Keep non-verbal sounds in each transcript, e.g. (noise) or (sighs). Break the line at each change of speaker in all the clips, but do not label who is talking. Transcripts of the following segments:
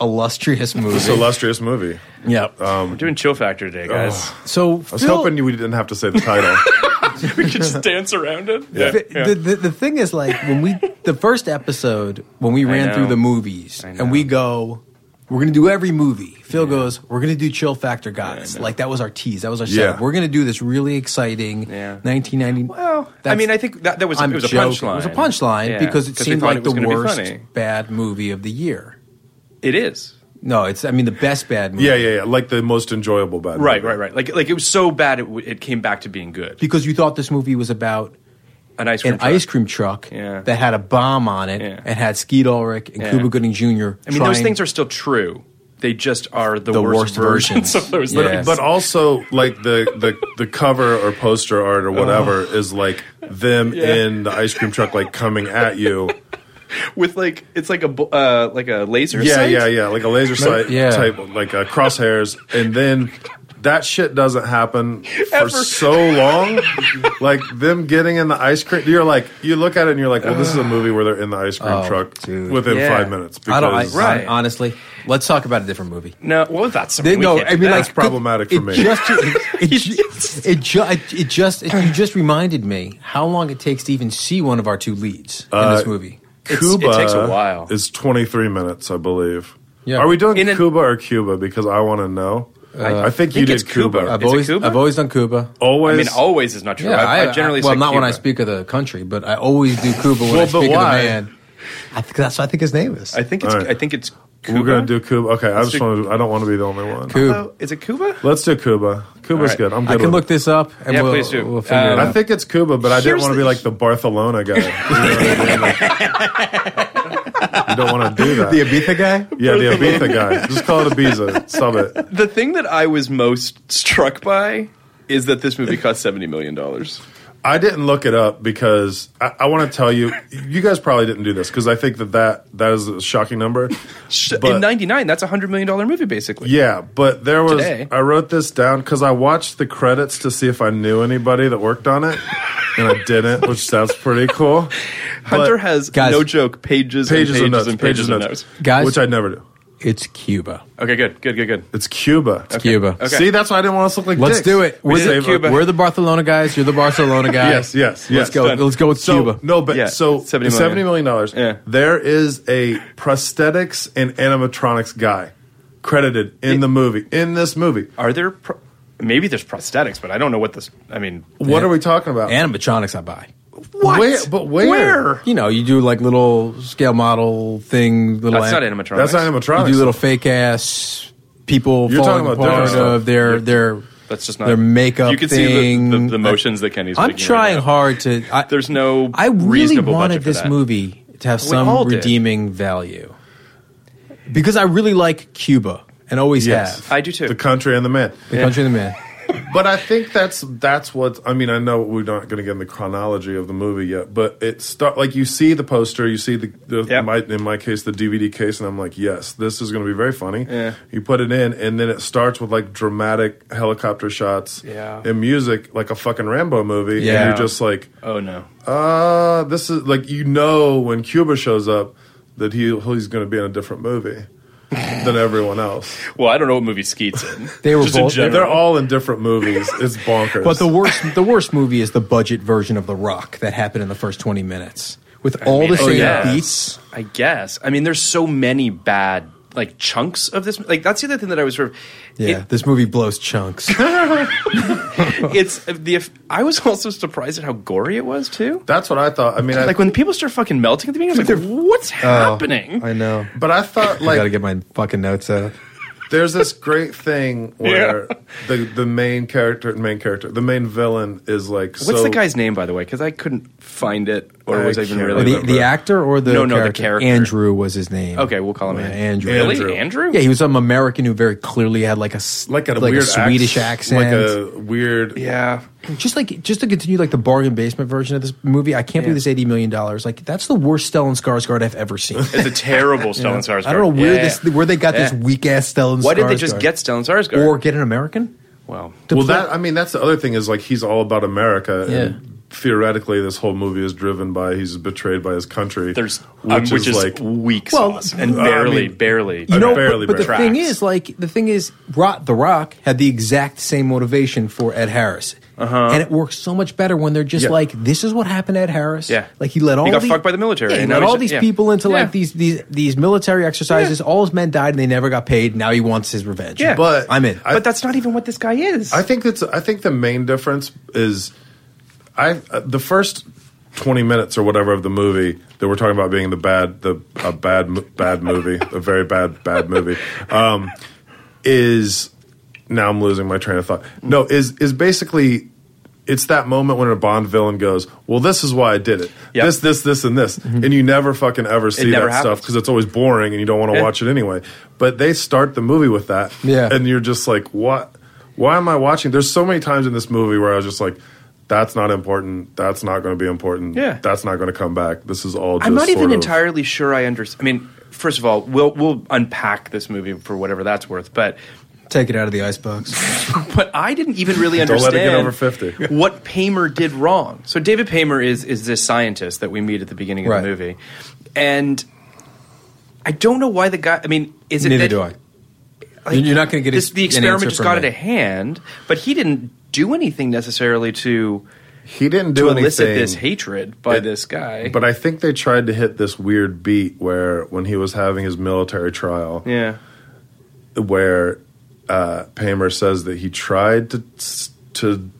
illustrious movie.
It's an illustrious movie. Um,
Yep.
We're doing Chill Factor today, guys.
so
I was hoping you- we didn't have to say the title.
(laughs) we
(laughs)
could just dance around it.
Yeah.
the, the, the, the thing is, like when we the first episode when we ran
know.
through the movies
I
and we
know.
go, we're gonna do every movie. Phil goes, we're gonna do Chill Factor, guys. like that was our tease. That was our
Yeah.
setup. We're gonna do this really exciting
Yeah.
1990.
Well, I mean, I think that, that was,
I'm
it was a
joking.
punchline.
It was a punchline
Yeah,
because it
we
seemed
thought
like
it was
the
gonna be
worst
funny.
bad movie of the year.
It is.
No, it's I mean the best bad movie.
yeah, yeah, yeah. Like the most enjoyable bad
Right,
movie.
right, right. Like, like it was so bad, it, w- it came back to being good.
Because you thought this movie was about
An ice cream.
an
truck.
ice cream truck
Yeah.
that had a bomb on it
Yeah.
and had Skeet Ulrich and
Yeah.
Cuba Gooding Jr.
I mean, those things are still true. They just are the,
The worst
worst, versions
versions.
(laughs) of those.
But-
things.
But also, like the, the the cover or poster art
Uh-huh.
or whatever is like them in the ice cream truck, like coming at you.
with like it's like a bu- uh, like a laser.
Yeah,
sight?
yeah, yeah. Like a laser sight
yeah.
type, like uh, crosshairs, and then that shit doesn't happen for so long. like them getting in the ice cream, you're like, you look at it and you're like, well, this is a movie where they're in the ice cream truck
dude.
within
Oh, Yeah.
five minutes. Because
I don't I,
Right.
honestly. Let's talk about a different movie.
No, well, that's
They-
we
no,
can't
I mean
do that.
like
That's problematic
it
for me.
Just it, it,
(laughs)
ju- it, ju- it just it, you just reminded me how long it takes to even see one of our two leads
Uh,
in this movie.
It's- it takes a while.
Is 23 minutes, I believe.
Yeah.
Are we doing
In an- Uh,
Cuba or Cuba? Because I want to know. I, think you
think
did
it's Cuba.
Cuba.
I've
Is it
always
Cuba?
I've always done Cuba.
Always.
I mean, oh, always is not true.
Yeah,
I, I generally
well,
say
not when I
Cuba.
speak of the country, but I always do Cuba when I
Well, but
speak
why?
of the man. I think that's what I think his name is.
I think it's.
All right.
I think it's. Cuba.
We're going to do Cuba. Okay, I just
do-
want to. I don't want to be the only one.
Cuba.
Oh, is it Cuba?
Let's do Cuba. Cuba's
right.
good. I'm good.
I can
with
look
it.
this up and
Yeah,
we'll,
please do.
we'll figure it
Um,
out.
Uh, I think it's Cuba, but I didn't
Here's
want to
the-
be like the Barcelona guy. (laughs) You, know what I mean? You don't want to do that.
Ibiza guy?
yeah, the Ibiza guy. Just call it Ibiza. Sub it.
The thing that I was most struck by is that this movie cost seventy million dollars.
I didn't look it up because I, I want to tell you, you guys probably didn't do this because I think that, that that is a shocking number. But-
In '99, that's a hundred million dollar movie, basically.
Yeah, but there was.
Today.
I wrote this down because I watched the credits to see if I knew anybody that worked on it, and I didn't, which sounds pretty cool.
Hunter
But
has
Guys-
no joke pages,
pages,
and
and
pages
notes,
and pages and notes.
Guys-
which I never do.
It's Cuba.
Okay, good, good, good, good.
It's Cuba. It's
Cuba.
Okay.
See, that's why I didn't want us to look like.
Let's
dicks.
do it.
We
We're
did
the,
save-
Cuba.
we're the Barcelona guys. You're the
(laughs)
Barcelona guys.
Yes, yes, yes.
Let's go.
Done.
Let's go with
So
Cuba.
no, but
Yeah,
so
$70
the
million.
seventy million dollars.
Yeah.
There is a prosthetics and animatronics guy credited in the movie. In this movie,
Are there? Pro- Maybe there's prosthetics, but I don't know what this. I mean,
what are we talking about?
Animatronics, I buy.
What? Where, but where?
Where?
You know, you do like little scale model thing. Little
that's not
an-
animatronics.
That's not animatronics.
You do little fake ass people
You're
falling
talking about
apart
different stuff.
of their their
That's just not
their makeup.
You can
thing.
see the, the, the motions that Kenny's.
I'm
making right
trying
now.
hard to. I,
There's no.
I really
reasonable
wanted
budget for
this
that.
movie to have some
all did.
redeeming value because I really like Cuba and always
Yes.
have
I do too.
The country and the man.
the country of the man.
But I think that's that's what I mean. I know we're not going to get in the chronology of the movie yet, but it start like you see the poster, you see the, the
Yep.
my, in my case the DVD case, and I'm like, yes, this is going to be very funny.
Yeah.
You put it in, and then it starts with like dramatic helicopter shots
Yeah.
and music, like a fucking Rambo movie.
Yeah.
And you're just like,
oh no.
uh, this is like you know when Cuba shows up that he he's going to be in a
(laughs)
different movie than everyone else.
Well, I don't know what movie Skeet's in.
They were
Just in
both-
general.
They're all in different movies. It's bonkers.
But the worst, the worst movie is the budget version of The Rock that happened in the first 20 minutes with all the
mean, oh,
same
yeah.
beats.
I guess. I mean, there's so many bad like chunks of this. Like that's the other thing that I was sort of.
Yeah,
it- (laughs)
this movie blows chunks.
it's the. If, I was also surprised at how gory it was too.
That's what I thought. I mean, I,
Like when people start fucking melting at the beginning, I was like, "What's happening?"
I know.
But I thought
I got to
like
get my fucking notes out.
there's this great thing where
(laughs) Yeah.
the the main character main character the main villain is like
What's
so,
the guy's name, by the way? Because I couldn't find it, or
I
was I even
can't
really
Oh, The,
remember.
remember.
the actor or the
No, no, the
character?
character.
Andrew was his name.
Okay, we'll call him
Yeah,
Andrew.
Andrew.
Really,
Andrew.
Andrew?
Yeah, he was some American who very clearly had like a s-
like a
like
weird
a Swedish
ac-
accent.
like a weird
yeah.
just like just to continue like the bargain basement version of this movie. I can't believe this eighty million dollars. Like that's the worst Stellan Skarsgård I've ever seen.
It's a terrible Stellan Skarsgård.
I don't know where
Yeah.
this where they got
Yeah.
this weak ass Stellan.
Why did they just
Skarsgård.
get Stellan Skarsgård?
or get an American?
well,
to
well
play-
that I mean that's the other thing is like he's all about America
Yeah.
and theoretically this whole movie is driven by he's betrayed by his country
there's
which,
um,
is, like
weak
Well,
sauce and
I mean,
barely, barely,
you know,
barely.
but, but the
breaks.
thing
tracks.
is, like the thing is, Rock, The Rock had the exact same motivation for Ed Harris, uh-huh. and it works so much better when they're just
Yeah.
like, "This is what happened to Ed Harris."
Yeah.
like he let all
got
the-
fucked by the military,
Yeah, he
and
let
now
all
he's-
these
yeah.
people into
Yeah.
like these these these military exercises. All his men died, and they never got paid. Now he wants his revenge.
Yeah.
But-
I'm in.
I-
but that's not even what this guy is.
I think that's. I think the main difference is, I uh, the first twenty minutes or whatever of the movie that we're talking about being the bad, the a bad, mo- bad movie, a very bad, bad movie, um, is now I'm losing my train of thought. No, is is basically. It's that moment when a Bond villain goes, "Well, this is why I did it.
Yep. Mm-hmm.
This, this, this, and this," and you never fucking ever see
never
that stuff
happens.
because it's always boring and you don't want to
Yeah.
watch it anyway. But they start the movie with that,
Yeah.
and you're just like, what? Why am I watching? There's so many times in this movie where I was just like, that's not important. That's not going to be important.
Yeah.
That's not going to come back. This is all. Just
I'm not
sort
even
of-
entirely sure I understand. I mean, first of all, we'll we'll unpack this movie for whatever that's worth, but
Take it out of the
(laughs)
icebox.
but I didn't even
(laughs)
really
Don't
understand
let it get over 50.
(laughs) what Paymer did wrong. So David Paymer is is this scientist that we meet at the beginning of
Right.
the movie, and I don't know why the guy. I mean, is it
Neither
that-
do I.
like,
You're not gonna get ex-
this, the
an
experiment
answer
just
from
got
me.
it a hand, but he didn't do anything necessarily to
He didn't do
to
anything.
elicit this hatred by
It-
this guy.
But I think they tried to hit this weird beat where when he was having his military trial,
yeah,
where uh, Paymer says that he tried to to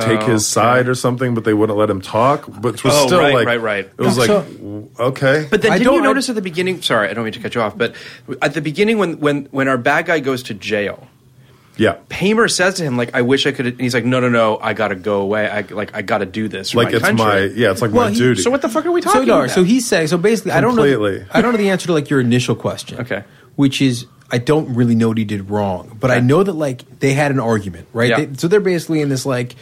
take his side or something, but they wouldn't let him talk. But it was
Oh,
still
right,
like
right, right.
It was like
So-
w- okay,
But then,
I
didn't
don't-
you notice
I-
at the beginning? Sorry, I don't mean to cut you off, but at the beginning, when when when our bad guy goes to jail,
yeah.
Paymer says to him, "Like, I wish I could." And he's like, "No, no, no, I gotta go away. I like, I gotta do this. For
Like it's
country."
my yeah, it's like
Well,
my
he-
duty.
So what the fuck are we
so
talking
no,
about?
so he's saying so basically I don't know
Completely.
I don't know the answer to like your initial question.
Okay.
Which is I don't really know what he did wrong, but I know that like they had an argument, right?
Yeah.
They, so they're basically in this like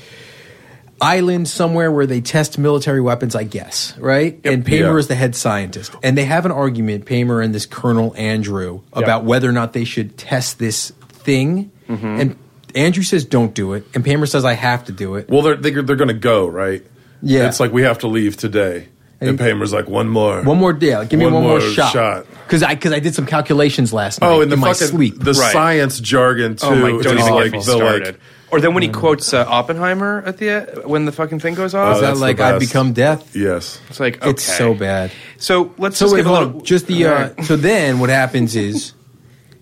island somewhere where they test military weapons, I guess, right? And Paymer
Yeah.
is the head scientist, and they have an argument, Paymer and this Colonel Andrew, about whether or not they should test this thing. And Andrew says, "Don't do it," and Paymer says, "I have to do it."
Well, they're they're, they're going to go right.
Yeah.
it's like we have to leave today. And,
And-
Paymer's like one more,
One more deal. Give me one, more, shot.
shot.
Because I because I did some calculations last night.
Oh, and the
in my
fucking
sleep.
the
Right.
science jargon too.
Oh my! Don't
is
even
like
get me
the
started.
like.
or then when
Mm.
he quotes uh, Oppenheimer at the end, when the fucking thing goes off,
Oh,
Is that
that's the
like I
best.
become death?
Yes,
it's like okay.
It's so bad.
So let's
So
just
wait,
give a
hold
little.
on. Just the
All
uh,
right.
so then what happens
(laughs)
is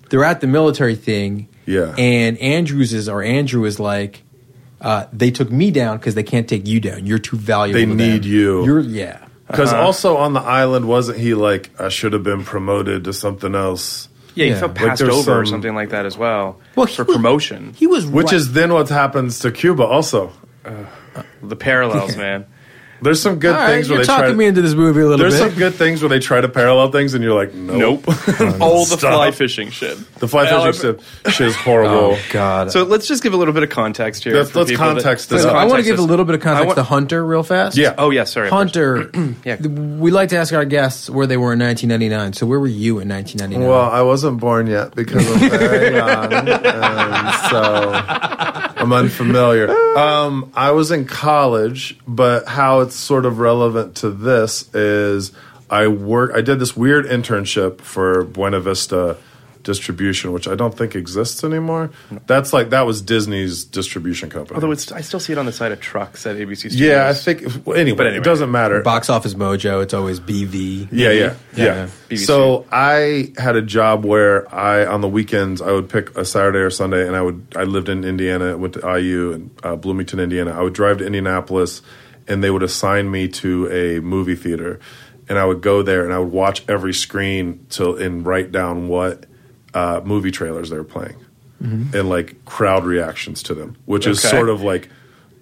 they're at the military thing.
Yeah.
And Andrews is or Andrew is like, uh, they took me down because they can't take you down. You're too valuable.
They
to them.
need you.
You're yeah.
Uh-huh.
because also on the island wasn't he like I should have been promoted to something else,
yeah, he
yeah.
felt
Like,
passed
there's
over or
some-
something like that as well,
he
for
was-
promotion.
He was
which
right.
is then what happens to Cuba. Also,
(laughs)
the parallels, man.
there's some good
All right,
things where
you're
they try.
talking
To,
me into this movie a little
there's
bit.
some good things where they try to parallel things, and you're like,
(laughs)
nope.
Oh. All the
Stop.
fly fishing shit.
The fly
Well,
fishing stuff shit is horrible.
oh God.
So let's just give a little bit of context here.
Let's-
for
let's
people that-
context
Wait,
this
I want to
context
give a
this.
little bit of
I
context
want-
to Hunter real fast.
Yeah.
Oh yeah, sorry.
Hunter, (clears throat)
Yeah.
we like to ask our guests where they were in 1999. So where were you in 1999?
Well, I wasn't born yet because I'm very young, and so I'm unfamiliar. Um, I was in college, but how it's sort of relevant to this is I work. I did this weird internship for Buena Vista distribution which i don't think exists anymore that's like that was disney's distribution company
Although it's, I still see it on the side of trucks at ABC. Studios.
yeah i think well, anyway,
But anyway.
it doesn't matter
Box Office Mojo. It's always BV.
Yeah, yeah, yeah.
BBC.
So I had a job where I on the weekends I would pick a Saturday or Sunday, and I would I lived in Indiana, went to IU and uh, Bloomington, Indiana. I would drive to Indianapolis, and they would assign me to a movie theater, and I would go there and I would watch every screen till and write down what uh, movie trailers they were playing, and like crowd reactions to them, which is
Okay.
sort of like.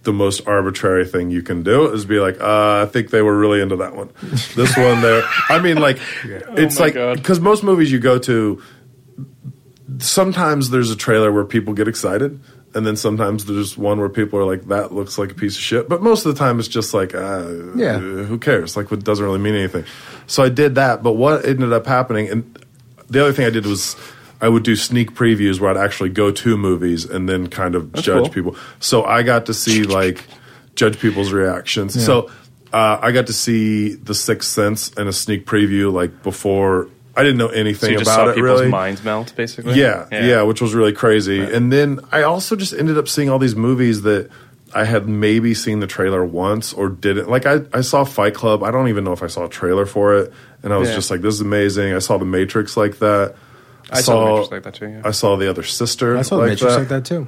The most arbitrary thing you can do is be like, uh, I think they were really into that one. This one, there. I
(laughs)
mean, like, it's
Oh my
like
God.
because most movies you go to, sometimes there's a trailer where people get excited, and then sometimes there's one where people are like, "That looks like a piece of shit." But most of the time, it's just like, uh,
Yeah.
who cares? Like, it doesn't really mean anything. So I did that, but what ended up happening, and the other thing I did was. I would do sneak previews where I'd actually go to movies and then kind of judge
cool.
people. So I got to see like judge people's reactions. So uh, I got to see The Sixth Sense in a sneak preview like before. I didn't know
So
anything
you
about
just saw
it
people's
really.
minds melt, basically.
Yeah, yeah, which was really crazy. And then I also just ended up seeing all these movies that I had maybe seen the trailer once or didn't. Like I, I saw Fight Club. I don't even know if I saw a trailer for it, and I was
Yeah.
just like, "This is amazing." I saw The Matrix like that.
I saw The Matrix like that too, yeah.
I saw The Other Sister.
I saw the
like
Matrix
that.
like that too.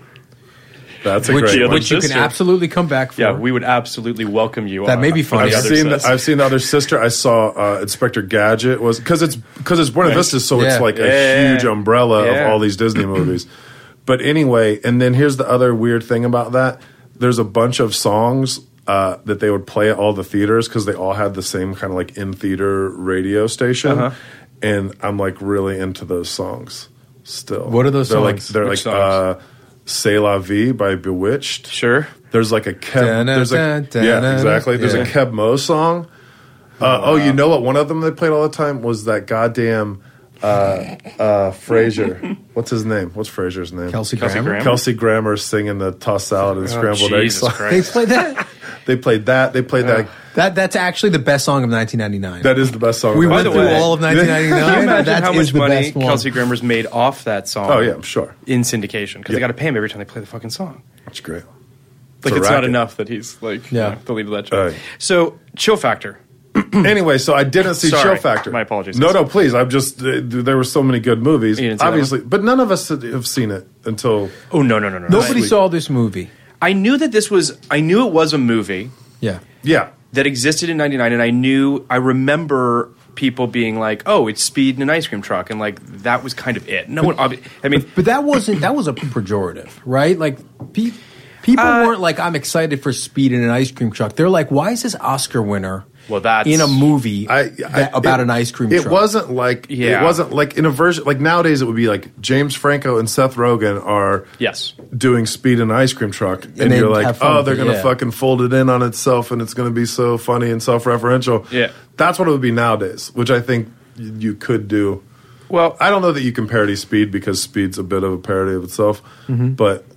That's a
Which,
great one.
which you can
Sister.
absolutely come back for.
Yeah, we would absolutely welcome you.
That
on,
may be funny.
on the
I've
other
seen the,
side.
I've seen the other sister. I saw uh, Inspector Gadget was because it's because it's Buena Vista, so
Yeah.
it's like
Yeah.
a huge umbrella
Yeah.
of all these Disney movies. (clears throat) But anyway, and then here's the other weird thing about that: there's a bunch of songs uh, that they would play at all the theaters because they all had the same kind of like in theater radio station,
Uh-huh.
and I'm like really into those songs still.
What are those
they're
songs?
Like, they're
Which
like
songs?
Uh, "C'est La Vie" by Bewitched.
Sure.
There's like a Kev.
Dun-dun,
there's a,
dun, dun,
yeah, exactly. There's
yeah.
a Kev Mo song. Uh, Oh, you know what? One of them they played all the time was that goddamn uh, uh, Fraser. What's his name? What's Fraser's name?
Kelsey,
Kelsey
Grammer.
Grammer. Oh,
Kelsey Grammer singing the toss salad and scrambled
Jesus
eggs. song.
They
Christ.
played that.
They played that. They played that.
that. That's actually the best song of 1999.
That is the best song.
we
of
went
the
through
way-
(laughs)
all of 1999.
Can you imagine
that
how
is
much
the
money
best one.
Kelsey Grammer's made off that song?
Oh, yeah, I'm sure.
In syndication because they
Yeah.
got to pay him every time they play the fucking song.
That's great.
Like
a
it's not
racket.
enough that he's like
Yeah.
yeah. the lead of that show.
Right.
So chill factor.
(clears throat) anyway, so I didn't see
Sorry.
Chill Factor.
My apologies.
No, no, please. I'm just uh, there were so many good movies.
You didn't see that
Obviously, but none of us have seen it until
Oh no no no no.
Nobody
I,
saw this movie.
I knew that this was. I knew it was a movie
Yeah.
yeah.
that existed in '99, and I knew. I remember people being like, "Oh, it's Speed in an ice cream truck," and like that was kind of it. No one. obvi- I mean,
But that wasn't. That was a pejorative, right? Like
Uh,
pe- people weren't like, "I'm excited for Speed in an ice cream truck." They're like, "Why is this Oscar winner
Well, that's-
in a movie
I, I-
that- about
it-
an ice cream.
It
truck.
wasn't like
Yeah.
it wasn't like in a version like nowadays it would be like James Franco and Seth Rogen are
Yes.
doing speed in an ice cream truck and,
they
you're
have
like
fun
oh
with
they're
it,
gonna
yeah.
fucking fold it in on itself and it's gonna be so funny and self referential
Yeah.
that's what it would be nowadays which I think y- you could do
Well,
I don't know that you can parody Speed because Speed's a bit of a parody of itself but yeah
Mm-hmm.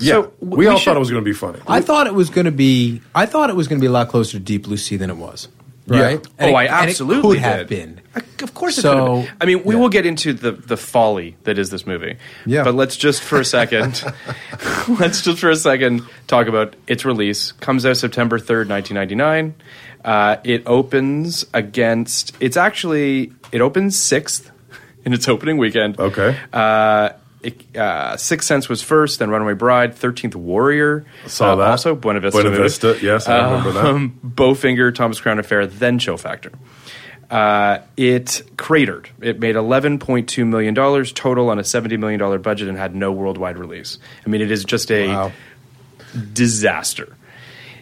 So, w-
we,
we
all
should-
thought it was gonna be funny
I thought it was going to be. I thought it was going to be a lot closer to Deep Blue Sea than it was. Right?
Yeah.
And
oh,
it-
I
and it
absolutely
could have
did.
been.
I- of course,
So-
it could have been. I mean, we
yeah.
will get into the the folly that is this movie.
Yeah.
But let's just for a second, (laughs) let's just for a second talk about its release. Comes out September third, nineteen ninety nine. Uh, it opens against. It's actually it opens sixth in its opening weekend.
Okay.
Uh, it, uh, Sixth Sense was first, then Runaway Bride, Thirteenth Warrior.
saw
uh,
that
Also, Buena Vista.
Buena
movie.
Vista yes I remember that
Um, Bowfinger, Thomas Crown Affair, then Show Factor. Uh, it cratered. It made eleven point two million dollars total on a seventy million dollar budget and had no worldwide release. I mean, it is just a disaster.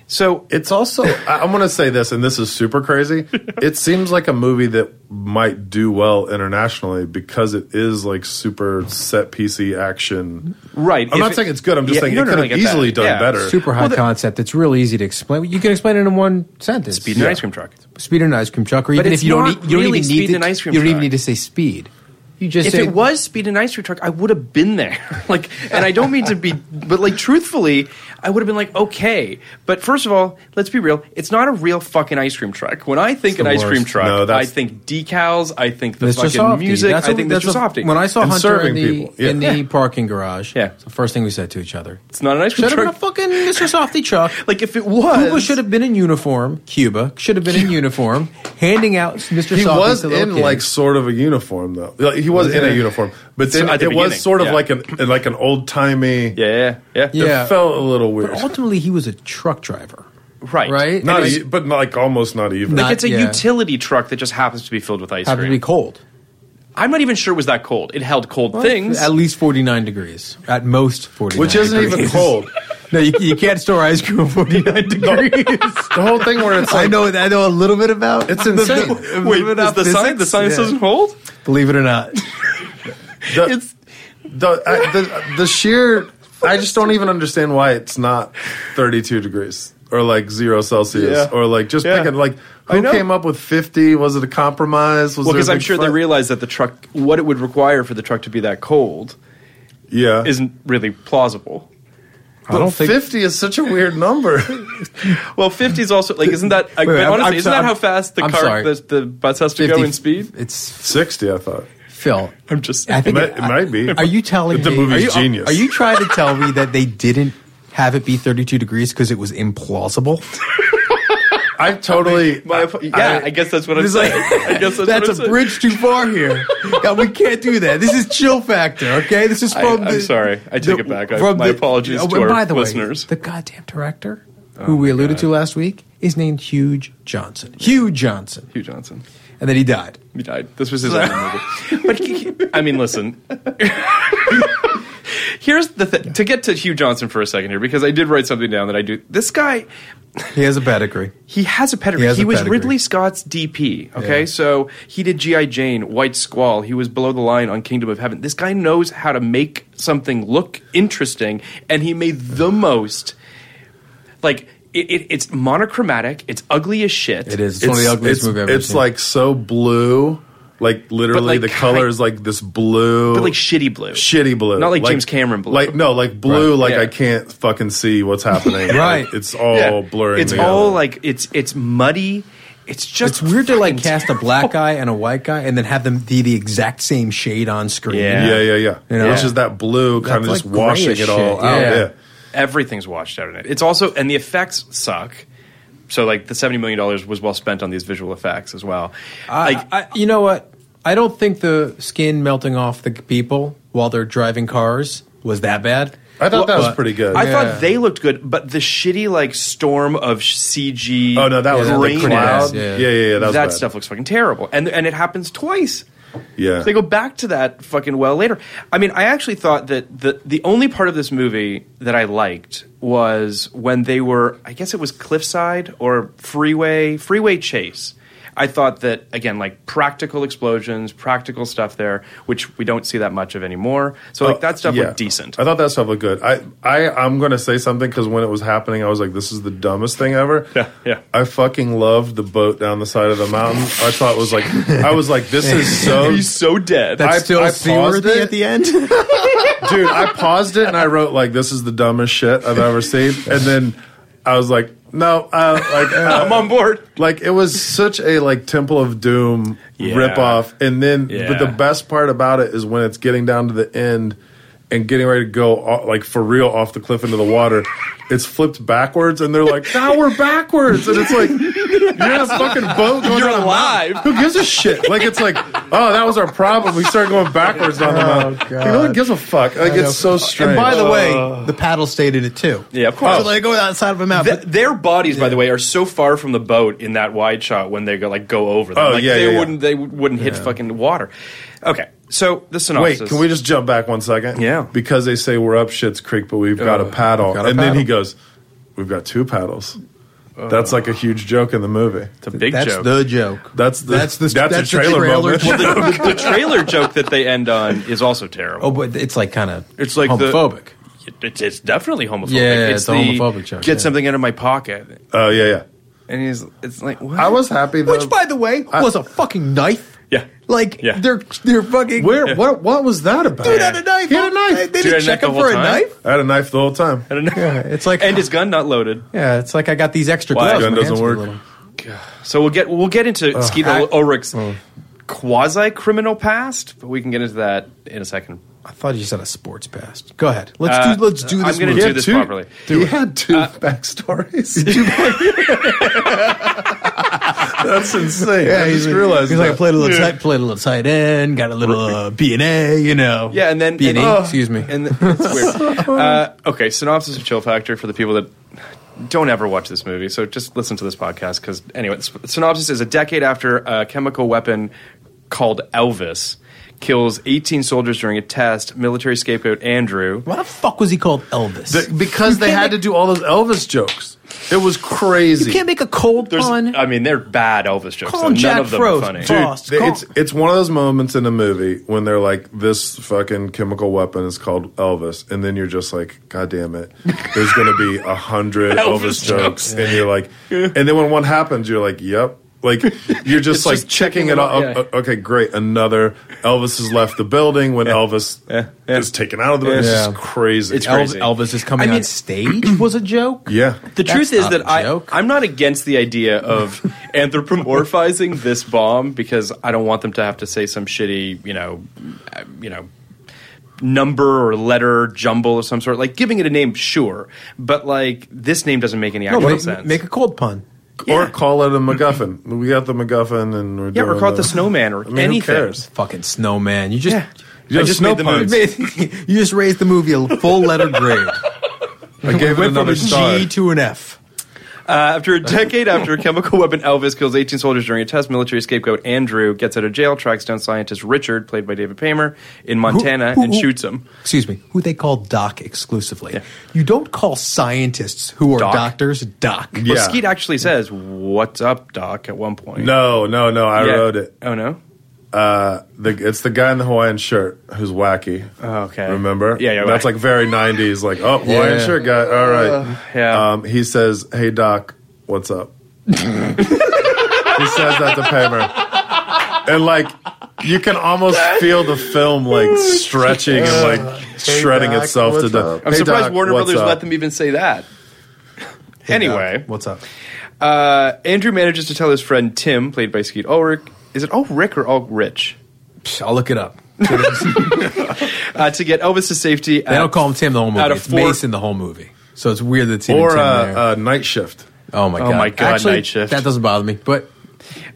So
It's also I- I'm going to say this, and this is
(laughs)
super crazy. It seems like a movie that might do well internationally because it is like super set piecey action.
right,
I'm
if
not saying it's good. I'm just
Yeah,
saying
no,
it
no,
could
no, I
have
get that.
easily done
Yeah.
better.
Super high concept. It's real easy to explain. You can explain it in one sentence.
Speed and ice cream truck.
Speed and ice cream truck. Or
But
even
it's
if you don't,
not
need, you don't
really
even
speed
need to,
and ice cream
You don't even
truck.
need to say speed. You just
If
say
it was Speed and Ice Cream Truck, I would have been there. (laughs) like, and I don't mean to be, but like, truthfully, I would have been like, okay. But first of all, let's be real. It's not a real fucking ice cream truck. When I think an
the
ice cream
worst.
truck,
No,
I
that's-
think decals. I think the
Mr.
fucking
Softy.
music.
That's
I
what-
think
that's
Mr.
what-
Softy.
When I saw
And
Hunter in
serving
the,
people. Yeah.
in the parking garage,
Yeah.
it's the first thing we said to each other.
it's not an ice cream
Should have been a
truck.
fucking Mr. Softy truck.
Like, if it was-
Cuba should have been in uniform. Cuba should have been in uniform, handing out Mr.
He
Softy
was
to
in
little kids.
like sort of a uniform though. Like, he was in a uniform, but then
at
it
the beginning,
was sort of
yeah.
like an like an old timey.
yeah, yeah, yeah,
Yeah.
It felt a little weird.
But ultimately, he was a truck driver.
Right,
Right?
Not,
It is-
e- but like almost not even.
Not-
like it's a
yeah.
utility truck that just happens to be filled with ice
Happened
cream.
to be cold.
I'm not even sure it was that cold. It held cold things.
At least 49 degrees. At most 49
which isn't even
degrees.
cold.
(laughs) No, you, you can't store ice cream at 49 degrees.
The whole thing where it's like
I know I know a little bit about (laughs)
It's
the-
insane.
the-
Wait,
believe it or
is
not,
the science the
physics.
science
Yeah.
doesn't hold?
Believe it or not.
the, the, I, the the sheer. I just don't even understand why it's not 32 degrees or like zero Celsius
Yeah.
or like just
Yeah.
picking like
I
who
know.
came up with 50? Was it a compromise?
Well,
Was there a
because I'm
big
sure they
fight?
realize that the truck, what it would require for the truck to be that cold,
yeah.
isn't really plausible.
I don't think
50 is such a weird number.
Well, 50 is also like, isn't that? Like,
Wait, wait,
but
I'm-
honestly,
I'm
isn't
so-
that how fast the
I'm
car,
sorry.
the, the bus has to go
50
in speed?
It's
Sixty, I thought.
Phil.
I'm just
I
It
think
might, it might be.
Are you telling
If the
me
movie's
are you,
genius?
Are you trying to tell me that they didn't have it be 32 degrees because it was implausible?
I
(laughs)
totally.
My ap- yeah, I, guess that's what I'm
It's like
saying. (laughs) I guess that's,
that's
what I'm
a
saying.
bridge too far here. God, we can't do that. This is chill factor. Okay, this is from.
I- I'm
the,
sorry. I take it back. I- my apologies
Oh,
to
and
our
by the
listeners. Oh
Way, the goddamn director who we alluded to last week is named Hugh Johnson. Hugh Johnson,
Hugh Johnson.
and then he died.
He died. This was
(laughs)
his only movie. But he- I mean, listen. (laughs) Here's the thing. To get to Hugh Johnson for a second here, because I did write something down that I do. This guy,
He has a pedigree.
He has a pedigree.
He
He,
has a
was
pedigree.
Ridley Scott's DP. Okay,
Yeah.
so he did GI Jane, White Squall. He was below the line on Kingdom of Heaven. This guy knows how to make something look interesting, and he made the most. Like it, it, it's monochromatic. It's ugly as shit.
It is. It's, one of the ugliest
it's,
movies I've ever
it's
seen.
like so blue. Like literally,
like
the
ki-
color is like this blue,
But like shitty blue.
shitty blue,
Not like James Cameron blue.
Like no, like blue,
Right.
like
Yeah.
I can't fucking see what's happening.
(laughs) Right.
Like, it's all
Yeah.
blurring.
It's
together.
all like it's it's muddy. It's just
It's weird to like
fucking
cast a black guy and a white guy and then have them be the exact same shade on screen.
Yeah.
yeah, yeah, yeah.
You know?
Which is that blue kind of
That's
just
like
washing
grayish
it all
shit.
out.
Yeah.
Yeah.
everything's washed out in it. It's also and the effects suck. So like the seventy million dollars was well spent on these visual effects as well.
I,
like
I, you know what? I don't think the skin melting off the people while they're driving cars was that bad.
I thought that was
But-
pretty good.
I
Yeah.
thought uh, they looked good, but the shitty like storm of CG.
oh no, that was
Yeah,
the
pretty
grayness,
cloud.
bad, yeah.
Yeah, yeah, yeah. That, was
that
bad.
stuff looks fucking terrible, and and it happens twice.
Yeah.
They go back to that fucking well later. I mean, I actually thought that the the only part of this movie that I liked was when they were I guess it was cliffside or freeway freeway chase. I thought that again, like practical explosions, practical stuff there, which we don't see that much of anymore. So like that stuff
Oh, Yeah.
looked decent.
I thought that stuff looked good. I, I, I'm going to say something because when it was happening, I was like, "This is the dumbest thing ever."
(laughs) Yeah, yeah.
I fucking loved the boat down the side of the mountain. I thought it was like, I was like, "This is
(laughs)
so."
He's so dead.
I-
That's still
I paused
seaworthy
it.
at the
(laughs)
end.
dude i paused it and i wrote like this is the dumbest shit i've ever seen and then i was like no uh,
(laughs)
like uh,
I'm on board.
like it was such a like temple of doom
Yeah.
rip off and then
Yeah.
but the best part about it is when it's getting down to the end and getting ready to go o- like for real off the cliff into the water it's flipped backwards and they're like now we're backwards and it's like you're in a fucking boat going
You're
down a
alive.
mountain. who gives a shit like it's like oh that was our problem we started going backwards down the mountain Like, no one
God.
gives a fuck like it's so strange
And by the way, the paddle stayed in it too.
Uh. Yeah, of course.
So they go outside oh, of a map.
Th- their bodies, by the way, are so far from the boat in that wide shot when they go like go over them.
Oh,
like,
yeah,
they
yeah, yeah.
wouldn't they wouldn't hit fucking water. Okay, so the
Wait,
synopsis.
can we just jump back one second?
Yeah.
Because they say we're up Shit's Creek, but Uh, we've got a paddle. Uh.
got a
and then he
paddle.
goes, We've got two paddles. That's like a huge joke in the movie.
It's a big
that's
joke.
the joke.
That's the
That's
that's
the-
the,
that's the
a trailer,
trailer
moment.
joke.
(laughs) the trailer joke that they end on is also terrible.
Oh, but it's like kind of
It's like the-
homophobic.
It's, it's definitely homophobic.
Yeah,
it's
it's a homophobic joke,
Get
yeah.
something out of my pocket,
Oh yeah, yeah.
and he's it's like what? (laughs)
I was happy. Though,
Which, by the Uh, way,
I-
was a fucking knife.
Yeah.
Like
Yeah.
they're they're fucking
where what what was that about?
Dude had a knife.
He had a
They,
knife.
they
Dude
didn't
had a
check
knife
him
the
for a
whole time?
knife.
I had a knife the whole time.
I don't know.
Yeah, it's like
and his gun not loaded.
yeah, it's like I got these extra
Why?
gloves.
Gun
my
doesn't
hands were
work.
little.
So we'll get we'll get into Skeeter
I-
Ulrich's
Oh.
quasi criminal past, but we can get into that in a second.
I thought you said a sports past. Go ahead. Let's do let's do
Uh, I'm
this. Uh,
gonna
movie.
do this
two,
properly.
he had
(laughs)
two backstories. (laughs) That's insane. I just realized
he's like
that.
I played a little tight, played a little tight end, got a little uh, B and A, you know.
Yeah, and then
B and
and-
A.
oh,
Excuse me.
And the,
(laughs)
it's weird. Uh, okay, synopsis of Chill Factor for the people that don't ever watch this movie. So just listen to this podcast because anyway, s- synopsis is a decade after a chemical weapon called Elvis kills 18 soldiers during a test. Military scapegoat Andrew.
Why the fuck was he called Elvis?
The- because they had to do all those Elvis jokes. It was crazy.
you can't make a cold
There's,
pun.
I mean, they're bad Elvis jokes.
Call
though.
him
None
Jack
of them
Frost.
are funny.
Dude, Frost. Call-
it's it's one of those moments in a movie when they're like, "This fucking chemical weapon is called Elvis," and then you're just like, "God damn it!" There's going to be a hundred
(laughs) Elvis jokes.
Elvis, jokes, and you're like, and then when one happens, you're like, "Yep." Like you're just
It's
like
just checking
checking
them
it
out,
out.
yeah.
O- Okay, great. Another Elvis has left the building when Elvis is taken out of the building. It's just crazy.
It's
Elvis,
crazy.
Elvis is coming
I mean-
on stage was a joke.
Yeah.
The
That's
truth is
not
that
a
I,
joke.
I'm not against the
(laughs)
idea of anthropomorphizing this bomb because I don't want them to have to say some shitty, you know, uh, you know, number or letter jumble of some sort. Like giving it a name, sure, but like this name doesn't make any
No,
actual
make,
sense.
make a cold pun.
Or call it a MacGuffin. We got the MacGuffin, and we're
yeah, or
doing
call it the snowman or
I mean, who
anything.
cares?
Fucking snowman. You just
Yeah.
You
I
have
just
snow
made the
puns.
movie.
(laughs) you just raised the movie a full letter (laughs) grade.
I gave it
Went from
another
a
star.
G to an F.
After a decade after a chemical weapon, Elvis kills 18 soldiers during a test. Military scapegoat Andrew gets out of jail, tracks down scientist Richard, played by David Paymer, in
Who-
Montana
who-
and
who-
shoots him.
Excuse me. Who they call doc exclusively. You don't call scientists who are
Doc.
doctors doc.
Well,
Yeah.
Skeet actually says, "What's up, Doc?" at one point.
No, no, no. I
Yeah.
wrote it.
Oh no.
Uh, the, it's the guy in the Hawaiian shirt who's wacky.
Oh, okay.
Remember?
Yeah, yeah,
That's
wacky.
like very '90s. Like, oh, Hawaiian
Yeah.
shirt guy. All right.
Uh, yeah.
Um, he says, "Hey Doc, what's up?" he says that to Pammer, and like you can almost feel the film like stretching and like shredding Doc, itself to what's death. up?
I'm
Hey,
surprised
Doc,
Warner
what's
Brothers
up?
let them even say that. anyway,
Doc, what's up?
uh, Andrew manages to tell his friend Tim, played by Skeet Ulrich, is it Ulrich or Ulrich,
Psh, I'll look it up.
uh, to get Elvis to safety.
They don't call him Tim the whole movie.
Out of
It's
four-
Mason the whole movie. So it's weird that it's even
Or
Tim there.
uh, uh, night shift.
oh my
oh
god!
my God,
Actually,
Night Shift.
That doesn't bother me. But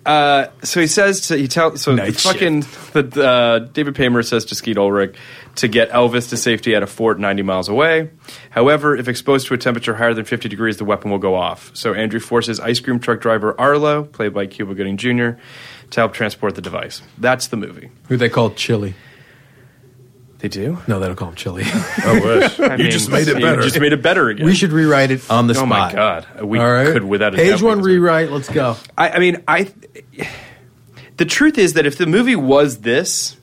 So he says to he tell so the
Night
fucking the, uh, David Paymer says to Skeet Ulrich to get Elvis to safety at a fort 90 miles away. However, if exposed to a temperature higher than 50 degrees, the weapon will go off. So Andrew forces ice cream truck driver Arlo, played by Cuba Gooding Jr., to help transport the device. That's the movie.
Who they call Chili?
They do.
No, they don't call him Chili. (laughs)
I wish. (laughs) you
mean,
just made it
you
better.
just made it better again.
we should rewrite it on the
Oh
spot.
my God. We could without a doubt
page one
because we-
rewrite. Let's go.
I, I mean, I. The truth is that if the movie was this,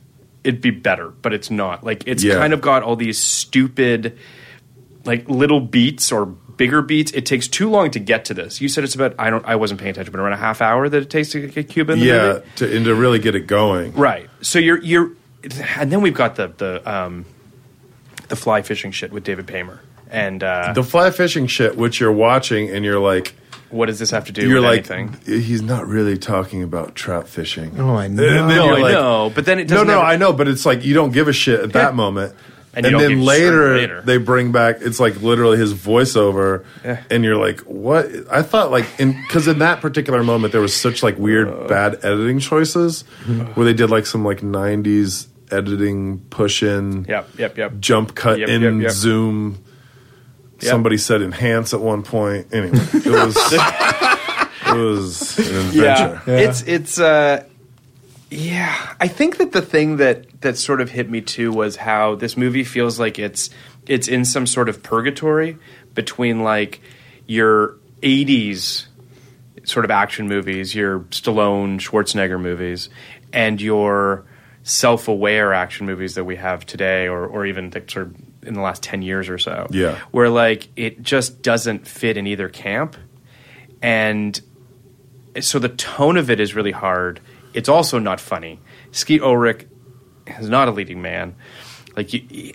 it'd be better, but it's not. Like, it's
Yeah.
kind of got all these stupid, like little beats or bigger beats. It takes too long to get to this. You said it's about I don't I wasn't paying attention, but around a half hour that it takes to get Cuba in the
yeah,
movie.
to, and to really get it going.
Right. So you're you're, and then we've got the the um, the fly fishing shit with David Paymer. And uh,
The fly fishing shit, which you're watching, and you're like,
what does this have to do
you're
with
like,
anything?
he's not really talking about trout fishing.
Oh, I
And
know.
then
No,
you're
I
like-
know, but then it
No,
doesn't.
no,
ever-
I know, but it's like you don't give a shit at that moment.
And
And,
you don't give
then
a
later,
shit later.
they bring back it's like literally his voiceover, and you're like, "What?" I thought like in because in that particular moment there was such like weird
Uh.
bad editing choices where they did like some like '90s editing push in,
Yep, yep, yep.
jump cut
Yep,
in
yep, yep.
zoom.
Yep.
Somebody said enhance at one point. Anyway,
(laughs)
it was it was an adventure.
It's it's uh yeah, I think that the thing that that sort of hit me too was how this movie feels like it's it's in some sort of purgatory between like your 80s sort of action movies, your Stallone, Schwarzenegger movies, and your self-aware action movies that we have today, or or even the, sort of in the last ten years or so.
Yeah.
where like it just doesn't fit in either camp, and so the tone of it is really hard. It's also not funny. Skeet Ulrich is not a leading man. Like you,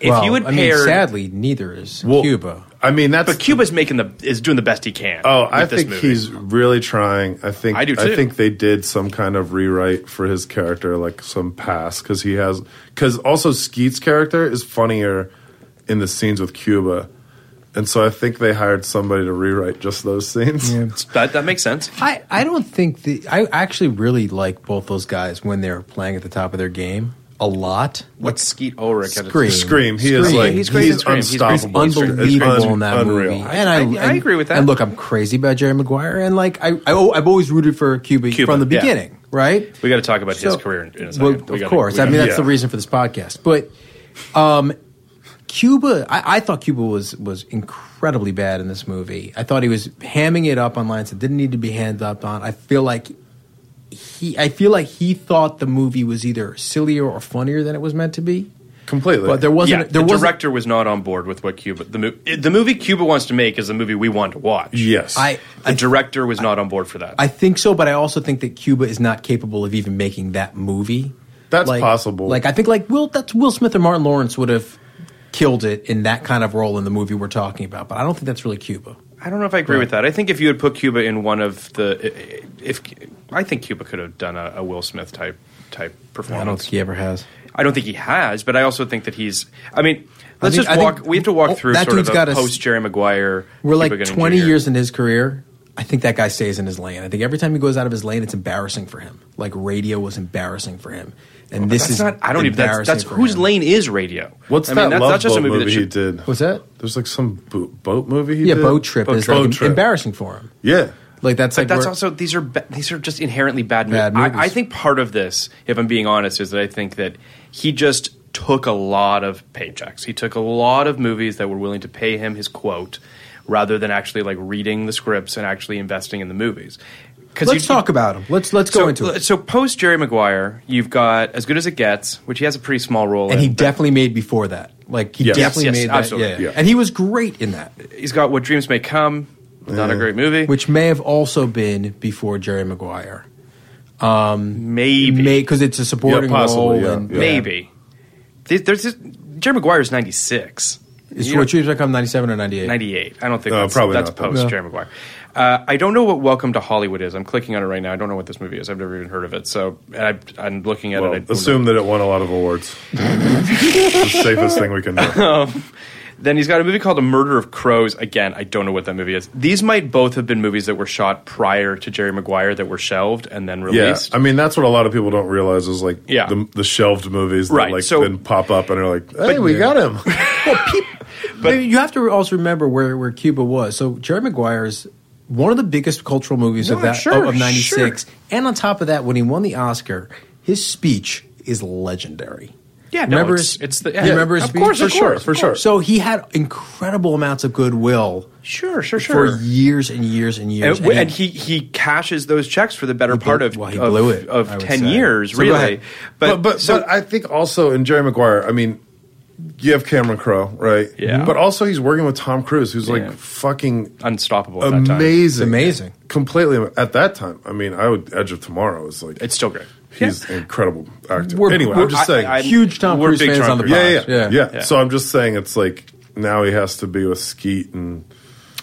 if
Well,
you would
I mean,
pair,
sadly, neither is
Well,
Cuba.
I mean, that's
but Cuba's making the is doing the best he can.
Oh,
with
I
this
think
movie.
he's really trying. I think
I do too.
think they did some kind of rewrite for his character, like some pass, because he has because also Skeet's character is funnier in the scenes with Cuba, and so I think they hired somebody to rewrite just those scenes.
that that makes sense.
I, I don't think the I actually really like both those guys when they're playing at the top of their game a lot.
What's Skeet Ulrich? at his-
Scream.
Scream. He is
Scream.
like
He's
he's,
great in
Scream. He's great. He's
unstoppable.
unbelievable
It's un-
in that
unreal.
movie. And I,
I- I
and-
agree with that.
And look, I'm crazy about Jerry Maguire, and like I, I I've always rooted for Cuba,
Cuba,
from the
yeah.
beginning, right?
We got to talk about
So-
his career in, in a second.
Well,
We
of
gotta-
course.
we gotta-
I mean, that's the
yeah.
reason for this podcast. But um, Cuba, I, I thought Cuba was was incredibly bad in this movie. I thought he was hamming it up on lines that didn't need to be hand up on. I feel like he, I feel like he thought the movie was either sillier or funnier than it was meant to be.
Completely.
But there wasn't.
yeah,
there
the
wasn't,
director was not on board with what Cuba the movie the movie Cuba wants to make is the movie we want to watch.
yes.
I,
the
I
director was not on board for that.
I think so, but I also think that Cuba is not capable of even making that movie.
That's
Like-
possible.
Like I think like Will that's Will Smith or Martin Lawrence would have killed it in that kind of role in the movie we're talking about, but I don't think that's really Cuba.
I don't know if I agree with that. I think if you had put Cuba in one of the if I think Cuba could have done a, a Will Smith type type performance.
I don't think he ever has.
I don't think he has, but I also think that he's. I mean, let's
think- I
just walk.
think-
we have to walk
oh,
through
that
sort of
dude's got
a
a s-
post Jerry Maguire.
We're
Cuba
like
Gooding
20
Jr..
years in his career. I think that guy stays in his lane. I think every time he goes out of his lane, it's embarrassing for him. Like radio was embarrassing for him, and this
Oh, That's
is
not. I don't even. That's,
embarrassing
that's
for
whose
him.
lane is radio?
What's
I
that
mean, that's
love
not just
boat
a movie,
movie
that
he
should,
did?
What's that?
There's like some boot, boat movie he
Yeah,
did. Oh,
boat trip is
Boat
like
Trip.
embarrassing for him.
Yeah.
Like that's
But
like
that's
where-
also these are ba- these are just inherently bad,
Bad
movies. I, I
movies.
think part of this, if I'm being honest, is that I think that he just took a lot of paychecks. He took a lot of movies that were willing to pay him his quote, rather than actually like reading the scripts and actually investing in the movies. 'Cause
Let's
you-
talk about him. Let's let's go
so,
into it.
So post Jerry Maguire, you've got As Good as It Gets, which he has a pretty small role
and he
in. but
definitely made before that. Like he
Yes.
definitely
Yes, yes,
made that.
absolutely.
Yeah.
Yeah.
and he was great in that,
he's got What Dreams May Come, not a great movie,
which may have also been before Jerry Maguire.
maybe
because it's a supporting
Yeah, possibly,
role.
yeah,
and,
yeah.
maybe. There's, there's just, Jerry Maguire's 96.
Is
You don't-
George Maguire ninety seven or ninety eight?
98. I don't think
No,
that's,
probably
that's
not.
post
No.
Jerry Maguire. Uh, I don't know what Welcome to Hollywood is. I'm clicking on it right now. I don't know what this movie is. I've never even heard of it. So and I, I'm looking at
Well,
it. I,
assume that it won a lot
(laughs)
of awards. It's the safest thing we
(laughs)
can do.
Then he's got a movie called A Murder of Crows. Again, I don't know what that movie is. These might both have been movies that were shot prior to Jerry Maguire that were shelved and then
Yeah,
released.
I mean that's what a lot of people don't realize is like
Yeah.
the, the shelved movies that
Right,
like
so-
then pop up and are like, hey, we got him. (laughs)
But you have to also remember where, where Cuba was. So Jerry Maguire's one of the biggest cultural movies of
No,
that
sure,
of '96.
sure.
And on top of that, when he won the Oscar, his speech is legendary.
Yeah, no,
remember
it's-
his,
it's the-
you
yeah,
remember his
of
speech?
course,
For of sure, course, for of sure. course.
So he had incredible amounts of goodwill
Sure, sure,
for years and years and years.
And, and he, he cashes those checks for the better
blew-
part of,
well, he
of,
blew it,
of
I would
10
say.
years,
So
So go
really.
ahead. But but,
so,
but I think also in Jerry Maguire, I mean, you have Cameron Crowe, right?
Yeah.
But also he's working with Tom Cruise, who's
Yeah.
like fucking
unstoppable at that time.
amazing,
Amazing.
completely at that time. I mean, I would Edge of Tomorrow is like
It's still great.
He's an incredible actor.
We're-
anyway,
we're-
I'm just
I-
saying.
I- I-
huge Tom
We're
Cruise
big
fans
Tom
on the
Cruise.
yeah,
podcast.
yeah, yeah,
yeah,
yeah, So I'm just saying, it's like now he has to be with Skeet and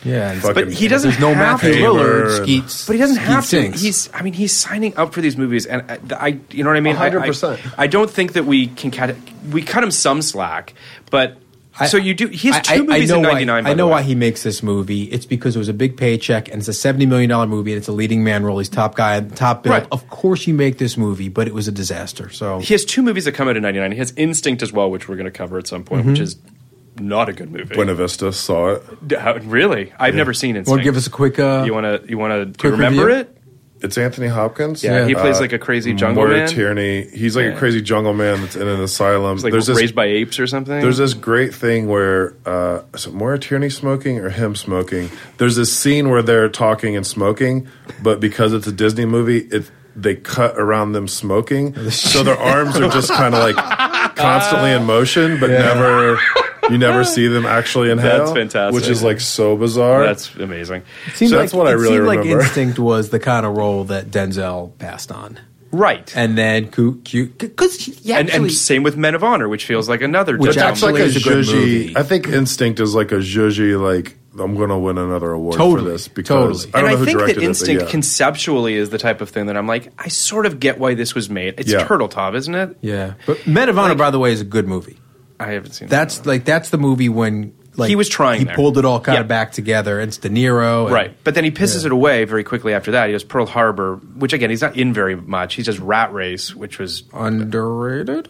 yeah. and-
fucking.
But he doesn't
There's no
have
Matthew
to.
Lillard,
Taylor and-
Skeets,
But he doesn't
Skeet
have
Sinks.
to. He's. I mean, he's signing up for these movies, and I, I you know what I mean. I- I-
100%.
I, don't think that we can cut. We cut him some slack, but so you do. He has two movies in
know why-
'99.
I know why he makes this movie. It's because it was a big paycheck and it's a seventy million dollar movie and it's a leading man role. He's top guy, top bill.
Right.
Of course, you make this movie, but it was a disaster. So
He has two movies that come out in '99. He has Instinct as well, which we're going to cover at some point,
Mm-hmm.
which is not a good movie.
Buena Vista saw it.
D- how- really, I've never seen Instinct.
want to give us a quick? Uh,
You want to? You want to
quick
remember
review?
it?
It's Anthony Hopkins.
Yeah, he plays
Uh,
like a crazy jungle
Moira
man.
Tierney. He's like
Yeah.
a crazy jungle man that's in an asylum.
He's like
there's
raised
this,
by apes or something.
there's this great thing where uh, is it Moira Tierney smoking or him smoking? There's this scene where they're talking and smoking, but because it's a Disney movie, it they cut around
(laughs)
them smoking, so their arms are just kind of like constantly in motion, but never. You never see them actually inhale.
That's fantastic.
Which is like so bizarre.
That's amazing.
seemed
so that's what I
it
really
seemed like
remember.
Instinct was the kind of role that Denzel passed on,
Right.
and then cute because he
and,
actually
and same with Men of Honor, which feels like another.
Which
Denzel
that's
actually
like a
movie.
is a good
zhuzhy.
movie.
I think Instinct is like a zhuzhy, like, I'm going to win another award for
Totally,
this because
totally.
I don't
and
know
I
who
think
directed
that instinct
it. but yeah.
conceptually is the type of thing that I'm like, I sort of get why this was made. It's
Yeah.
Turtle Top, isn't it?
yeah. But Men of Honor, by the way, is a good movie.
I haven't seen.
That's
that
like that's the movie when like
He was trying
He
there.
pulled it all kind
Yeah.
of back together. It's De Niro, and-
right, but then he pisses it away very quickly after that. He does Pearl Harbor, which again he's not in very much. He does Rat Race, which was
underrated,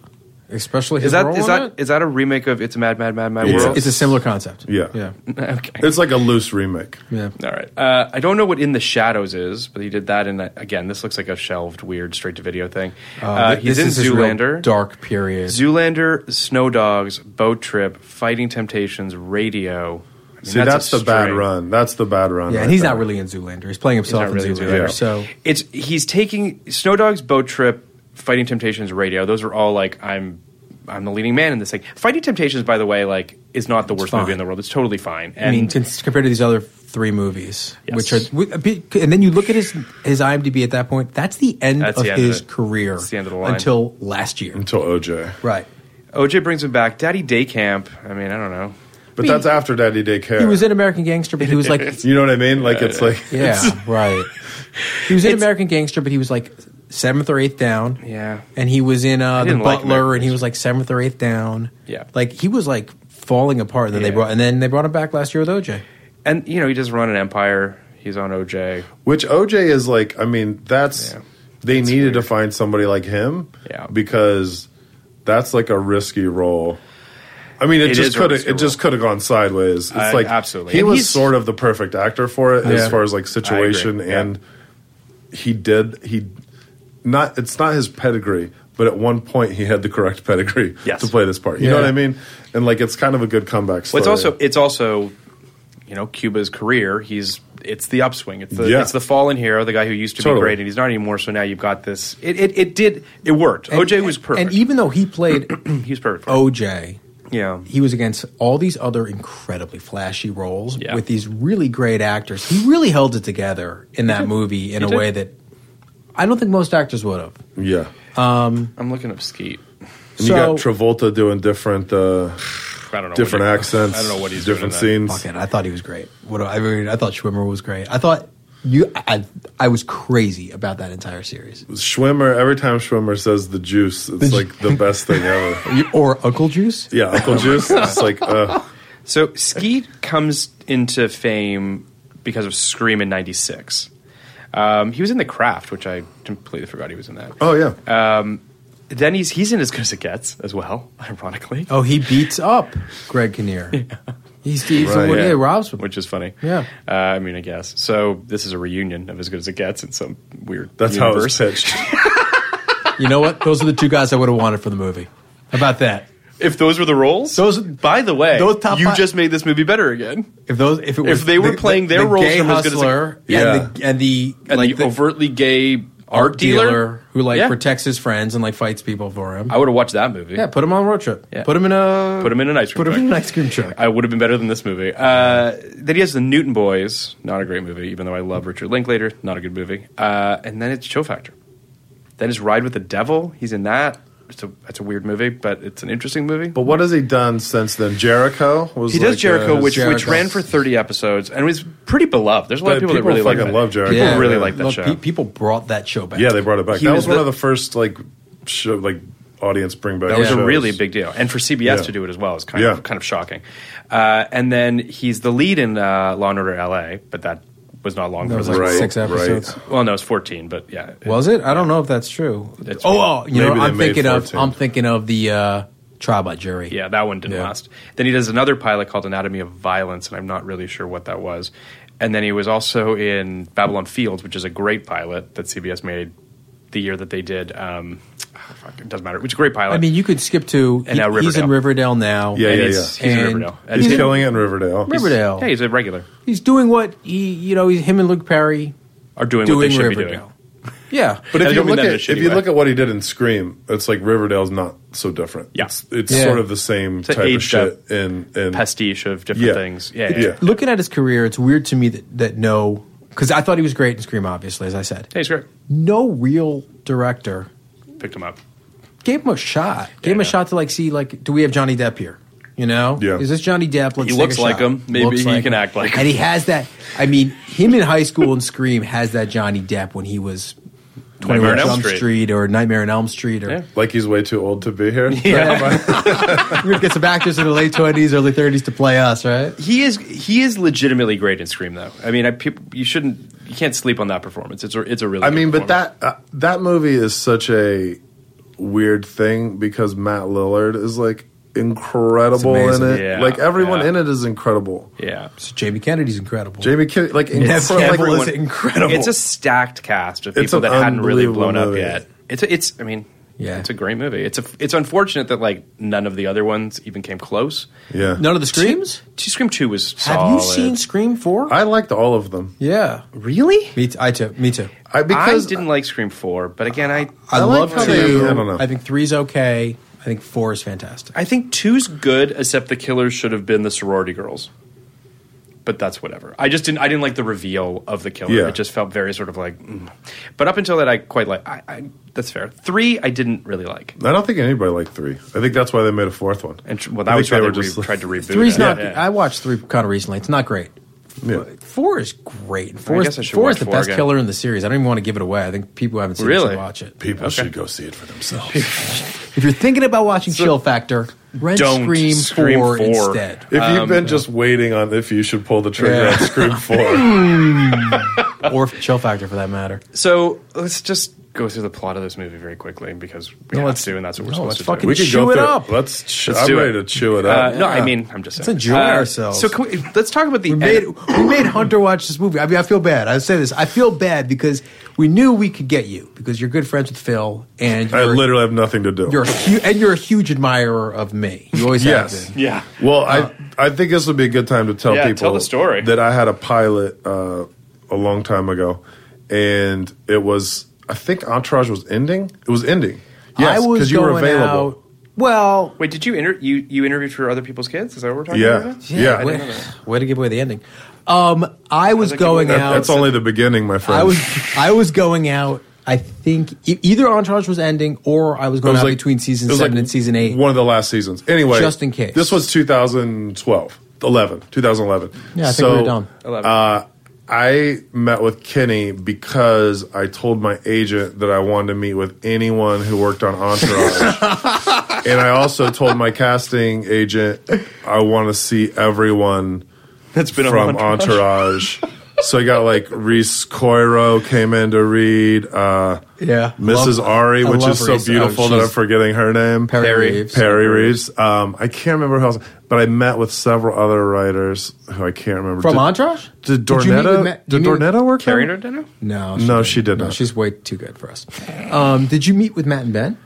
especially his
is that
role
is
in
that
it?
is that a remake of It's a Mad Mad Mad Mad
It's-
World?
It's a similar concept.
Yeah.
(laughs)
yeah,
okay.
It's like a loose remake.
yeah.
All right. Uh, I don't know what In the Shadows is, but he did that. And again, this looks like a shelved, weird, straight to video thing. Uh,
Oh, Th-
he's in
this is his real
Zoolander.
dark period.
Zoolander, Snow Dogs, Boat Trip, Fighting Temptations, Radio. I mean,
See,
a
that's, the bad
string.
run. That's the bad run.
yeah,
right
and he's
there.
not really in Zoolander. He's playing himself
Not
in
really
Zoolander.
Zoolander.
So
it's he's taking Snow Dogs, Boat Trip, Fighting Temptations, Radio. Those are all like I'm I'm the leading man in this thing. Fighting Temptations, by the way, like is not the worst
fine.
movie in the world. It's totally fine. And
I mean, cons- compared to these other three movies,
Yes.
which are, wi- a bit- and then you look at his his IMDb at that point. That's the end
That's
of
the end of
his
it.
career
It's the end of the line.
until last year.
Until OJ.
Right.
OJ brings him back. Daddy Day Camp. I mean, I don't know.
But that's after Daddy Daycare.
He was in American Gangster, but he was like,
You know what I mean? Like, it's like.
yeah, right. He was in American Gangster, but he was like seventh or eighth down.
Yeah.
and he was in uh, the
didn't like
Butler,
American
and he was like seventh or eighth down.
Yeah.
like he was like falling apart. And then
Yeah.
they brought, and then they brought him back last year with OJ.
And you know, he does run an empire. He's on OJ.
Which OJ is like, I mean, that's
Yeah.
they needed to find somebody like him
Yeah.
because that's like a risky role. I mean, it,
It is
just
a
could have
risky
it just
role.
could have gone sideways. It's
I-
like
absolutely.
he
And
was
he's-
sort of the perfect actor for it
Yeah.
as far as like situation,
yeah.
and he did he not. It's not his pedigree, but at one point he had the correct pedigree
Yes.
to play this part. You know
Yeah.
what I mean? And like, it's kind of a good comeback
Well,
story.
it's also it's also you know Cuba's career. He's it's the upswing. It's the
Yeah.
it's the fallen hero, the guy who used to be
Totally.
great and he's not anymore. So now you've got this. It it, it did it worked. OJ was perfect.
And even though he played (clears throat)
he was perfect. Oh
OJ,
yeah.
he was against all these other incredibly flashy roles
Yeah.
with these really great actors. He really held it together in that movie in
He
a
did.
way that I don't think most actors would have.
yeah.
I'm looking up Skeet.
And you got Travolta doing different.
(sighs)
Uh,
I don't know
different
what he-
accents.
I don't know what he's
different
doing in
scenes.
Fuck it, I thought he was great. What do I mean, I thought Schwimmer was great. I thought you, I, I was crazy about that entire series.
Schwimmer. Every time Schwimmer says the juice, it's like the best thing (laughs) ever.
You- or Uncle Juice?
Yeah,
Oh
Uncle Juice. It's like uh,
that. So Skeet comes into fame because of Scream in '96. Um, he was in The Craft, which I completely forgot he was in that.
oh yeah.
Uh, Then he's he's in as good as it gets as well, (laughs) ironically. (laughs)
Oh, he beats up Greg Kinnear. Yeah. He's, he's
Right,
the one,
yeah.
yeah. Rob's
which is funny.
Yeah.
uh, I mean, I guess. So this is a reunion of as good as it gets in some weird.
That's how it was
universe.
pitched.
(laughs)
You know what? Those are the two guys I would have wanted for the movie. How about that?
If those were the roles,
Those-
By the way,
those top
you
five-
just made this movie better again.
If those, if it was
If they were playing their roles
gay
from As Good As It-
hustler
Yeah.
and the and the,
And
like
the,
the
overtly gay
art dealer, who like
Yeah.
protects his friends and like fights people for him.
I would have watched that movie.
yeah, put him on a road trip.
Yeah.
Put him in a
Put him in an ice cream
Put him
truck.
in an ice cream truck.
I would have been better than this movie. Uh, then he has the Newton Boys, not a great movie, even though I love Richard Linklater, not a good movie. Uh, and then it's Show Factor. Then it's Ride with the Devil. He's in that. It's a that's a weird movie, but it's an interesting movie.
But what has he done since then? Jericho was
he does
like,
Jericho,
uh,
which which
Jericho.
ran for thirty episodes and was pretty beloved. There's a lot of
But
people,
people
that really like
fucking
that.
love Jericho.
People
Yeah.
really like that
Look,
show.
pe- people brought that show back.
yeah, they brought it back.
He
that
was
was, one
the-
of the first like show, like audience bring back.
That was a
shows.
really big deal, and for CBS
Yeah.
to do it as well is kind
Yeah.
of kind of shocking. Uh, and then he's the lead in uh, Law and Order L.A., but that was not long.
That
for
was
the
like
Right,
six
right.
episodes.
Well, no, it's fourteen, but yeah,
Was it? I don't know if that's true.
It's-
oh, oh, you know,
Maybe
I'm
they made
thinking of
14.
I'm thinking of the uh, trial by jury.
Yeah, that one didn't
Yeah.
last. Then he does another pilot called Anatomy of Violence, and I'm not really sure what that was. And then he was also in Babylon Fields, which is a great pilot that CBS made the year that they did. Um, fuck, it doesn't matter. Which is a great pilot.
I mean, you could skip to
And now
he- he's in Riverdale now.
Yeah,
and
yeah,
he's,
yeah.
he's in
And
Riverdale. And
He's
he-
killing it in Riverdale.
Riverdale.
Yeah, he's a regular.
He's doing what he, you know, he's, him and Luke Perry
Are doing,
doing
what they should be doing.
Riverdale. Yeah,
But
I
if you
don't mean
look
that in
at
a
if
shitty
you
way.
look at what he did in Scream, it's like Riverdale's not so different.
Yeah.
it's, it's
Yeah.
sort of the same
an
type of
aged up
shit. And and
Pastiche of different
Yeah.
things. Yeah, yeah.
Yeah.
yeah.
looking at his career, it's weird to me that that no, because I thought he was great in Scream, obviously, as I said,
Hey, he's great.
no real director
Picked him up.
gave him a shot, gave him a
Yeah.
shot to like see like, do we have Johnny Depp here? You know,
Yeah.
is this Johnny Depp? Let's
He
take
looks
a
like
shot.
him. Maybe he can
him.
act like him.
and he has that. I mean, him in high school and Scream has that Johnny Depp when he was. Twenty
Nightmare
One
on Elm
Jump
Street.
Street. or Nightmare on Elm Street or (laughs)
Yeah.
like he's way too old to
(laughs)
be
(laughs)
here.
We're gonna get some actors in the late twenties, early thirties to play us, right?
He is he is legitimately great in Scream though. I mean, I, people, you shouldn't you can't sleep on that performance. It's a, it's a really.
I
good
mean, but
performance.
that uh, that movie is such a weird thing because Matt Lillard is like incredible
It's
in
amazing.
it.
Yeah,
like everyone
yeah.
in it is incredible.
yeah.
So Jamie Kennedy's incredible.
Jamie Kennedy, like
Yes,
incredible.
Campbell
like,
is incredible.
It's a stacked cast of
It's
people
an
that hadn't really blown up
unbelievable movie.
yet. It's a, it's I mean,
Yeah.
it's a great movie. It's a it's unfortunate that like none of the other ones even came close.
yeah.
None of the screams.
T- Scream Two was.
Have you
solid.
seen Scream Four?
I liked all of them.
yeah,
Really?
me too. I too. Me too.
I because
I didn't like Scream Four, but again, I
I,
like
love
how
two.
they- I don't know.
I think three's okay. I think four is fantastic.
I think two's good, except the killers should have been the sorority girls. But that's whatever. I just didn't. I didn't like the reveal of the killer.
Yeah.
It just felt very sort of like. mm. But up until that, I quite like. I, I, that's fair. Three, I didn't really like.
I don't think anybody liked three. I think that's why they made a fourth one.
And tr- well,
I
that was
think
why
they
they
were
re-
just-
tried
(laughs)
to reboot.
Three's
it.
not.
Yeah.
I watched three kind of recently. It's not great.
Yeah.
Four is great. Four
guess I
is
should
four
watch
is the
four
best
again.
killer in the series. I don't even want to give it away. I think people who haven't seen it
Really?
should watch it.
People should go see it for
(laughs)
themselves.
If you're thinking about watching Chill Factor, rent
Don't.
Scream,
Scream
4
four.
instead.
If you've
Um,
been just waiting on if you should pull the trigger
Yeah.
(laughs)
on Scream 4,
Uh, or Chill Factor for that matter.
So let's just go through the plot of this movie very quickly because we
No,
have
let's-
to, and that's what we're
no,
supposed
let's
to
fucking
do.
we could
Chew
go
it
through
up.
Let's, chew
Let's
I'm
do
ready
it.
to chew it
Uh,
up.
No, I mean, I'm just saying. Uh,
enjoy ourselves.
So can we, let's talk about the.
We made,
edit.
we made Hunter watch this movie. I mean, I feel bad. I say this. I feel bad because we knew we could get you because you're good friends with Phil, and you're,
I literally have nothing to do.
you're a hu- and you're a huge admirer of me. You always
yes.
have been.
Yeah.
Well, I I think this would be a good time to tell
Uh, Yeah,
people
tell the story.
that I had a pilot uh, a long time ago, and it was I think Entourage was ending. It was ending. Yes,
I was
because you were
going
available.
out- well,
Wait, did you inter- you you interviewed for other people's kids? Is that what we're talking
Yeah.
about?
Yeah. I
way,
didn't know
way to give away the ending. Um, I was
How'd that
going
give away-
out.
That's only the beginning, my friend.
I was I was going out. I think e- either Entourage was ending or I was
It
going
was
out
like-
between season
it was
seven
like
and season eight.
One of the last seasons. Anyway,
Just in case.
This was 2012, 11, 2011.
Yeah, I think
so,
we were done.
11.
Uh, I met with Kenny because I told my agent that I wanted to meet with anyone who worked
(laughs)
on Entourage. and I also told my casting agent I want to see everyone
That's been on
from
Entourage.
Entourage so you got like Reese Coiro came in to read uh,
Yeah.
Mrs.
Love-
Ari,
I
which
love
is so
Reese. Oh,
beautiful that
she's-
I'm forgetting her name.
Perry Perry. Reeves.
Perry Reeves. Um, I can't remember who else, but I met with several other writers who I can't remember.
From
Did-
Entourage?
Did
Did you meet with
Dornetta?
Ma-
did
you meet with-
Dornetta work? there?
Carrie Nardino?
No,
No,
didn't.
she did
no,
not.
She's way too good for us. Um, did you meet with Matt and Ben?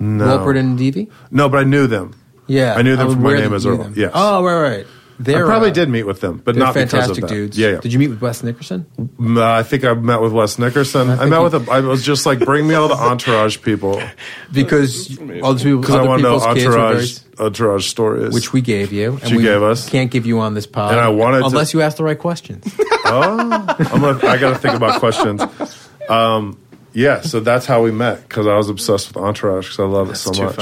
No. Wolpert and Devi?
No, but I knew them.
Yeah,
I knew them
would
from My
wear
Name
the-
Is
knew
Earl.
them.
Yes.
Oh, right, right. They're,
I probably
uh,
did meet with them, but
they're
not
fantastic
because of that.
dudes.
Yeah, yeah.
Did you meet with Wes Nickerson?
Mm, I think I met with Wes Nickerson. I,
think
met
you-
with. A, I was just like, bring me all the
(laughs)
entourage people
Because all these people,
because
other
I want to know
people's kids were very,
entourage entourage stories.
which we gave you, and
She
we
gave us.
Can't give you on this pod,
And I wanted to-
unless you ask the right
(laughs)
questions.
I'm gonna, I got to think about questions. Um, yeah, so that's how we met because I was obsessed with Entourage because I love it so
Too
much.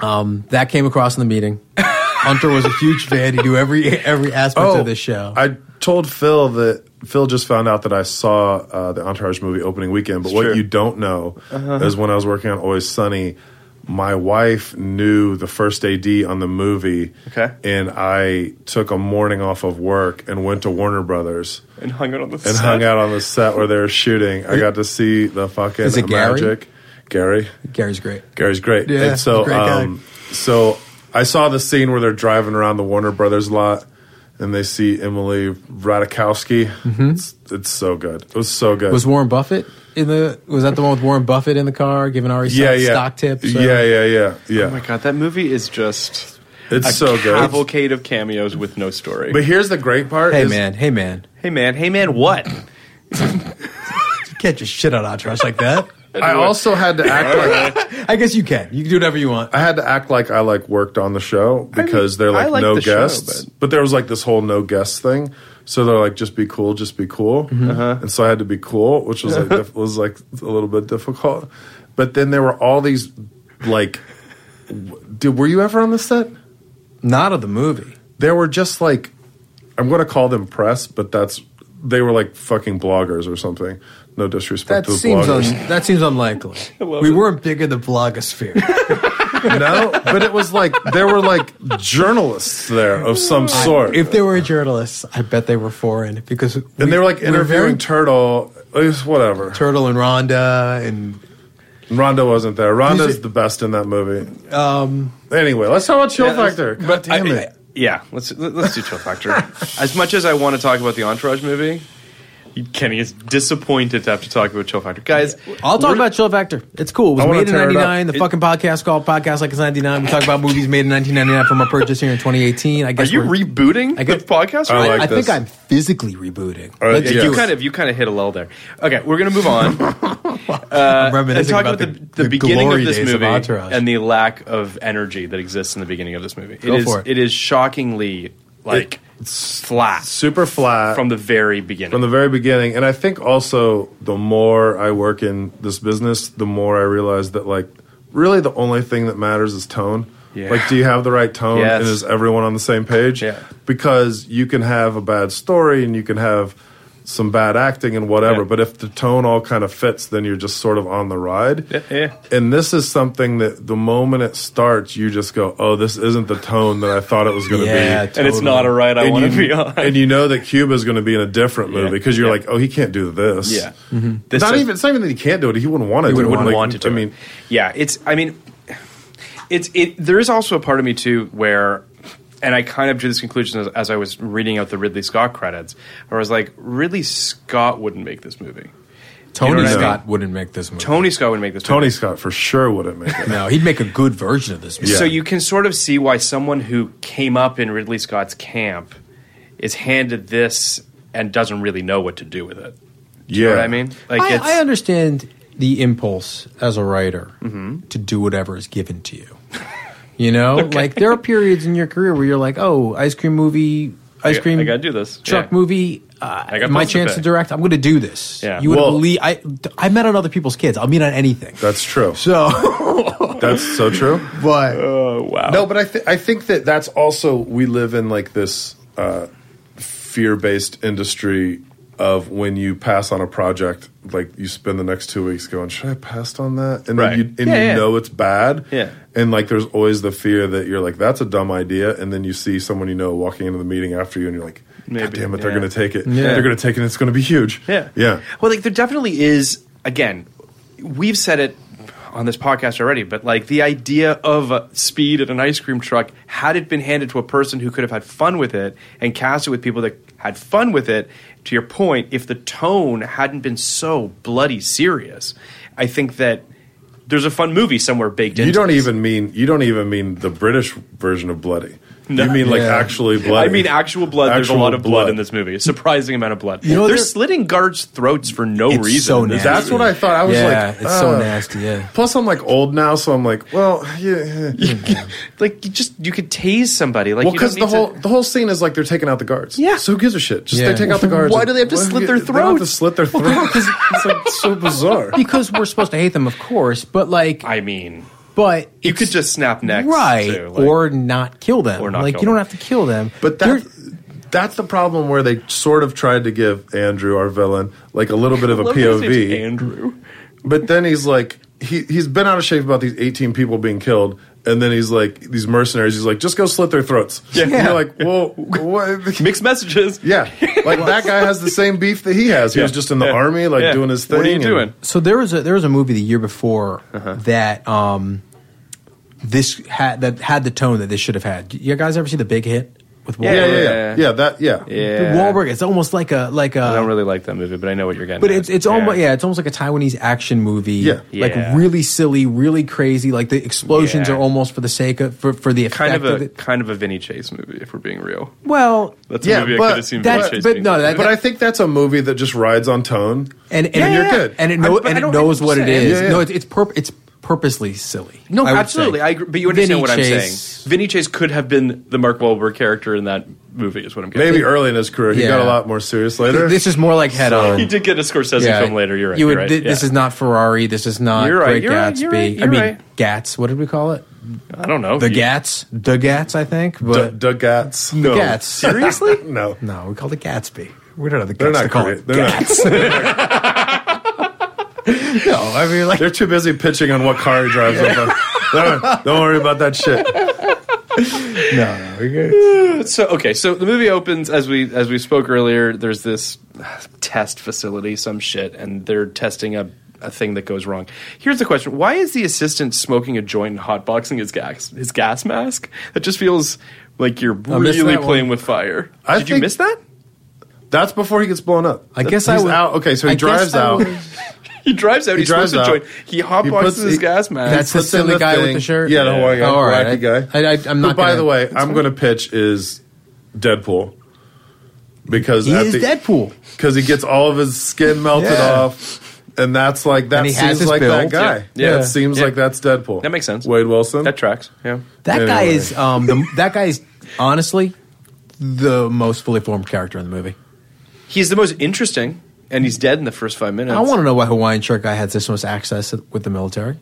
funny.
that came across in the
(laughs)
meeting. Hunter was a huge fan. He knew every every aspect of this show.
Oh, I told Phil that Phil just found out that I saw uh, the Entourage movie opening weekend. But what
true. Uh-huh.
you don't know is when I was working on Always Sunny, my wife knew the first AD on the movie.
Okay.
And I took a morning off of work and went to Warner Brothers
And hung out on the
and hung out on the set where they were shooting. I got to see the fucking
Is it Gary?
magic. Gary.
Gary's great.
Gary's great.
Yeah,
and so,
great guy.
um, so I saw the scene where they're driving around the Warner Brothers lot, and they see Emily Ratajkowski. It's, it's so good. It was so good.
Mm-hmm. Was Warren Buffett in the? Was that the one with Warren Buffett in the car giving Ari
yeah,
stock,
yeah.
stock tips? or-
Yeah, yeah, yeah, yeah.
Oh my god, that movie is just
It's
a
so good.
cavalcade of cameos with no story.
But here's the great part.
Hey
is-
man, hey man,
hey man, hey man, what?
you can't just shit on Entourage like
(laughs)
that.
I also had to act like
I guess you can. You can do whatever you want.
I had to act like I like worked on the show because
mean,
they're like,
I like
no
the show,
guests,
but-
but... there was like this whole no guests thing. So they're like, just be cool, just be cool,
Mm-hmm. Uh-huh.
and so I had to be cool, which
(laughs)
was like diff- was like a little bit difficult. But then there were all these like, w- did, were you ever on the set?
Not of the movie.
There were just like, I'm going to call them press, but that's they were like fucking bloggers or something. No disrespect
That
to the
seems
bloggers.
un- that seems
(laughs)
unlikely. We weren't big in the blogosphere.
no, but it was like there were like journalists there
(laughs)
of some sort.
if they were journalists, I bet they were foreign because we-
and they were like
we were
interviewing
very
Turtle. It was whatever.
Turtle and Rhonda and
Rhonda wasn't there. Rhonda's
Music-
the best in that movie. Um. Anyway, let's talk about Chill Factor. God damn
I-
it!
yeah, let's let- let's do Chill Factor. as much as I want to talk about the Entourage movie, Kenny is disappointed to have to talk about Chill Factor, guys.
I'll talk
we're-
about Chill Factor. It's cool. It was
I wanna
made in
tear it up.
'99. The
It-
fucking podcast called Podcast Like It's '99. We talk about movies made in 1999 from a purchase here in 2018. I
Are
guess
you
we're-
rebooting
I Uh, guess-
the podcast?
I
right
like
now?
I think
this.
I'm physically rebooting.
All right,
Let's do
yeah.
Uh, You
it.
kind of you kind of hit a lull there. Okay, we're gonna
(laughs)
move on
I'm
uh, and
reminiscing
talk
about
about the, the, beginning of
glory
this
days
movie
Entourage.
and the lack of energy that exists in the beginning of this movie.
Go
it is
for it.
it is shockingly like flat
Super flat
from the very beginning.
from the very beginning. And I think also the more I work in this business, the more I realize that like really the only thing that matters is tone.
Yeah.
Like, do you have the right tone?
Yes.
And is everyone on the same page?
Yeah.
Because you can have a bad story and you can have some bad acting and whatever,
Yeah.
but if the tone all kind of fits, then you're just sort of on the ride.
Yeah, yeah.
And this is something that the moment it starts, you just go, "Oh, this isn't the tone that I thought it was going to
Yeah,
be."
and it's not a ride I
And
want to
you-
be on.
And you know that Cuba's going to be in a different movie because you're
Yeah.
like, oh, he can't do this.
yeah, Mm-hmm. This
not
does-
even. It's not even that he can't do it. He wouldn't want to.
He
do
wouldn't
it.
want,
Like,
to do
I
it.
mean,
yeah, it's. I mean, it's. It. There is also a part of me too where, and I kind of drew this conclusion as, as I was reading out the Ridley Scott credits, where I was like, Ridley Scott wouldn't make this movie.
Tony
You know what I
Scott
mean?
wouldn't make this movie.
Tony Scott wouldn't make this.
Tony
movie.
Scott for sure wouldn't make it.
No, he'd make a good version of this movie.
Yeah.
So you can sort of see why someone who came up in Ridley Scott's camp is handed this and doesn't really know what to (laughs) do with it.
yeah,
You know what I mean? Like
I,
it's
I understand the impulse as a writer
Mm-hmm.
to do whatever is given to you. You
(laughs)
know, like there are periods in your career where you're like, "Oh, ice cream movie, ice
I-
cream,
I gotta do this.
truck
Yeah.
movie." Uh,
I got
my
bills to
chance
pay."
to direct. I'm going to do this.
Yeah.
You would
Well-
believe I. I met on other people's kids. I'll meet on anything.
That's true.
(laughs) So,
That's so true.
but
oh wow.
No, (laughs) but I th- I think that that's also we live in like this uh, fear based industry of when you pass on a project, like you spend the next two weeks going, should I have passed on that? And
Right.
then you and
Yeah,
you
yeah.
know it's bad.
Yeah.
And like there's always the fear that you're like, that's a dumb idea, and then you see someone you know walking into the meeting after you, and you're like.
Maybe,
God damn it, they're
yeah.
going to take it. They're going to take it. and It's going to be huge.
Yeah.
yeah.
Well, like there definitely is. Again, we've said it on this podcast already, but like the idea of uh, speed in an ice cream truck, had it been handed to a person who could have had fun with it and cast it with people that had fun with it, to your point, if the tone hadn't been so bloody serious, I think that there's a fun movie somewhere baked in.
You don't even mean you don't even mean the British version of bloody. You mean like
Yeah.
actually bloody.
I mean, actual blood. there's a
Actual
lot of blood. in this movie. A surprising amount of blood.
You know,
They're
there-
slitting guards' throats for no
It's
reason.
so
in this
nasty.
That's what I thought. I was
yeah,
like,
it's so
"Ugh."
nasty. Yeah.
Plus, I'm like old now, so I'm like, well, yeah.
Mm, like you just you could tase somebody like
Well,
because
because the whole the whole scene is like they're taking out the guards.
Yeah.
So who gives a shit? Just
Yeah.
they take out the guards.
Why do they have to slit their
They don't have to
throats? (laughs)
slit their throats. it's like so bizarre.
(laughs) Because we're supposed to hate them, of course, but like,
I mean
but
you
it's-
could just snap necks
right
too, like-
or not kill them.
Or not
like
kill
you don't
them.
have to kill them.
But
There-
that that's the problem where they sort of tried to give Andrew, our villain, like a little bit of a
Love his name's
POV.
Andrew
But then he's like, he, he's been out of shape about these 18 people being killed. And then he's like, these mercenaries, he's like, just go slit their throats. Yeah. And you're like, well, what? (laughs)
mixed messages
Yeah. Like that guy has the same beef that he has. He was
Yeah.
just in the
Yeah.
army, like
Yeah.
doing his thing.
what are you
and-
doing
so there was a there was a movie the year before
Uh-huh.
that um this had that had the tone that this should have had. You guys ever see the Big Hit with Wahlberg?
Yeah, yeah,
Yeah.
yeah. Yeah, that, yeah.
yeah
Wahlberg. It's almost like a like a.
I don't really like that movie uh, but I know what you're getting
But
at.
it's it's almost yeah, it's almost like a Taiwanese action movie.
Yeah.
like
Yeah.
really silly, really crazy. Like the explosions
Yeah.
are almost for the sake of for for the effect
kind of
of
a
it.
kind of a Vinny Chase movie if we're being real
Well,
that's
Yeah,
a movie I
but
could have seen Vinny
that's-
Chase
but
being
no,
in.
that-
But I think that's a movie that just rides on tone.
and and,
Yeah,
and
yeah, yeah.
And it
I-
know
but I
and it
don't
knows what it
understand.
is.
Yeah, yeah.
No, it's it's purp it's purposely silly.
no,
I would
absolutely.
say.
I agree, but you understand
Vinny
what I'm
Chase-
saying. Vinny Chase could have been the Mark Wahlberg character in that movie. Is what I'm getting.
Maybe
at.
early in his career. He
Yeah.
got a lot more serious later.
(laughs) This is more like head on.
(laughs) he did get a Scorsese film later. You're right.
You
you're
would-
right.
thi- This
yeah.
is not Ferrari. This is not
You're right,
Great
you're right,
Gatsby.
you're right,
I
you're
mean
right.
Gats. What did we call it?
I don't know
The
You-
Gats. The Gats. I think.
D-
But
Doug Gatz.
the Gats. Seriously?
(laughs) No.
No, we called it Gatsby. We don't know the
They're
Gats to
not
call
great.
it
They're not-
Gats. (laughs) no, I mean like
They're too busy pitching on what car he drives. up on. Don't- Don't worry about that shit.
no, no. we good.
So okay, so the movie opens as we as we spoke earlier. There's this test facility, some shit, and they're testing a, a thing that goes wrong. Here's the question: Why is the assistant smoking a joint and hotboxing his gas his gas mask? That just feels like you're
missed
really
that one.
playing with fire.
I
Did you
think-
miss that?
That's before he gets blown up.
I
That-
guess I
he's
would-
out. Okay, so he
I guess
drives
I
out.
would-
He drives out. He,
He drives
smokes a
out.
joint. He hotboxes
He puts-
his
he-
gas mask.
That's the
puts in
silly guy with the shirt?
Yeah, the
Yeah.
Hawaiian guy,
Oh, all right.
wacky guy.
I- I- I'm
Who,
not
By
gonna-
the way,
That's
I'm going to pitch is Deadpool because
He
at
is
the-
Deadpool.
because he gets all of his skin melted
Yeah.
off, and that's like that
And he has
seems
his
like that
build.
guy.
Yeah. Yeah.
that seems
Yeah.
like that's Deadpool.
that makes sense.
Wade Wilson.
That tracks. Yeah.
That guy
Anyway.
is um the, that guy is honestly the most fully formed character in the movie.
He's the most interesting, and he's dead in the first five minutes.
I want to know why Hawaiian shirt guy had this much access with the military.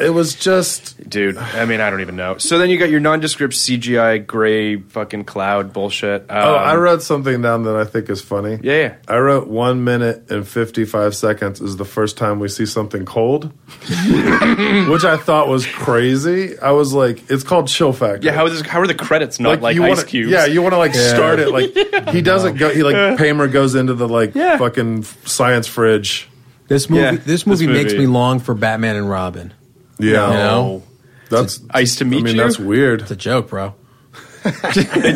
it was just
Dude, I mean, I don't even know. So then you got your nondescript CGI gray fucking cloud bullshit. Um,
Oh, I wrote something down that I think is funny.
Yeah, yeah.
I wrote one minute and 55 seconds is the first time we see something cold, (laughs) which I thought was crazy. I was like, it's called Chill Factor.
Yeah, how is this, how are the credits not like,
you
ice
wanna,
cubes? (laughs)
Yeah, you want to like start it like he doesn't go. He like Paymer goes into the like
Yeah.
fucking f- science fridge.
This movie,
Yeah,
this movie
this
makes
movie.
me long for Batman and Robin.
Yeah,
You know?
that's
Nice to meet
I mean,
you.
that's weird.
It's a joke, bro.
Batman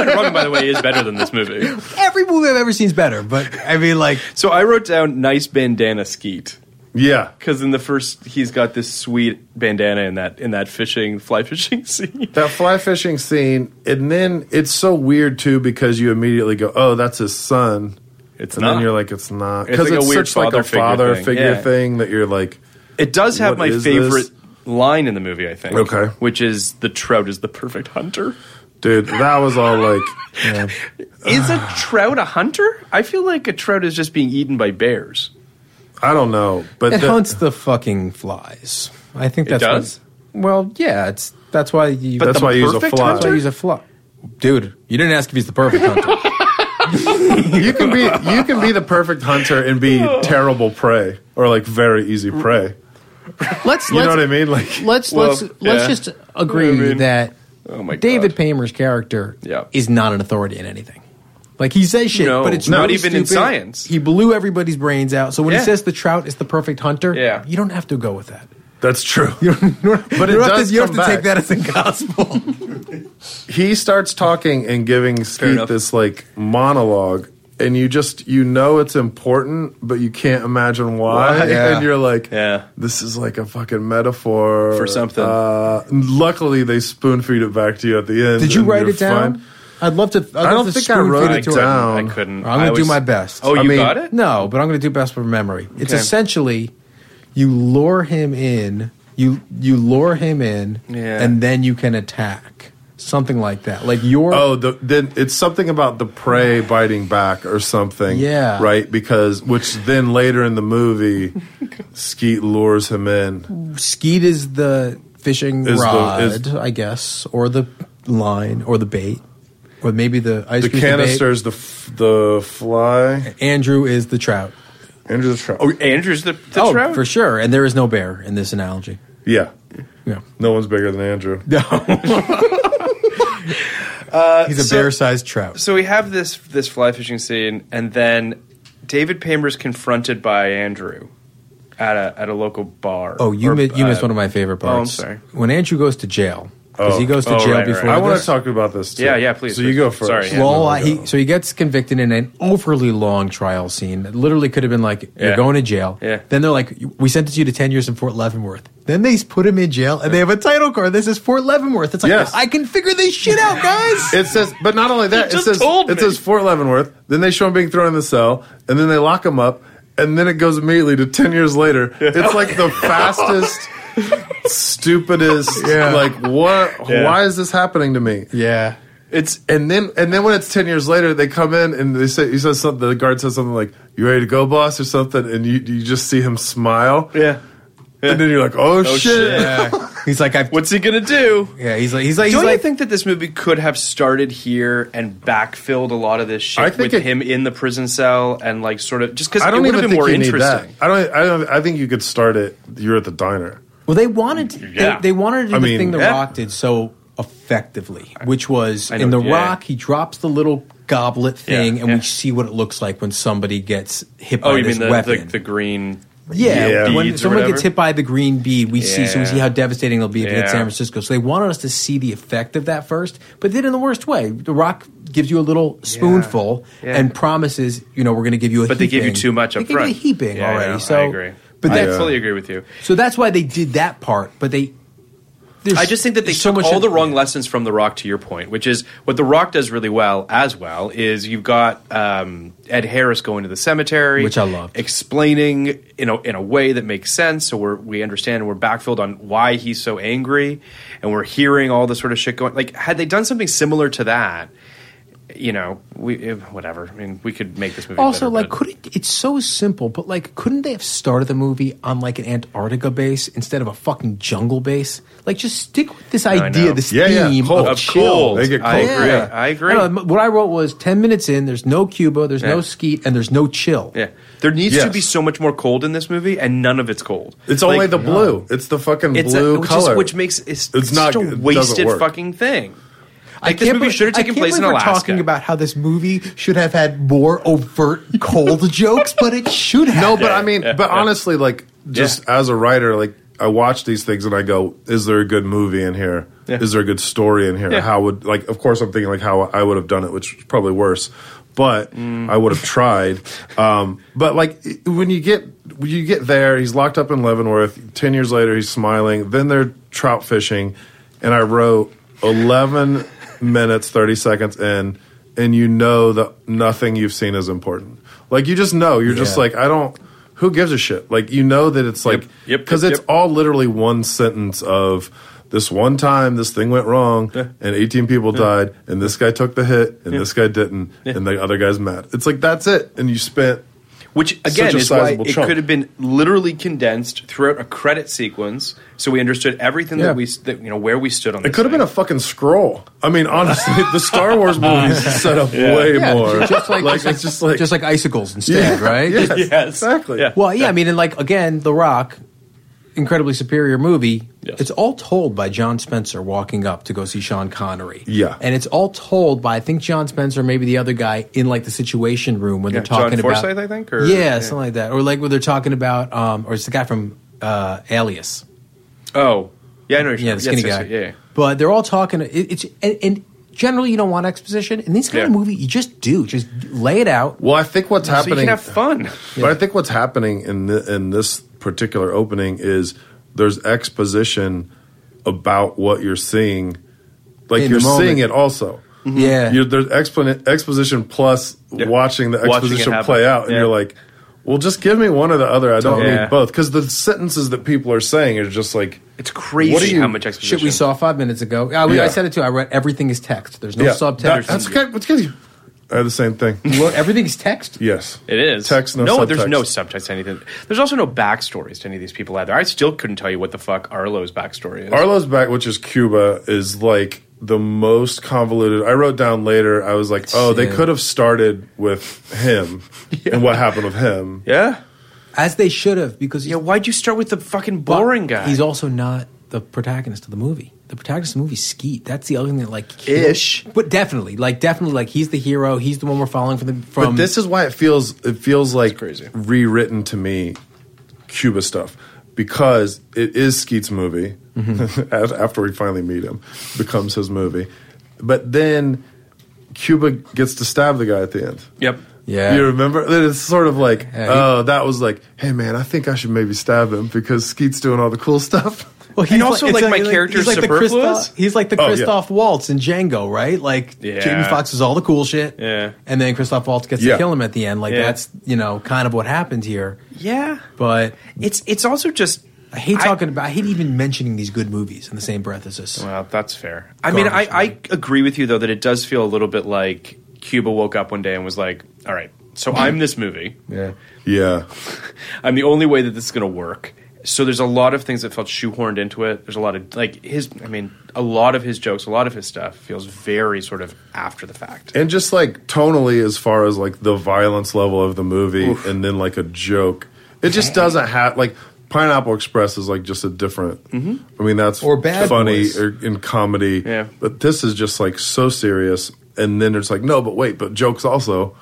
and Robin, by the way, is better than this movie.
Every movie I've ever seen is better, but I mean, like,
So I wrote down nice bandana skeet
Yeah,
because in the first he's got this sweet bandana in that in that fishing fly fishing (laughs) scene.
that fly fishing scene, and then it's so weird too because you immediately go, "Oh, that's his son."
It's
and
not.
then you're like, "It's not,"
It's
because
like a
it's,
weird
such like
father
a
figure
father
thing.
figure,
Yeah.
thing that you're like,
It does have
What
my
is
favorite
this?
line in the movie, I think.
Okay.
which is the trout is the perfect (sighs) hunter.
"Dude, that was all like."
Is a trout a hunter? I feel like a trout is just being eaten by bears.
I don't know, but
it
the-
hunts the fucking flies. I think
It
that's
does?
What, well, yeah, it's that's why you.
But
that's
the
why you use a
perfect
fly.
that's why you use a fly, dude. You didn't ask if he's the perfect hunter.
you can be you can be the perfect hunter and
(laughs)
be terrible prey or like very easy prey.
let's
You know
let's
what I mean? Like
let's
Well,
let's
yeah.
let's just agree
I mean,
that
Oh my
David
God.
Paymer's character
Yeah.
is not an authority in anything. Like he says shit,
No,
but it's
not
really
even in
stupid.
science.
He blew everybody's brains out. So when
Yeah.
he says the trout is the perfect hunter,
Yeah.
you don't have to go with that.
That's true.
But
it
(laughs) you don't have
does
to, you don't
come
have to take
back.
that as a gospel.
he starts talking and giving Skeet
enough.
this like monologue, and you just you know it's important, but you can't imagine why.
Why?
Yeah.
(laughs) And you're like,
Yeah.
this is like a fucking metaphor
For something.
Uh, luckily, they spoon feed it back to you at the end.
Did you
and
write
you're
it down?
fine.
I'd love to. I'd
I
love
don't
to
think I
spoon
wrote
feed
it
to
down.
I couldn't.
I'm gonna
I
do
was-
my best.
Oh,
I
you
mean-
got it?
No, but I'm going to do best from memory. It's
Okay.
essentially you lure him in, you you lure him in,
Yeah.
and then you can attack. Something like that. Like your
Oh, the, then it's something about the prey biting back or something.
Yeah.
Right? Because, which then later in the movie, (laughs) Skeet lures him in.
skeet is the fishing
Is the-
rod,
is-
I guess, or the line, or the bait, or maybe the ice
The
cream.
canister is the, f- the fly.
Andrew is the trout.
Andrew the trout.
Oh, Andrew's the, the
oh,
trout?
for sure. And there is no bear in this analogy.
Yeah.
Yeah.
No one's bigger than Andrew.
He's a
so-
bear-sized trout.
So we have this this fly fishing scene, and then David Paymer's confronted by Andrew at a at a local bar.
Oh, you
Or,
mi- you
uh,
missed one of my favorite
oh, I'm
parts.
sorry.
When Andrew goes to jail, because he goes to
oh,
jail
right, right.
before.
I want
this.
to talk about this too.
Yeah, yeah, please,
So you
please.
go first.
Sorry, yeah.
Well,
There
I,
we
he,
go.
so he gets convicted in an overly long trial scene. It literally could have been like, you're
Yeah.
going to jail.
Yeah.
Then they're like, we sentenced you to 10 years in Fort Leavenworth. Then they put him in jail and they have a title card. This is Fort Leavenworth. It's like,
Yes.
I can figure this shit out, guys.
It says, but not only that, it
just
says
told
it
me.
says Fort Leavenworth. Then they show him being thrown in the cell, and then they lock him up, and then it goes immediately to ten years later. It's
(laughs)
like the fastest, stupidest.
Yeah.
Like what?
Yeah.
Why is this happening to me?
(laughs) yeah.
It's and then and then when it's ten years later, they come in and they say he says something. The guard says something like, "You ready to go, boss?" or something, and you you just see him smile,
Yeah.
and then you're like, "Oh, shit.
shit.
He's like, I've.
What's he gonna do?
yeah, he's like, he's like, he's
Don't you
like,
think that this movie could have started here and backfilled a lot of this
I
shit
think
with
it-
him in the prison cell and like sort of just because
I
it
don't
would
even
have
think
been more
you need
interesting.
that. I don't. I don't. I think you could start it. You're at the diner.
well, they wanted, to,
Yeah.
they, they wanted to do
I
the
mean,
thing The
yeah.
Rock did so effectively, which was
I know,
in The
yeah.
Rock, he drops the little goblet thing
Yeah,
and
yeah.
we see what it looks like when somebody gets hit by
Oh, you
this
mean the,
weapon.
the the green?
Yeah,
Yeah.
when
Beads or
someone
whatever.
gets hit by the green bead, we see so we
Yeah.
see how devastating it'll be if it hits
Yeah.
San Francisco. So they wanted us to see the effect of that first, but then in the worst way, The Rock gives you a little spoonful
Yeah.
and promises, you know, we're going to give you a.
But they give you
heaping.
too much
They
up
give you a
front.
heaping
Yeah, I
already.
know,
so
I agree.
But
I
that's
fully agree with you.
so that's why they did that part. But they, there's-
I just think that they
there's so
took
much
all
in-
the wrong lessons from The Rock. To your point, which is what The Rock does really well as well is you've got um, Ed Harris going to the cemetery,
Which I loved.
explaining you know in a way that makes sense, so we're, we understand and we're backfilled on why he's so angry, and we're hearing all this sort of shit going. Like, had they done something similar to that, you know, we eh, whatever. I mean, we could make this movie
Also,
better,
like,
but-
could it, it's so simple, but like, couldn't they have started the movie on like an Antarctica base instead of a fucking jungle base? Like, just stick with this
I
idea,
know.
this
Yeah, yeah,
theme
cold.
of
Of
chill.
cold. They get
I
cold,
agree.
yeah.
I agree.
don't know, m- what I wrote was ten minutes in. There's no Cuba. There's no
Yeah.
skeet, and there's no chill.
Yeah. There needs to
Yes.
be so much more cold in this movie, and none of it's cold.
It's
Like,
only the blue. It's the fucking
it's
blue
a, which
color,
Is, which makes it's,
It's
it's
not-
not a
it
wasted
doesn't work.
fucking thing. Like this
can't
movie
believe-
should have
I
taken
can't
place in
believe
Alaska.
We're talking about how this movie should have had more
(laughs)
overt cold jokes, but it should have.
no. But I mean, but honestly, like just as a writer, like I watch these things and I go, "Is there a good movie in here? Is
Yeah.
there a good story in here?
Yeah.
How would like? Of course, I'm thinking like how I would have done it, which is probably worse." But
Mm.
I would have tried. Um, but like i- when you get when you get there, he's locked up in Leavenworth. Ten years later, he's smiling. Then they're trout fishing, and I wrote eleven minutes thirty seconds in, and you know that nothing you've seen is important. Like you just know. You're just
Yeah.
like I don't. Who gives a shit? Like you know that it's like
Yep, yep,
because
yep,
it's
yep.
all literally one sentence of this one time this thing went wrong and 18 people died and this guy took the hit and this guy didn't and the other guy's mad. It's like that's it and you spent
Which
Such
again
a
is why
sizable
it
chunk.
could have been literally condensed throughout a credit sequence, so we understood everything
Yeah.
that we s- that, you know where we stood on.
it could have been a fucking scroll. I mean, honestly, (laughs) the Star Wars
(laughs)
movies set up way
Yeah,
more.
just like, just like
it's just like
just like icicles instead, right?
Yes,
(laughs) Yes.
exactly.
Yeah.
Well, yeah, I mean, and like again, The Rock, incredibly superior movie,
Yes.
it's all told by John Spencer walking up to go see Sean Connery.
Yeah.
and it's all told by I think John Spencer, maybe the other guy in like the Situation Room when
Yeah,
they're talking
John
about
Forsythe, I think, or-
yeah,
yeah.
something like that, or like when they're talking about um, or it's the guy from uh, Alias.
Oh, yeah, I know. what you're
Yeah, the skinny
yes,
guy.
yes, yes, yeah, yeah.
But they're all talking. It, it's and, and generally you don't want exposition in these kind of
Yeah.
movie. You just do. Just lay it out.
Well, I think what's
So you
happening.
can have fun.
But I think what's happening in the, in this particular opening is there's exposition about what you're seeing. Like
In the
you're
moment.
seeing
Mm-hmm.
it also.
Yeah.
You're, there's explan- exposition plus
Yeah.
watching the
Watching it
exposition
happen.
play out, and
Yeah.
you're like, "Well, just give me one or the other. I don't
Yeah.
need both." Because the sentences that people are saying are just like,
It's crazy
What do you-
how much exposition.
Shit, we saw five minutes ago. I,
Yeah.
I said it too. I read everything is text. There's no
"Yeah,
subtext.
that- that's good. What's good? I had the
(laughs)
same thing.
Well, everything's text.
yes,
It is
text. No,
no there's
subtext.
no subtext to anything. There's also no backstories to any of these people either. I still couldn't tell you what the fuck Arlo's backstory is.
Arlo's back, which is Cuba, is like the most convoluted. I wrote down later. I was like, oh, they
Yeah.
could have started with him and what happened with him.
yeah,
As they should have, because
yeah.
he's
Why'd you start with the fucking boring guy?
He's also not the protagonist of the movie. The protagonist of the movie is Skeet. That's the other thing that like
Ish.
but definitely, like definitely, like he's the hero. He's the one we're following from the
But
from.
this is why it feels it feels like
crazy.
rewritten to me, Cuba stuff, because it is Skeet's movie. (laughs) Af- After we finally meet him, becomes his movie, but then Cuba gets to stab the guy at the end.
yep.
yeah.
You remember? Then It's sort of like,
Yeah, he-
oh, that was like, hey man, I think I should maybe stab him because Skeet's doing all the cool stuff.
Well,
And also,
it's
like, my
he's
character's
like
superfluous?
The Christoph, he's like the
Oh, yeah.
Christoph Waltz in Django, right? Like
Yeah.
Jamie Foxx is all the cool shit,
Yeah.
and then Christoph Waltz gets
Yeah.
to kill him at the end. Like
Yeah.
that's you know kind of what happened here.
Yeah.
But
It's it's also just
I hate talking about, I hate even mentioning these good movies in the same breath as this.
Well, that's fair. I mean, I,
Garbage
I agree with you though that it does feel a little bit like Cuba woke up one day and was like, "All right, so I'm this movie.
yeah.
(laughs) Yeah.
I'm the only way that this is going to work." So there's a lot of things that felt shoehorned into it. There's a lot of like his. I mean, a lot of his jokes, a lot of his stuff feels very sort of after the fact.
And just like tonally, as far as like the violence level of the movie and then like a joke, it just doesn't have like Pineapple Express is like just a different. I mean, that's
Or Bad
funny
Boys.
Mm-hmm. or in comedy.
Yeah.
But this is just like so serious. And then it's like, no, but wait, but jokes also.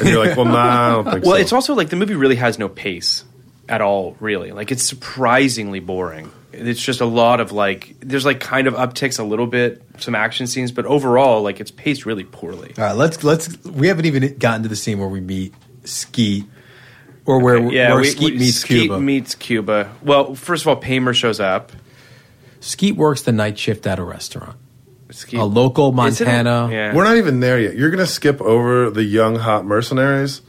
And you're like, well, nah, I don't think
Well,
so.
it's also like the movie really has no pace at all, really. Like it's surprisingly boring. It's just a lot of like there's like kind of upticks a little bit, some action scenes, but overall like it's paced really poorly.
All right, let's let's. We haven't even gotten to the scene where we meet Skeet, or where where
we-
Skeet
we-
meets
Skeet
Cuba.
meets Cuba. Well, first of all, Paymer shows up.
Skeet works the night shift at a restaurant.
Skeet-
A local
Is it a-
Montana-
yeah.
We're not even there yet. You're gonna skip over the young hot mercenaries,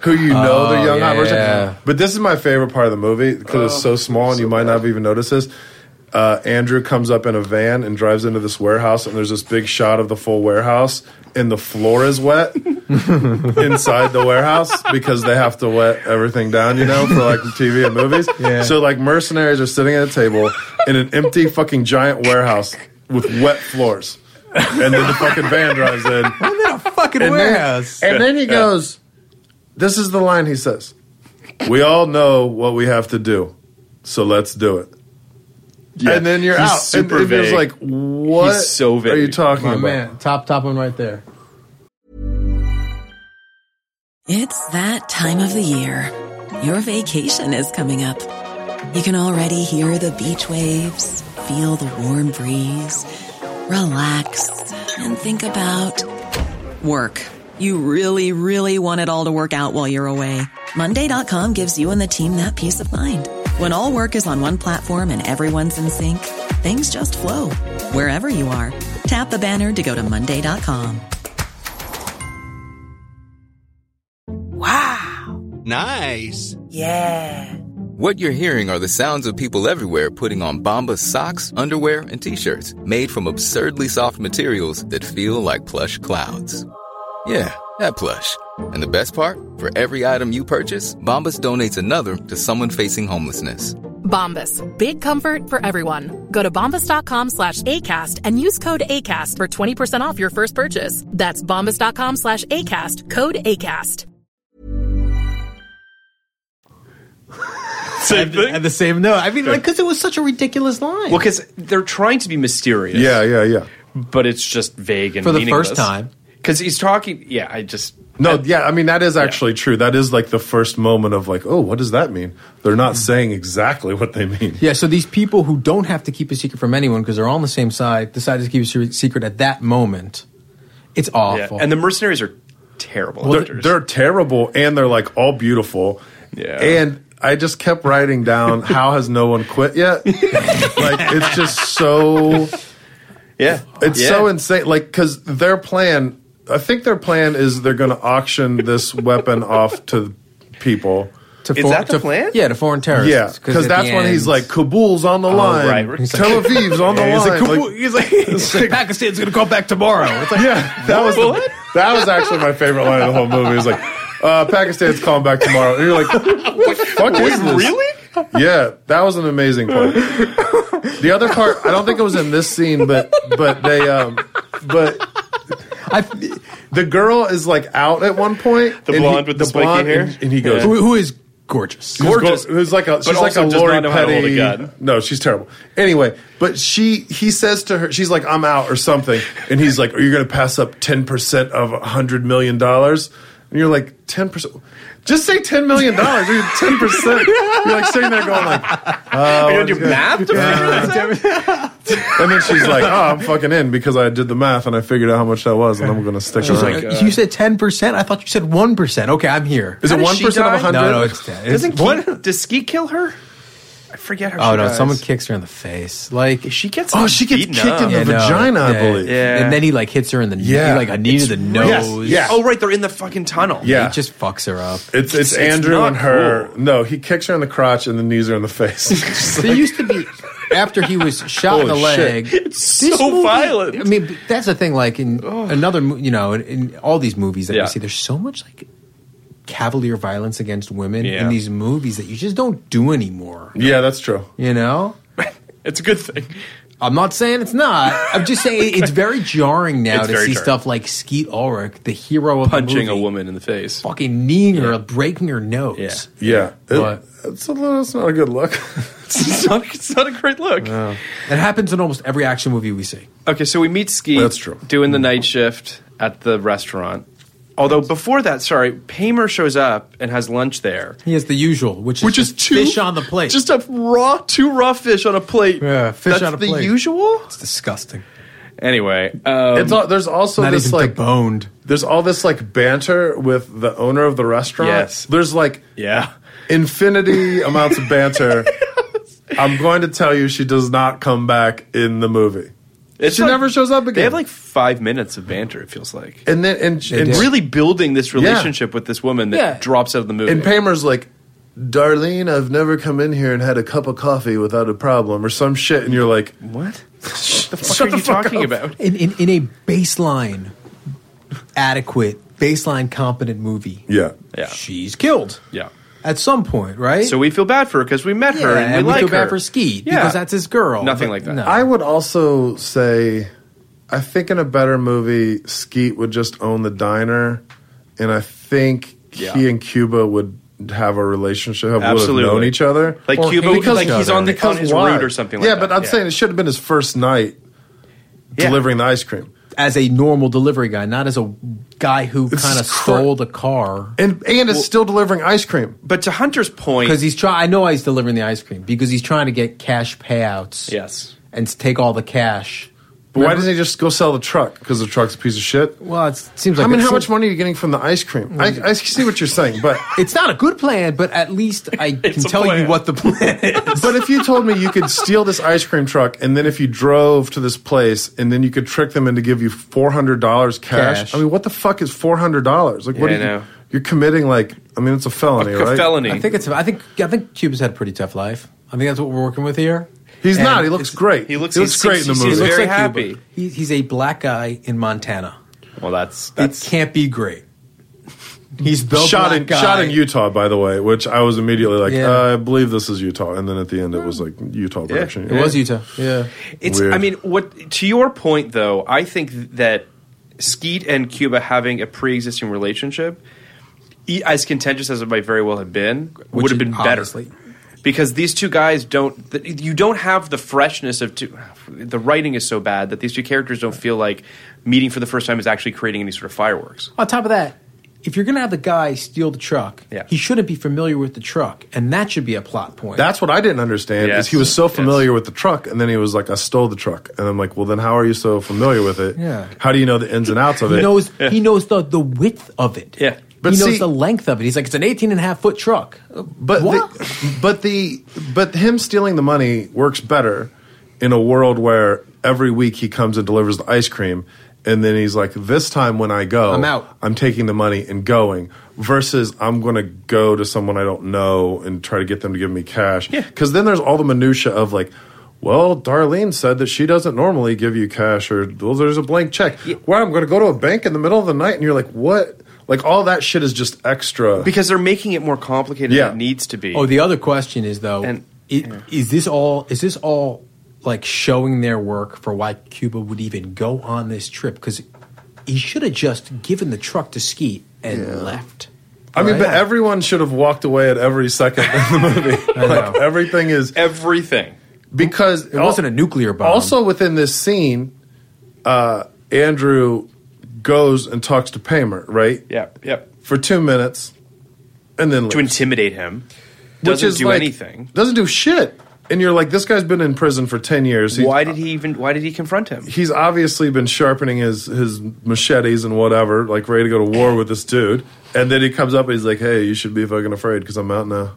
who you know they're young hot
Oh, yeah.
mercenaries. But this is my favorite part of the movie because it's so small and you might not have even noticed this. Uh, Andrew comes up in a van and drives into this warehouse, and there's this big shot of the full warehouse, and the floor is wet inside the warehouse because they have to wet everything down, you know, for like TV and movies.
(laughs) Yeah.
So like mercenaries are sitting at a table in an empty fucking giant warehouse with wet floors. And then the fucking van drives in.
I'm in a fucking
And then-
warehouse.
and (laughs) then he goes, This is the line he says. We all know what we have to do, so let's do it. And then you're
He's
out.
super
and, and it's
vague.
like, what
He's so vague.
are you talking
My
about?
man, top top one right there.
It's that time of the year. Your vacation is coming up. You can already hear the beach waves, feel the warm breeze, relax, and think about work. You really, really want it all to work out while you're away. Monday.com gives you and the team that peace of mind. When all work is on one platform and everyone's in sync, things just flow wherever you are. Tap the banner to go to Monday.com.
Nice.
What you're hearing are the sounds of people everywhere putting on Bombas socks, underwear, and t-shirts made from absurdly soft materials that feel like plush clouds. Yeah, that plush. And the best part? For every item you purchase, Bombas donates another to someone facing homelessness.
Bombas. Big comfort for everyone. Go to bombas.com slash ACAST and use code ACAST for 20% off your first purchase. That's bombas.com slash ACAST, code ACAST.
same thing.
At the same note. I mean, like, because it was such a ridiculous line.
Well, because they're trying to be mysterious.
Yeah, yeah, yeah.
But it's just vague and
For the first time.
Because he's talking. Yeah, I just.
No, yeah, I mean that is actually true. That is like the first moment of like, oh, what does that mean? They're
Mm.
not saying exactly what they
(laughs)
mean.
Yeah, so these people who don't have to keep a secret from anyone because they're all on the same side decide to keep a se- secret at that moment. It's
Yeah.
awful.
And the mercenaries are terrible.
Well, they're,
actors.
they're terrible and they're like all beautiful.
Yeah.
And I just kept writing
(laughs)
down how has no one quit yet? like it's just so
yeah.
It's
Yeah.
so insane. Like, because their plan, I think their plan is they're going to
(laughs)
auction this weapon off to people.
to
Is that the
to-
plan?
Yeah, to foreign terrorists.
yeah, because
at
that's
the
when he's
end- Oh,
like, Kabul's on the line.
right. He's
Tel Aviv's on
(laughs)
the
Yeah, he's
line.
like,
Like,
"Kabul-" he's (laughs) like, Pakistan's going to call back tomorrow. It's like,
yeah, that was, the, that was actually my favorite line of the whole movie. It was like, uh, Pakistan's calling back tomorrow. And you're like, what the fuck is this?
really?
Yeah, that was an amazing part. The other part, I don't think it was in this scene, but but they um but
I,
The girl is like out at one point.
The
and
blonde with the spiky
blonde,
hair?
and, and he goes,
who, who is gorgeous?
who's
gorgeous,
go- Who's like a she's like
also
a
does
Lori
not know how to hold a
Petty.
gun.
No, she's terrible. Anyway, but she he says to her, she's like, "I'm out" or something, and he's like, "Are you going to pass up ten percent of a hundred million dollars?" And you're like, 10 percent." Just say ten million dollars. Ten
(laughs)
percent. You're like sitting there going like, "Oh,
Are you gonna do math to figure this out?
(laughs) and then she's like, "Oh, I'm fucking in because I did the math and I figured out how much that was, and I'm going to stick
She's
around."
like, you said 10%? I thought you said 1%. Okay, I'm here.
Is it
How
one
did she
percent of
die?
a hundred?
No, no, it's 10. It's,
Doesn't
one-
Keith, does Ski kill her? I forget how.
Oh
she
no!
dies.
Someone kicks her in the face. Like
She gets.
Oh, she gets
beaten
kicked
up.
in the-
Yeah, no.
vagina, I
Yeah,
believe.
Yeah.
And then he like hits her in the
Yeah.
knee, like a knee to the
Yes,
nose.
yeah.
Oh right, they're in the fucking tunnel.
Yeah.
It just fucks her up.
It's-
It's it's,
it's
Andrew
not
and her.
cool.
No, he kicks her in the crotch and then knees her in
(laughs)
the face.
There used to be after he was shot in the
Holy
leg.
shit.
It's
so violent.
I mean, that's the thing. Like in another, mo- you know, in, in all these movies that
Yeah.
you see, there's so much like cavalier violence against women
Yeah.
in these movies that you just don't do anymore.
yeah, that's true.
You know,
It's a good thing.
I'm not saying it's not. I'm just saying it's very jarring now
It's
to
very
see
jarring.
stuff like Skeet Ulrich, the hero of the
Punching
movie,
a woman in the face.
fucking kneeing her, breaking her nose.
Yeah.
Yeah,
But-
it, it's a little, it's not a good look.
(laughs) It's not, it's not a great look.
It happens in almost every action movie we see.
Okay, so we meet Ski.
That's true.
Doing the night shift at the restaurant. Although before that, sorry, Paymer shows up and has lunch there,
He has the usual, which is
which is
just
two
fish on the plate.
Just a raw, two raw fish on a plate.
Yeah, fish
That's
on a
the
plate.
usual.
it's disgusting.
Anyway, um,
(laughs) it's all, there's also
Not
this
even
like
deboned.
there's all this like banter with the owner of the restaurant.
Yes.
there's like
yeah.
infinity amounts
(laughs)
of banter. I'm going to tell you, she does not come back in the movie.
It's
she
like-
never shows up again.
They have like five minutes of banter. It feels like.
and then and, and
did.
really.
really building this relationship with this woman that
Yeah.
drops out of the movie.
And Paymer's like, Darlene, I've never come in here and had a cup of coffee without a problem or some shit. And you're like,
what? the fuck
(laughs) Shut
are
the
you
fuck
talking
up.
about?
In, in, in a baseline adequate, baseline competent movie,
yeah.
Yeah,
she's killed
yeah.
at some point, right?
So we feel bad for her because we met
yeah,
her and we,
and we
like
feel bad
her.
for Skeet
Yeah.
because that's his girl.
Nothing
But
like that.
no.
I would also say, I think in a better movie, Skeet would just own the diner. And I think
Yeah.
he and Cuba would have a relationship, would have
Absolutely.
known each other.
Like
Or
Cuba,
hate
because like
each
he's
other.
on the on his
why?
route or something.
yeah,
like that.
but I'm saying it should have been his first night
Yeah.
delivering the ice cream.
as a normal delivery guy, not as a guy who
This
kind of
is cr-
stole the car.
And, and it's still delivering ice cream.
But to Hunter's point,
Because he's trying. I know he's delivering the ice cream because he's trying to get cash payouts.
Yes.
and s- take all the cash.
But why doesn't he just go sell the truck? Because the truck's a piece of shit.
Well, it seems like
I mean,
it
how
seems-
much money are you getting from the ice cream? I, I see what you're saying, but
It's not a good plan, but at least I
(laughs)
can
a
tell you
plan.
what the plan
(laughs)
is.
but if you told me you could steal this ice cream truck and then if you drove to this place and then you could trick them into give you four hundred dollars cash,
Cash.
I mean, what the fuck is four hundred dollars? Like, what
Yeah,
are
I know.
you? You're committing like I mean, it's a felony,
a
right?
felony.
I think it's. I think. I think Cuba's had a pretty tough life. I think that's what we're working with here.
He's
And
not. He looks
it's-
great.
He looks- he's-
great in
he's-
the
he's very
movie.
Looks like
happy.
Cuba. He, he's a black guy in Montana.
well, that's
it
that's
can't be great. He's the
shot
black
in
guy.
shot in Utah, by the way, which I was immediately like,
Yeah.
uh, I believe this is Utah, and then at the end it was like Utah production.
It was Utah. Yeah.
it's.
weird.
I mean, what to your point though? I think that Skeet and Cuba having a pre-existing relationship, e- as contentious as it might very well have been,
Which
would have
is
been better.
obviously-
because these two guys don't. th- You don't have the freshness of two. The writing is so bad that these two characters don't feel like meeting for the first time is actually creating any sort of fireworks.
On top of that, if you're going to have the guy steal the truck,
Yeah.
he shouldn't be familiar with the truck, and that should be a plot point.
That's what I didn't understand
Yes.
is he was so familiar with the truck, and then he was like, "I stole the truck," and I'm like, "Well, then how are you so familiar with it?
Yeah.
How do you know the ins and outs of
he
it?
knows he knows the the width of it.
Yeah.
But
he knows
see-
the length of it. He's like it's an 18 and a half foot truck.
but
What?
The, but the but him stealing the money works better in a world where every week he comes and delivers the ice cream, and then he's like, "This time when I go,
I'm out.
I'm taking the money and going." Versus, I'm going to go to someone I don't know and try to get them to give me cash. Because then there's all the minutia of like. Well, Darlene said that she doesn't normally give you cash, or well, there's a blank check. Well, I'm going to go to a bank in the middle of the night, and you're like, "What?" Like all that shit is just extra.
Because they're making it more complicated
Yeah.
than it needs to be.
Oh, the other question is though,
And-
i- is, this all is this all like showing their work for why Cuba would even go on this trip? Because he should have just given the truck to Skeet and left.
I mean,
Right.
but everyone should have walked away at every second in
(laughs)
the movie. like everything is
everything.
because it
wasn't a nuclear bomb.
Also, within this scene, uh, Andrew goes and talks to Paymer, right?
Yep, yep.
For two minutes, and then
To
leaves.
intimidate him
Which
doesn't
is
do
like-
anything.
Doesn't do shit. And you're like, this guy's been in prison for ten years. He's-
Why did he even? Why did he confront him?
He's obviously been sharpening his his machetes and whatever, like ready to go to war with this dude. And then he comes up and he's like, "Hey, you should be fucking afraid because I'm out now."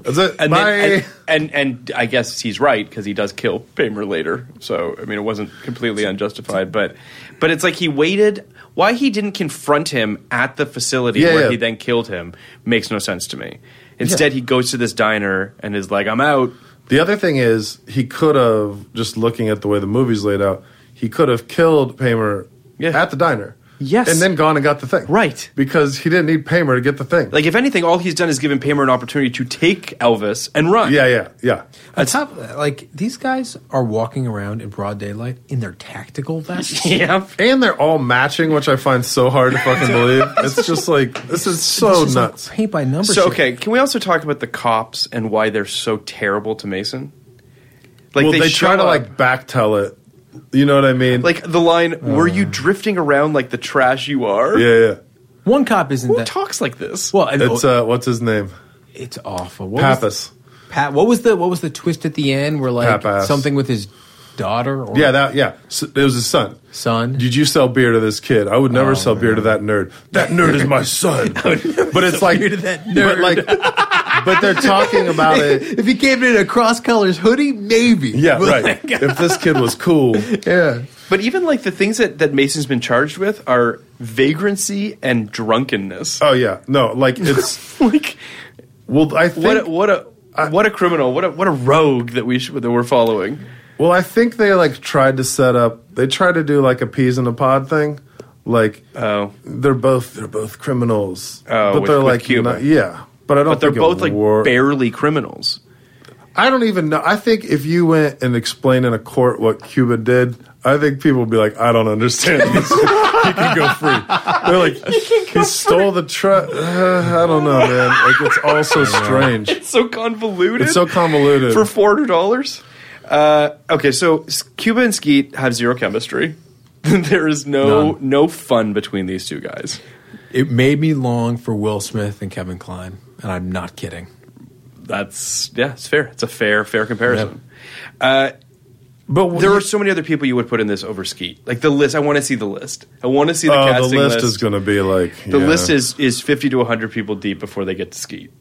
That's it.
and,
Bye.
then, and, and and I guess he's right because he does kill Paymer later. So I mean, it wasn't completely unjustified, but but it's like he waited. Why he didn't confront him at the facility
Yeah,
where
yeah.
he then killed him makes no sense to me. Instead, he goes to this diner and is like, "I'm out."
The other thing is, he could have just looking at the way the movie's laid out, he could have killed Paymer
Yeah.
at the diner.
Yes.
and then gone and got the thing.
Right.
because he didn't need Paymer to get the thing.
Like, if anything, all he's done is given Paymer an opportunity to take Elvis and run. (laughs)
yeah, yeah, yeah.
On top of that, like these guys are walking around in broad daylight in their tactical
(laughs)
vests.
yeah.
And they're all matching, which I find so hard to fucking
(laughs)
believe. It's just like this is so
This is, like,
nuts.
paint by numbers.
So okay, can we also talk about the cops and why they're so terrible to Mason? Like
well, they,
show
try to
up-
like back tell it. You know what I mean?
like the line, "Were you drifting around like the trash you are?"
Uh. yeah, yeah.
one cop isn't
Who
that
talks like this?
well. and- oh,
It's uh, what's his name?
it's awful. What was-
Pappas.
Pat, what was the what was the twist at the end? Where like
Pappas.
something with his daughter or
Yeah, that. Yeah, so, it was his son.
son? Oh,
Did you sell beer to this kid? I would never sell beer to that nerd. That nerd is
(laughs)
my son. but it's like, but like, but they're talking
(laughs)
about it.
if he came in a cross colors hoodie, maybe.
Yeah,
But,
right.
like,
If this kid
(laughs)
was cool, yeah.
But even like the things that, that Mason's been charged with are vagrancy and drunkenness.
Oh yeah, no, like
(laughs)
it's
like
well, I think
what a, what a
I-
what a criminal, what a what a rogue that we sh- that we're following.
Well, I think they like tried to set up. They tried to do like a peas in a pod thing. Like,
Oh.
they're both they're both criminals.
Oh,
but
with-
they're
with
like
Cuba.
not- yeah. But I don't.
But they're
think it
both like
wor-
barely criminals.
I don't even know. I think if you went and explained in a court what Cuba did, I think people would be like, I don't understand this. (laughs) he can go free. They're like, he, stole the truck. I don't know, man. Like, it's all so strange.
It's so convoluted.
It's so convoluted.
for four hundred dollars. Uh, okay, so S- Cuba and Skeet have zero chemistry. (laughs) there is no no fun between these two guys.
It made me long for Will Smith and Kevin Klein, (laughs) and I'm not kidding.
That's yeah, it's fair. It's a fair fair comparison. Uh,
But w-
there are so many other people you would put in this over Skeet. Like the list, I want to see the list. I want to see the
oh, the
casting
list, is going to be like
the
yeah.
list is is fifty to hundred people deep before they get to Skeet.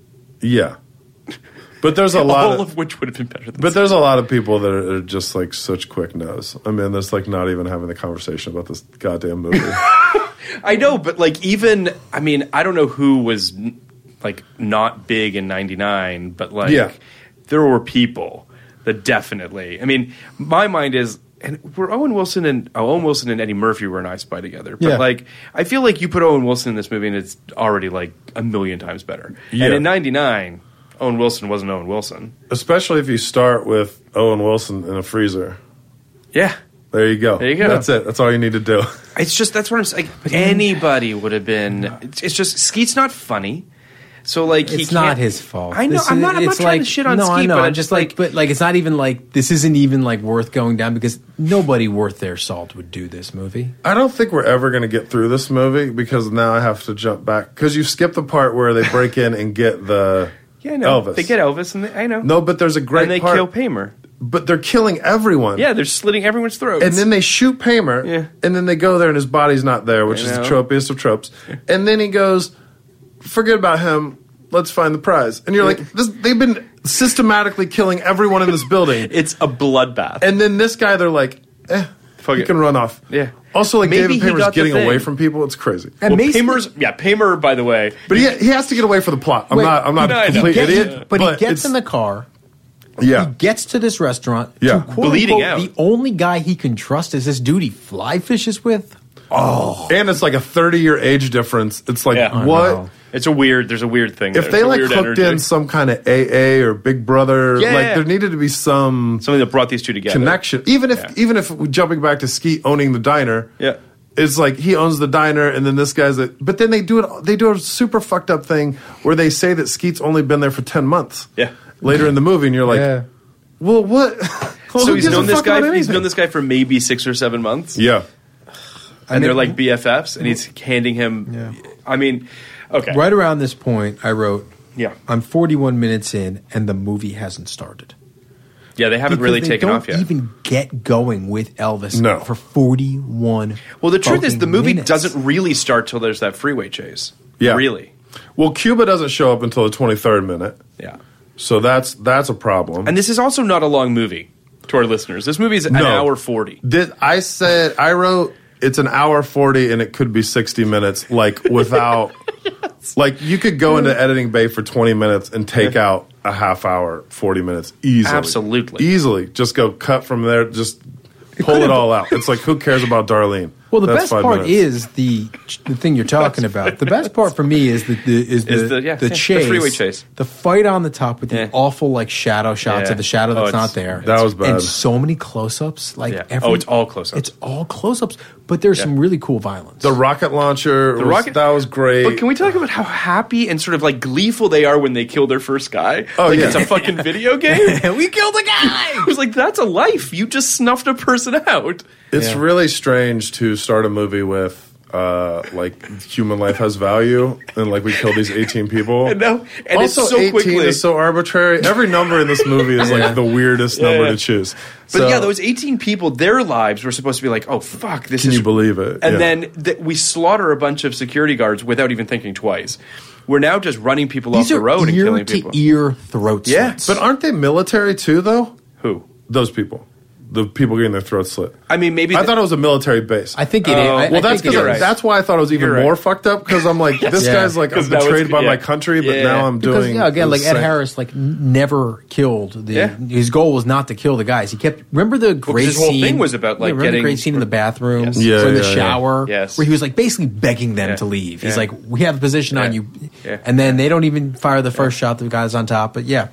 yeah. But there's a
(laughs)
lot.
All
of,
of which would have been better. Than
but there's a lot of people that are, are just like such quick nos. I mean, that's like not even having the conversation about this
(laughs)
goddamn movie.
I know, but like even I mean, I don't know who was n- like not big in '99, but like
Yeah.
there were people that definitely. I mean, my mind is. And were Owen Wilson and oh, Owen Wilson and Eddie Murphy were an I Spy together, but
Yeah.
like I feel like you put Owen Wilson in this movie and it's already like a million times better.
Yeah.
And in '99, Owen Wilson wasn't Owen Wilson.
Especially if you start with Owen Wilson in a freezer.
Yeah,
There you go.
There you go.
That's it. That's all you need to do. (laughs)
It's just that's what I'm saying. Like, anybody would have been. It's, it's just Skeet's not funny. So like he
it's not
can't-
his fault.
I know.
This
I'm
is-
not. I'm not
it's
trying
like-
to shit on
no,
Ski,
I know.
but
I'm just like, but like, it's not even like this isn't even like worth going down because nobody worth their salt would do this movie.
I don't think we're ever going to get through this movie because now I have to jump back because you skipped the part where they break in and get the
(laughs) yeah, I know.
Elvis.
They get Elvis, and they, I know.
no, but there's a great
and they
part,
kill Paymer.
but they're killing everyone.
Yeah, they're slitting everyone's throats.
and then they shoot Paymer,
Yeah.
and then they go there, and his body's not there, which
I
is the
know.
tropiest of tropes. And then he goes, "Forget about him. Let's find the prize." And you're like, this, "They've been systematically killing everyone in this
(laughs)
building."
it's a bloodbath.
And then this guy, they're like, "Eh,
Fuck
he
it.
can run off."
Yeah.
Also, like
Maybe
David
he
Paymer's
got the
getting
thing.
away from people. It's crazy.
well,
Mason-
Paymer's yeah, Paymer. By the way,
But he, he has to get away for the plot. I'm
Wait,
not. I'm not
no, I
a
know.
complete
He gets-
idiot.
but, he gets
it's-
in the car.
yeah.
He gets to this restaurant.
Yeah.
to, quote,
Bleeding
unquote,
out.
The only guy he can trust is this dude he fly fishes with.
and it's like a 30 year age difference. It's like
Yeah. I
what
know.
it's a weird. There's a weird thing. there.
if they
It's a
like
weird
hooked
energy.
in some kind of AA or Big Brother?
Yeah.
Like there needed to be some
something that brought these two together.
connection. Even if
Yeah.
even if we jumping back to Ski owning the diner.
Yeah.
It's like he owns the diner, and then this guy's. A, but then they do it. They do a super fucked up thing where they say that Skeet's only been there for ten months.
Yeah.
Later in the movie, and you're like,
Yeah.
"Well, what?"
(laughs)
Well,
So
who
he's
gives a
known this
fuck about
guy. He's
anything?
known this guy for maybe six or seven months.
Yeah.
and they're like BFFs, and he's handing him.
Yeah.
I mean, okay,
Right around this point, I wrote,
Yeah,
"I'm 41 minutes in, and the movie hasn't started."
yeah, they haven't
Because
really
they
taken
don't
off yet.
Even get going with Elvis
No.
for 41.
well, the truth is,
fucking
the movie
minutes.
doesn't really start till there's that freeway chase.
Yeah.
really.
Well, Cuba doesn't show up until the 23rd minute.
Yeah,
So that's that's a problem.
and this is also not a long movie to our listeners. This movie is an
No.
hour forty.
Did I said I wrote it's an hour 40 and it could be 60 minutes like without like you could go into editing bay for 20 minutes and take out a half hour 40 minutes easily.
Absolutely.
Easily. Just go cut from there just pull it
could've-
all out. It's like who cares about Darlene?
Well, the
That's
best
five
part
minutes.
is the the thing you're talking about. The best part for me is the, the is the
Is the- yeah,
the
yeah, the
chase,
freeway chase.
the fight on the top with the
Yeah.
awful like shadow shots
Yeah.
of the shadow
Oh,
that's
it's-
not there.
That was bad.
And so many close ups, like
Yeah.
every,
Oh, it's all close-ups.
It's all close ups, but there's
Yeah.
some really cool violence.
the rocket launcher
The
was-
rocket
that was great.
But can we talk about how happy and sort of like gleeful they are when they kill their first guy?
Oh,
like
yeah.
it's a fucking
(laughs)
video game.
we killed a
(laughs) I
guy.
was like, that's a life. You just snuffed a person out.
It's really strange to start a movie with uh, like human life has value, and like we killed these eighteen people.
And now- and it's so
also, eighteen
quickly.
is so arbitrary. Every number in this movie is
(laughs)
like the weirdest number
yeah.
to choose.
But
So,
yeah, those 18 people, their lives were supposed to be like, oh, fuck, this
Can
is.
you believe it?
And
Yeah.
then th- we slaughter a bunch of security guards without even thinking twice. We're now just running people
These
off the road
are
and
ear
killing
to
people.
ear throat
yeah,
slits.
but aren't they military too? Though
Who?
those people, the people getting their throats slit.
I mean, maybe.
I
th-
thought it was a military base.
I think it is.
Oh,
I- I
well, that's
think
because
it
you're
is.
right.
that's why I thought it was even
You're right.
more fucked up because
(laughs)
I'm like, this
Yeah.
guy's like
(laughs)
I'm
'Cause now it's-
betrayed by
yeah.
my country, but
Yeah.
now I'm
Because
doing
yeah, again, like Ed
insane-
Harris, like n- never killed the.
Yeah.
His goal was not to kill the guys. He kept remember the great
his whole
scene.
thing was about,
Yeah,
like,
remember
getting-
the great scene in the bathroom,
Yes.
Yeah,
or in the
yeah, yeah.
shower,
Yes.
where he was like basically begging them
Yeah.
to leave.
Yeah.
He's like, "We have a position on
Yeah.
you,"
Yeah.
and then they don't even fire the first shot. The guys on top, but yeah,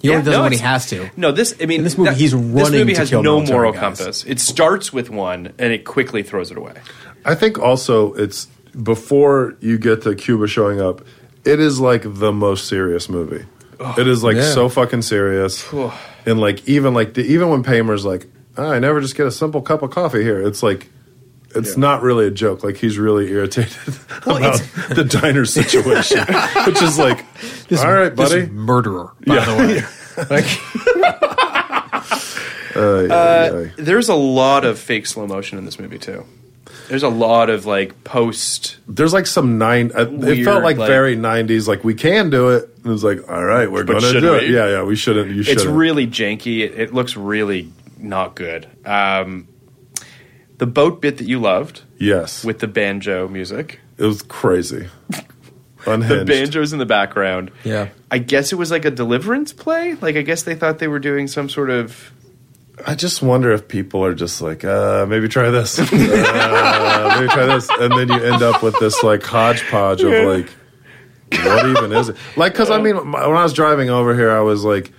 he
Yeah,
only does
no,
it when he
it's-
has to.
No, this. I mean,
In this movie, he's
This
running
movie
to
has
kill
no
military
moral
guys.
compass. It starts with one, and it quickly throws it away.
I think also it's before you get to Cuba showing up, it is like the most serious movie. it is like
yeah.
so fucking serious. and like even like the, even when Paymer's like, "Ah, I never just get a simple cup of coffee here. It's like it's not really a joke. Like he's really irritated (laughs) about the diner situation,
(laughs)
which is like, all right,
This
buddy.
murderer, by
Yeah.
the way.
(laughs)
Like,
Ay, ay, ay.
There's a lot of fake slow motion in this movie too. There's a lot of like post.
There's like some nine. Uh, it
Weird,
felt like,
like-
very '90s. Like we can do it. And it was like, all right, we're
But
gonna
should
do it.
we?
Yeah, yeah, we shouldn't. You should.
It's really janky. It, it looks really not good. Um, the boat bit that you loved
yes
with the banjo music.
It was crazy.
(laughs) The
Unhinged.
banjos in the background.
Yeah.
I guess it was like a deliverance play. Like I guess they thought they were doing some sort of
I just wonder if people are just like, uh, maybe try this, (laughs) uh, maybe try this, and then you end up with this like hodgepodge of like, what even is it? Like, because I mean, my- when I was driving over here, I was like,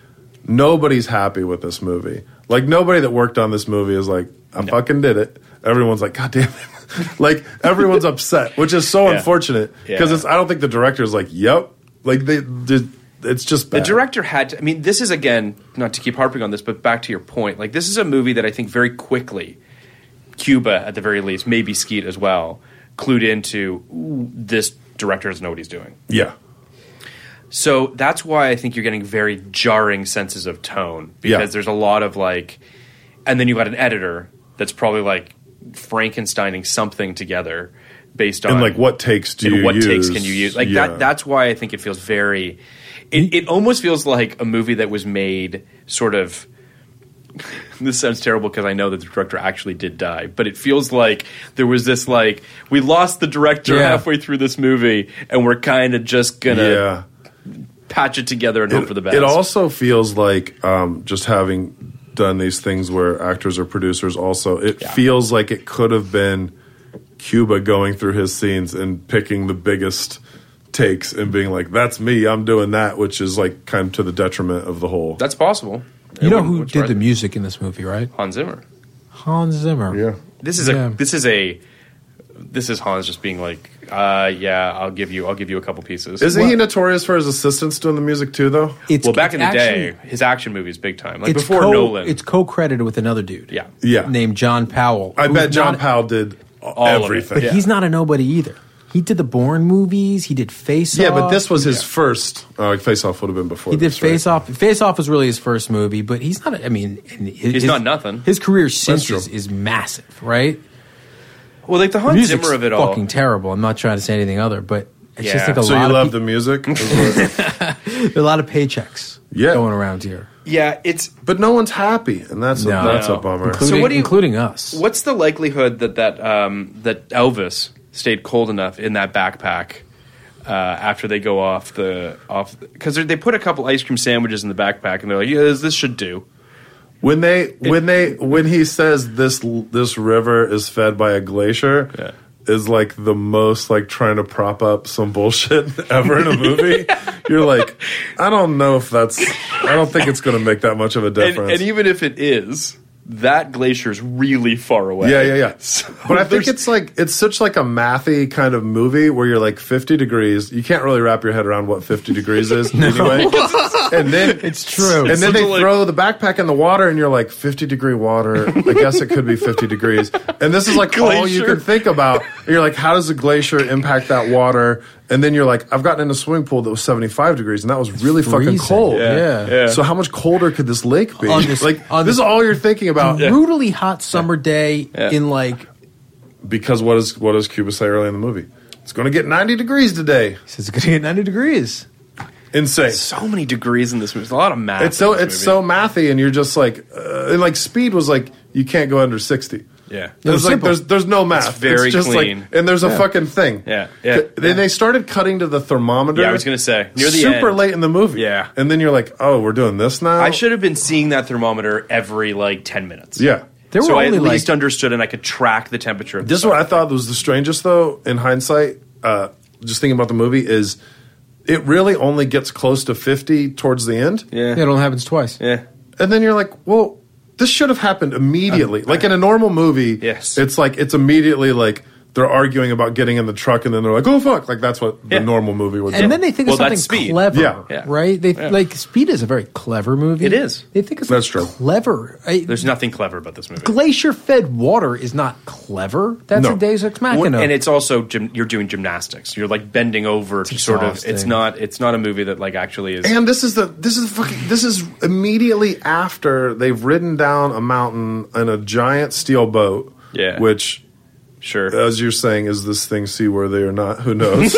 nobody's happy with this movie. Like, nobody that worked on this movie is like, I fucking did it. Everyone's like, God damn (laughs) it. like, everyone's upset, which is so
Yeah.
unfortunate
Yeah.
because it's. I don't think the director's like, yep, Like they, did it's just bad.
The director had to. I mean, this is again not to keep harping on this, but back to your point. Like this is a movie that I think very quickly, Cuba at the very least, maybe Skeet as well, clued into "Ooh, this director doesn't know what he's doing.
yeah.
So that's why I think you're getting very jarring senses of tone because
Yeah.
there's a lot of like, and then you got an editor that's probably like Frankensteining something together based on
And like, what takes do
and
you
what
use?
takes can you use? Like
Yeah.
that. That's why I think it feels very. It, it almost feels like a movie that was made sort of. (laughs) This sounds terrible because I know that the director actually did die, but it feels like there was this like we lost the director
Yeah.
halfway through this movie, and we're kind of just gonna
yeah.
patch it together and hope for the best.
It also feels like um, just having done these things where actors are producers. Also, it feels like it could have been Cuba going through his scenes and picking the biggest takes and being like, "That's me. I'm doing that," which is like kind of to the detriment of the whole.
that's possible.
You
It
know
wouldn't-
who
wouldn't
did
surprise
the
me.
music in this movie, right?
Hans Zimmer.
Hans Zimmer.
Yeah.
This is
Yeah.
a this is a this is Hans just being like, uh, yeah, I'll give you I'll give you a couple pieces.
Isn't he notorious for his assistants doing the music too, though?
It's
well, back in the
actually-
day, his action movies big time. Like
it's
before
co-
Nolan.
It's co-credited with another dude.
yeah.
Yeah,
Named John Powell.
I
who's
bet John
not-
Powell did all
of it.
everything.
But he's not a nobody either. He did the Bourne movies. He did Face Off.
yeah, but this was his first. Uh, Face Off would have been before.
He did
this, right?
Face Off. Face Off was really his first movie, but he's not. I mean, and his,
He's not nothing.
His career since
true.
is, is massive, right?
Well, like the
The
Hans
music's
Zimmer of it all.
fucking terrible. I'm not trying to say anything other, but it's just
Yeah.
like a
So
lot
you
of
love
peop-
the
(laughs)
music, Is what-
a lot of paychecks
Yeah.
going around here,
yeah, it's
but no one's happy, and that's a,
No.
that's
No.
a bummer.
including,
So what do you-
including us.
what's the likelihood that that um, that Elvis stayed cold enough in that backpack uh, after they go off the off because they put a couple ice cream sandwiches in the backpack and they're like, yeah, this, this should do.
When they when they when he says this this river is fed by a glacier
Yeah.
is like the most like trying to prop up some bullshit (laughs) ever in a
(laughs)
movie. You're like, I don't know if that's I don't think it's going to make that much of a
And,
difference.
and even if it is, that glacier's really far away.
yeah, yeah, yeah.
(laughs) So
(laughs)
but I think
there's-
it's like it's such like a mathy kind of movie where you're like 50 degrees. You can't really wrap your head around what 50
(laughs)
degrees is (laughs) anyway. and then
It's true.
And
It's
then
such
they
a, like-
throw the backpack in the water, and you're like 50 degree water. I guess it could be 50 degrees. And this is like all you
Glacier.
can think about. And you're like, how does the glacier impact that water? And then you're like, I've gotten in a swimming pool that was 75 degrees, and that was really fucking
freezing.
cold.
Yeah. Yeah.
Yeah.
So how much colder could this lake be?
On this-
like
on
this is
this-
all you're thinking about.
brutally hot summer day in like he
Because what is what does Cuba say early in the movie? It's going to get 90 degrees today.
says it's gonna get 90 degrees.
Insane.
so many degrees in this movie. There's a lot of math.
It's so
in
it's
this
so mathy, and you're just like, uh, and like speed was like you can't go under 60.
movie. yeah.
It was like
simple.
there's there's no math. It's
very
just
clean.
Like, and there's a fucking thing.
Yeah, yeah.
C- Then they started cutting to the thermometer.
Yeah, I was gonna say, near the
super
end.
late in the movie.
Yeah.
and then you're like, oh, we're doing this now.
I should have been seeing that thermometer every like ten minutes.
Yeah,
There were
so I at
only like
least understood and I could track the temperature. Of
This is what I thought was the strangest, though, in hindsight, uh, just thinking about the movie, is it really only gets close to 50 towards the end.
yeah, it only happens twice.
yeah.
And then you're like, well, this should have happened immediately. like in a normal movie,
Yes.
it's like, it's immediately like they're arguing about getting in the truck, and then they're like, oh, fuck. Like that's what
Yeah.
the normal movie would do.
And then they think
Well,
of something
that's Speed.
clever,
Yeah.
Yeah.
right? They
Yeah.
like Speed is a very clever movie.
It is.
They think it's
That's true.
clever. I-
There's nothing clever about this movie.
glacier-fed water is not clever. That's
No.
a Deus Ex
What-
Machina.
and it's also gym, you're doing gymnastics. You're like bending over to sort of. It's
exhausting.
not. It's not a movie that like actually is.
And this is the this is the fucking this is immediately after they've ridden down a mountain in a giant steel boat.
Yeah.
Which,
sure.
as you're saying, is this thing seaworthy or not?
(laughs)
Who knows?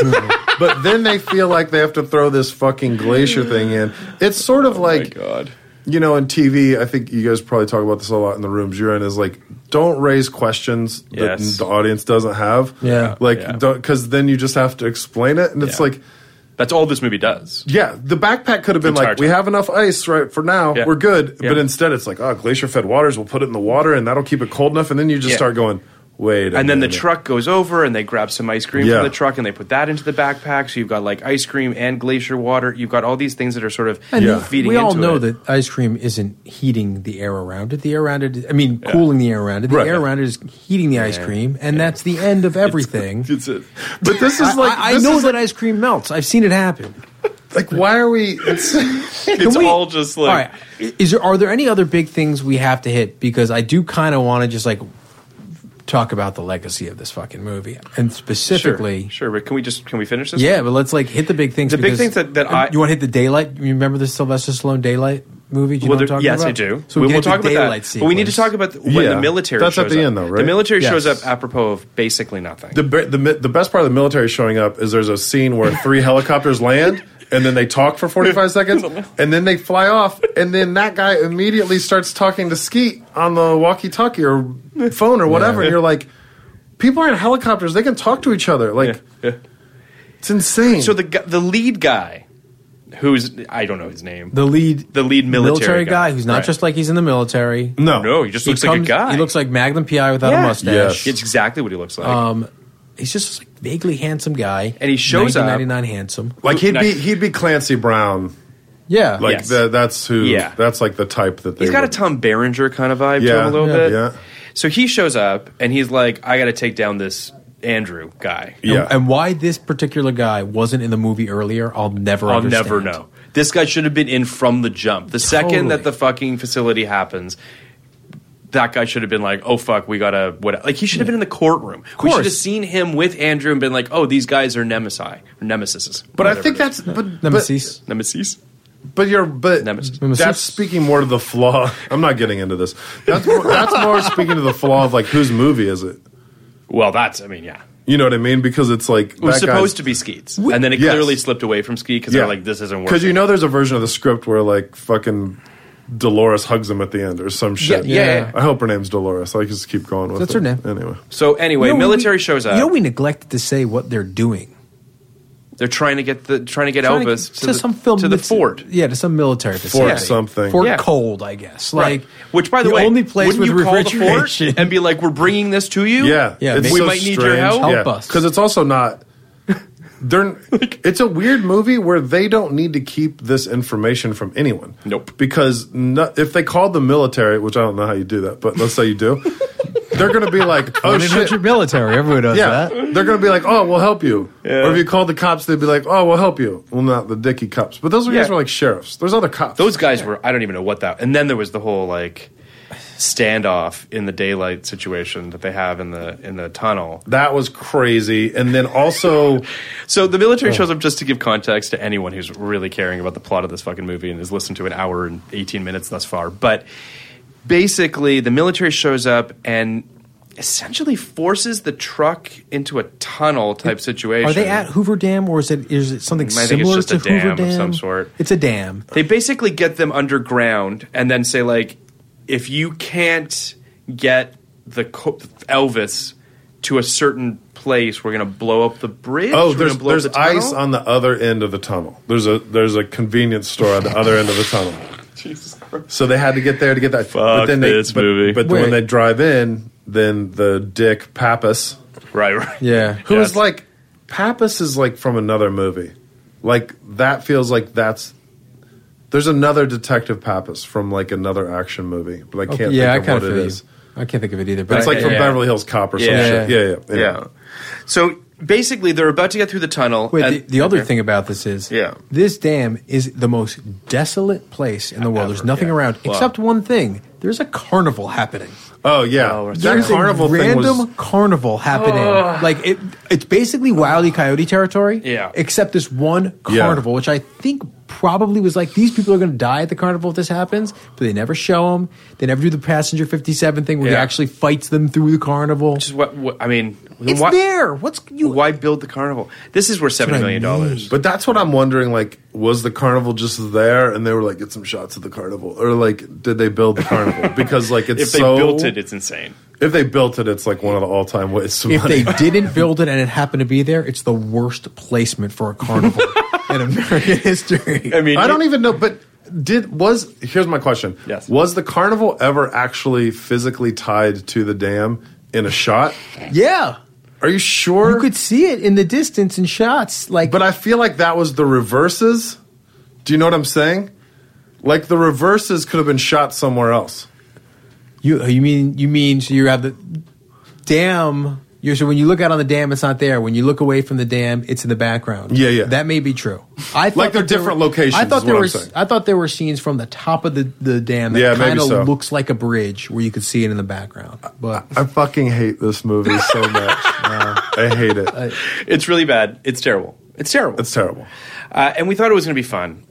but then they feel like they have to throw this fucking glacier thing in. It's sort of
Oh My
like
God.
you know, in TV, I think you guys probably talk about this a lot in the rooms you're in. Is like, don't raise questions that
Yes.
the audience doesn't have.
Yeah.
like
Yeah.
because then you just have to explain it, and it's
Yeah.
like.
That's all this movie does.
Yeah, the backpack could have been
Entire
like, we
time.
have enough ice right for now,
Yeah.
we're good.
Yeah.
But instead, it's like, oh, glacier fed waters, we'll put it in the water, and that'll keep it cold enough. And then you just
Yeah.
start going, wait. a
And then the
minute.
truck goes over, and they grab some ice cream
Yeah.
from the truck, and they put that into the backpack. So you've got like ice cream and glacier water. You've got all these things that are sort of
And
Yeah.
feeding.
we all
into
know
it.
that ice cream isn't heating the air around it. The air around it, I mean, cooling the air around it. The
Right.
air around it is heating the ice cream, and that's the end of everything.
(laughs)
It's it. But this is like,
I, I
this
know
is
that
like-
ice cream melts. I've seen it happen.
Like, why are we? It's,
Can we- All right. Is there are there any other big things we have to hit? Because I do kind of want to just like talk about the legacy of this fucking movie and specifically.
sure, sure, but can we just can we finish this?
Yeah, but let's like hit the big things.
The big
because-
things that- that
Uh,
I-
you want to hit the daylight. You remember the Sylvester Stallone daylight movie? Do you
Well,
know what
there-
I'm talking
yes,
about?
I do.
So we,
we, will
will
talk
the
about
daylight
that. But we need to talk about the, when
Yeah.
the military.
That's at
shows
the
up.
end, though,
The
right?
military
Yes.
shows up apropos of basically nothing.
the, be- the mi- the best part of the military showing up is there's a scene where
(laughs)
three helicopters land and then they talk for 45 seconds and then they fly off and then that guy immediately starts talking to Skeet on the walkie-talkie or phone
(laughs)
or whatever and you're like people are in helicopters they can talk to each other like it's insane
so the gu- the lead guy, who's I don't know his name,
The lead,
the lead military,
guy, who's not
Right.
just like he's in the military.
no
no, he just looks like a
comes-
guy.
He looks like Magnum PI without
Yeah.
a mustache.
Yes.
It's exactly what he looks like.
Um, he's just like vaguely handsome guy,
And he shows up-
1999 handsome.
like he'd be
Nice.
he'd be Clancy Brown
Yeah,
like
Yes.
the, that's who
Yeah.
that's like the type that they
He's got a
would-
Tom Berenger kind of vibe to
Yeah,
him a little
yeah,
bit.
yeah.
So he shows up and he's like, "I got to take down this Andrew guy."
yeah
And, and why this particular guy wasn't in the movie earlier, I'll never.
I'll
understand.
never know. This guy should have been in from the jump. The second
Totally.
that the fucking facility happens, that guy should have been like, "Oh fuck, we gotta what?" Like he should have been in the courtroom. We should have
course.
seen him with Andrew and been like, "Oh, these guys are nemesis, or nemesis."
but I
whatever
think
it is.
that's but, but
Nemesis.
nemesis.
But you're but
Nemesis.
Nemesis?
that's speaking more to the flaw. I'm not getting into this. That's more, that's more speaking to the flaw of like whose movie is it?
Well, that's I mean, yeah.
You know what I mean? Because it's like
It was supposed to be Skeets, and then it
Yes.
clearly slipped away from Skeet because they're like, "This isn't working."
Because you know, there's a version of the script where like fucking Dolores hugs him at the end or some shit.
yeah, yeah, yeah.
I hope her name's Dolores. I just keep going with
That's
it.
her name.
Anyway,
So anyway,
You know,
military
we-
shows up.
You know, we neglected to say what they're doing.
They're trying to get the trying to get
Trying
Elvis to,
to,
the,
some film
to the
that's-
fort.
Yeah, to some military
Fort
facility.
something.
Fort
Yeah.
Cold, I guess.
Right.
Like
Which, by the, way,
only place with
wouldn't you call the fort
refrigeration.
(laughs) and be like, "We're bringing this to you.
yeah,
Yeah,
it's
we
so
might need your
strange.
help.
Help us.
because it's
(laughs)
also not. They're, it's a weird movie where they don't need to keep this information from anyone.
Nope.
Because no, if they called the military, which I don't know how you do that, but let's say
(laughs)
you do, they're going to be like, "Oh shit,
your military. Everyone knows
yeah."
that.
They're going to be like, "Oh, we'll help you." Or if you called the cops, they'd be like, "Oh, we'll help you." Well, not the dicky cops, but those guys
Yeah.
were like sheriffs. There's other cops.
Those guys were. I don't even know what that. And then there was the whole like standoff in the daylight situation that they have in the in the tunnel.
that was crazy. And
(laughs)
then also,
So the
Oh.
military shows up just to give context to anyone who's really caring about the plot of this fucking movie and has listened to an hour and 18 minutes thus far. But basically, the military shows up and essentially forces the truck into a tunnel type situation.
Are they at Hoover Dam or is it is it something
I think it's
similar
just
to
a dam
Hoover
of
Dam?
some sort.
It's a dam.
They basically get them underground and then say like, if you can't get the co- Elvis to a certain place, we're gonna blow up the bridge.
Oh,
We're gonna
there's
blow up
there's
the tunnel."
ice on the other end of the tunnel. There's a there's a convenience store on the other end of the tunnel.
(laughs) Jesus Christ.
So they had to get there to get that.
Fuck this
but,
movie.
But
Wait.
when they drive in, then the dick Pappas,
Right, right.
Yeah.
who is
Yes.
like Pappas is like from another movie. Like that feels like that's there's another detective Pappas from like another action movie, but I can't
Okay, yeah, I
think
kind
of
of
what
feel
it
you.
is.
I can't think of it either. But
But it's like
I,
from
yeah.
Beverly Hills Cop or
Yeah.
some shit. Yeah, yeah, yeah.
Yeah. So basically, they're about to get through the tunnel.
Wait,
and-
the, the other thing about this is
Yeah.
this dam is the most desolate place in the world. There's
Ever,
nothing
yeah.
around
Wow.
except one thing. There's a carnival happening.
Oh yeah, that
There's
carnival
a
thing
random
was
carnival happening. Like it, it's basically Wily Coyote territory.
Yeah.
Except this one
Yeah.
carnival, which I think probably was like these people are going to die at the carnival if this happens, but they never show them. They never do the passenger fifty seven thing where
Yeah.
he actually fights them through the carnival.
Just what, what- I mean,
it's
why,
there. What's you?
Why build the carnival? This is worth seventy
what I
million dollars.
But that's what I'm wondering. Like, was the carnival just there, and they were like, "Get some shots of the carnival," or like, did they build
(laughs)
the carnival? Because like, it's
If they
so,
built it, it's insane.
if they built it, it's like one of the all time ways. To
If
money. (laughs)
they didn't build it and it happened to be there, it's the worst placement for a
(laughs)
carnival in American history.
I mean,
I don't even know. But did was here's my question?
Yes.
Was the carnival ever actually physically tied to the dam in a shot?
yeah.
Are you sure?
You could see it in the distance in shots. Like
But I feel like that was the reverses. Do you know what I'm saying? Like the reverses could have been shot somewhere else.
You you mean you mean so you have the dam You're, so when you look out on the dam, it's not there. When you look away from the dam, it's in the background.
Yeah, yeah.
That may be true. I thought
Like they're
that there
different
were-
locations,
I
is
thought there
what I'm
were.
saying.
I thought there were scenes from the top of the, the dam that
Yeah, maybe
kind of
so.
looks like a bridge where you could see it in the background. But
I fucking hate this movie so much. man. I hate it.
It's really bad. It's terrible. It's terrible.
It's terrible.
Uh, and we thought it was going to be fun.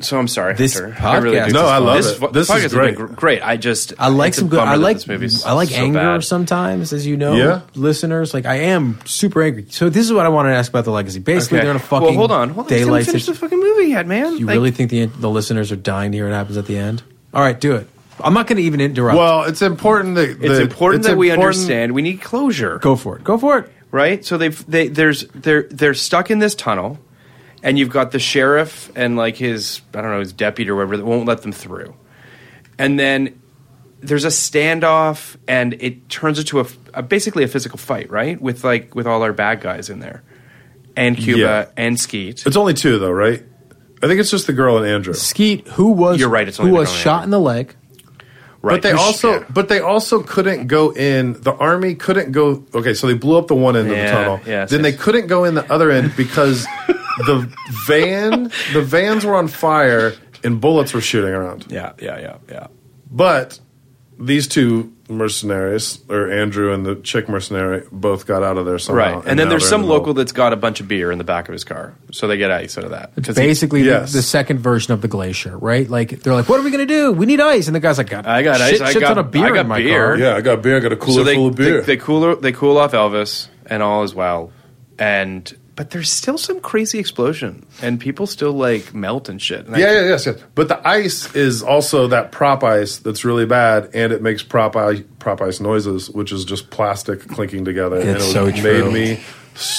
So I'm sorry.
This
Hunter. I really
podcast
do.
is No, I fun. love
this
it.
fu-
This is
podcast has been
great.
gr- great. I just
I like
it's
some
a
good.
bummer
I
that
like
this movie's
I like
so
anger
bad.
sometimes, as you know,
Yeah.
listeners. Like I am super angry. So this is what I wanted to ask about the legacy. Basically,
Okay.
they're gonna fucking
well, hold on. Hold on. Just
daylight.
haven't finished
sit-
the fucking movie yet, man.
you
Like,
really think the the listeners are dying to hear what happens at the end? All right, do it. I'm not gonna even interrupt.
Well, it's important that
It's
that-
important
it's
that we
important-
understand. We need closure.
go for it. Go for it.
right? So they've they there's they're they're stuck in this tunnel, and you've got the sheriff and like his I don't know his deputy or whatever that won't let them through, and then there's a standoff, and it turns into a, a basically a physical fight, right? With like with all our bad guys in there, and Cuba
Yeah.
and Skeet.
It's only two though, right? I think it's just the girl and Andrew.
Skeet, who was
You're right, it's
who
only the
was
Conan.
shot in the leg.
right?
But they
Who's-
also,
yeah.
but they also couldn't go in. The army couldn't go. Okay, so they blew up the one end of
Yeah,
the tunnel.
yes,
then
yes.
they couldn't go in the other end
(laughs)
because the van, the vans were on fire and bullets were shooting around.
yeah, yeah, yeah, yeah.
But these two mercenaries, or Andrew and the chick mercenary, both got out of there
Right,
somehow.
and, then
now
there's
they're in
some
the
local
middle.
that's got a bunch of beer in the back of his car, so they get ice out of that.
It's
'Cause he-
basically
yes.
the, the second version of the glacier, right? Like they're like, what are we gonna do? We need ice, and the guy's like,
I got ice,
shit,
I
shit
got-
ton of beer
I got
in my
beer."
car.
Yeah, I got beer. I got a cooler
so they,
full of beer.
They, they cool they cool off Elvis and all is well. And but there's still some crazy explosion and people still like melt and shit. And I-
yeah, yeah, yes, yes. But the ice is also that prop ice that's really bad, and it makes prop ice, prop ice noises, which is just plastic clinking together. and
It's
it
so
made
true.
me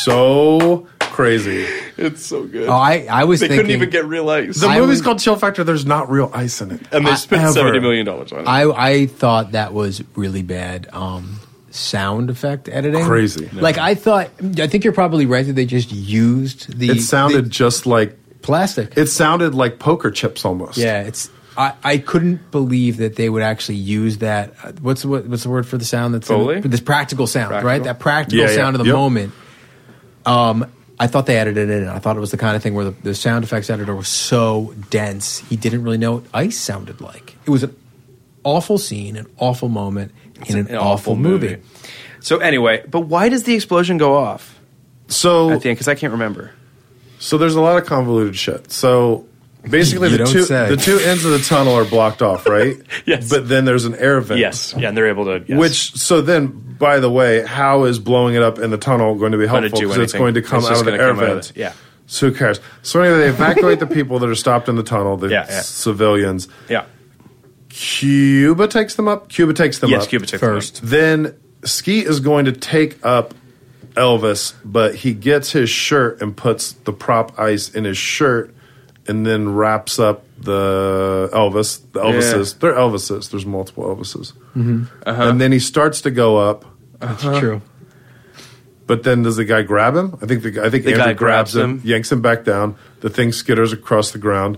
so crazy.
it's so good.
Oh, I I was
they
thinking
couldn't even get real ice.
The
I
movie's
would-
called Chill Factor. There's not real ice in it.
and they
I-
spent
ever.
seventy million dollars on it.
I I thought that was really bad um, sound effect editing.
Crazy.
Like I thought. I think you're probably right that they just used the.
It sounded
the
just like
plastic.
it sounded like poker chips almost.
yeah, it's. I, I couldn't believe that they would actually use that. uh, What's what, what's the word for the sound that's in-
Foley?
this practical sound, right?
Practical?
That practical
Yeah, yeah.
sound of the
Yep.
moment. Um, I thought they added it in. I thought it was the kind of thing where the, the sound effects editor was so dense he didn't really know what ice sounded like. It was an awful scene, an awful moment in an, awful, movie.
So anyway, but why does the explosion go off
So
at the end? Because I can't remember.
So there's a lot of convoluted shit. So basically,
You
the
don't
two
say.
the two ends of the tunnel are blocked off, right?
(laughs) Yes.
But then there's an air vent.
Yes. Yeah, and they're able to yes.
Which so then, by the way, how is blowing it up in the tunnel going to be
Gonna
helpful?
do
Because it's
anything.
going to come
It's
out
just
of the
gonna
air
come out of
vent.
the- yeah.
So who cares? So anyway, they evacuate the people that are stopped in the tunnel,
(laughs)
the
Yeah, yeah.
civilians.
Yeah.
Cuba takes them up. Cuba takes them
Yes,
up.
Cuba takes them up.
first. Then Skeet is going to take up Elvis, but he gets his shirt and puts the prop ice in his shirt, and then wraps up the Elvis. The Elvises.
Yeah. Mm-hmm.
They're Elvises. There's multiple Elvises.
Uh-huh.
And then he starts to go up,
That's true.
but then does the guy grab him? I think the guy- I think
The
Andrew
guy grabs
him,
him.
yanks him back down. The thing skitters across the ground.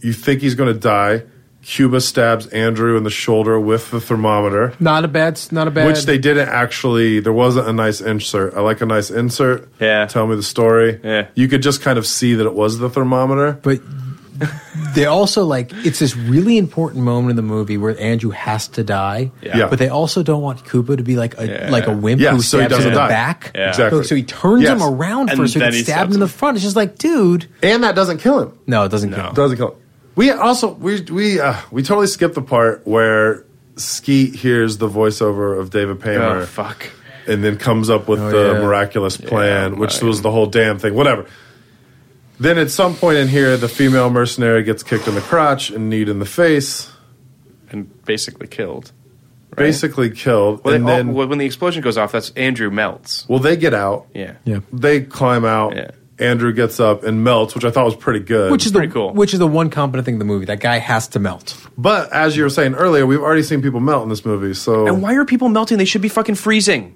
You think he's going to die. Cuba stabs Andrew in the shoulder with the thermometer,
Not a bad. Not a bad.
which they didn't actually. There wasn't a nice insert. I like a nice insert.
Yeah.
Tell me the story.
Yeah.
You could just kind of see that it was the thermometer.
but they also like it's this really important moment in the movie where Andrew has to die.
Yeah.
But they also don't want Cuba to be like a
Yeah.
like a wimp
Yeah,
who
so
stabs
he
him
doesn't
in the
die.
back.
Yeah. Exactly.
So, so he turns
Yes.
him around
And
first so
then
he
he
can stab
stabs
him in the
him.
front. It's just like, dude.
And that doesn't kill him.
No, it doesn't count.
Doesn't kill. We also we we uh, we totally skipped the part where Skeet hears the voiceover of David Paymer.
Oh fuck. Oh,
and then comes up with the
yeah.
miraculous plan,
Yeah,
which
right.
was the whole damn thing. Whatever. Then at some point in here, the female mercenary gets kicked in the crotch and kneed in the face,
And basically killed.
basically killed.
Well,
and
they all-
then,
well, when the explosion goes off, that's Andrew melts.
well, they get out.
Yeah.
Yeah.
They climb out.
Yeah.
Andrew gets up and melts, which I thought was pretty good.
Which is the
Pretty cool.
which is the one competent thing in the movie. That guy has to melt.
but as you were saying earlier, we've already seen people melt in this movie, so
And why are people melting? They should be fucking freezing.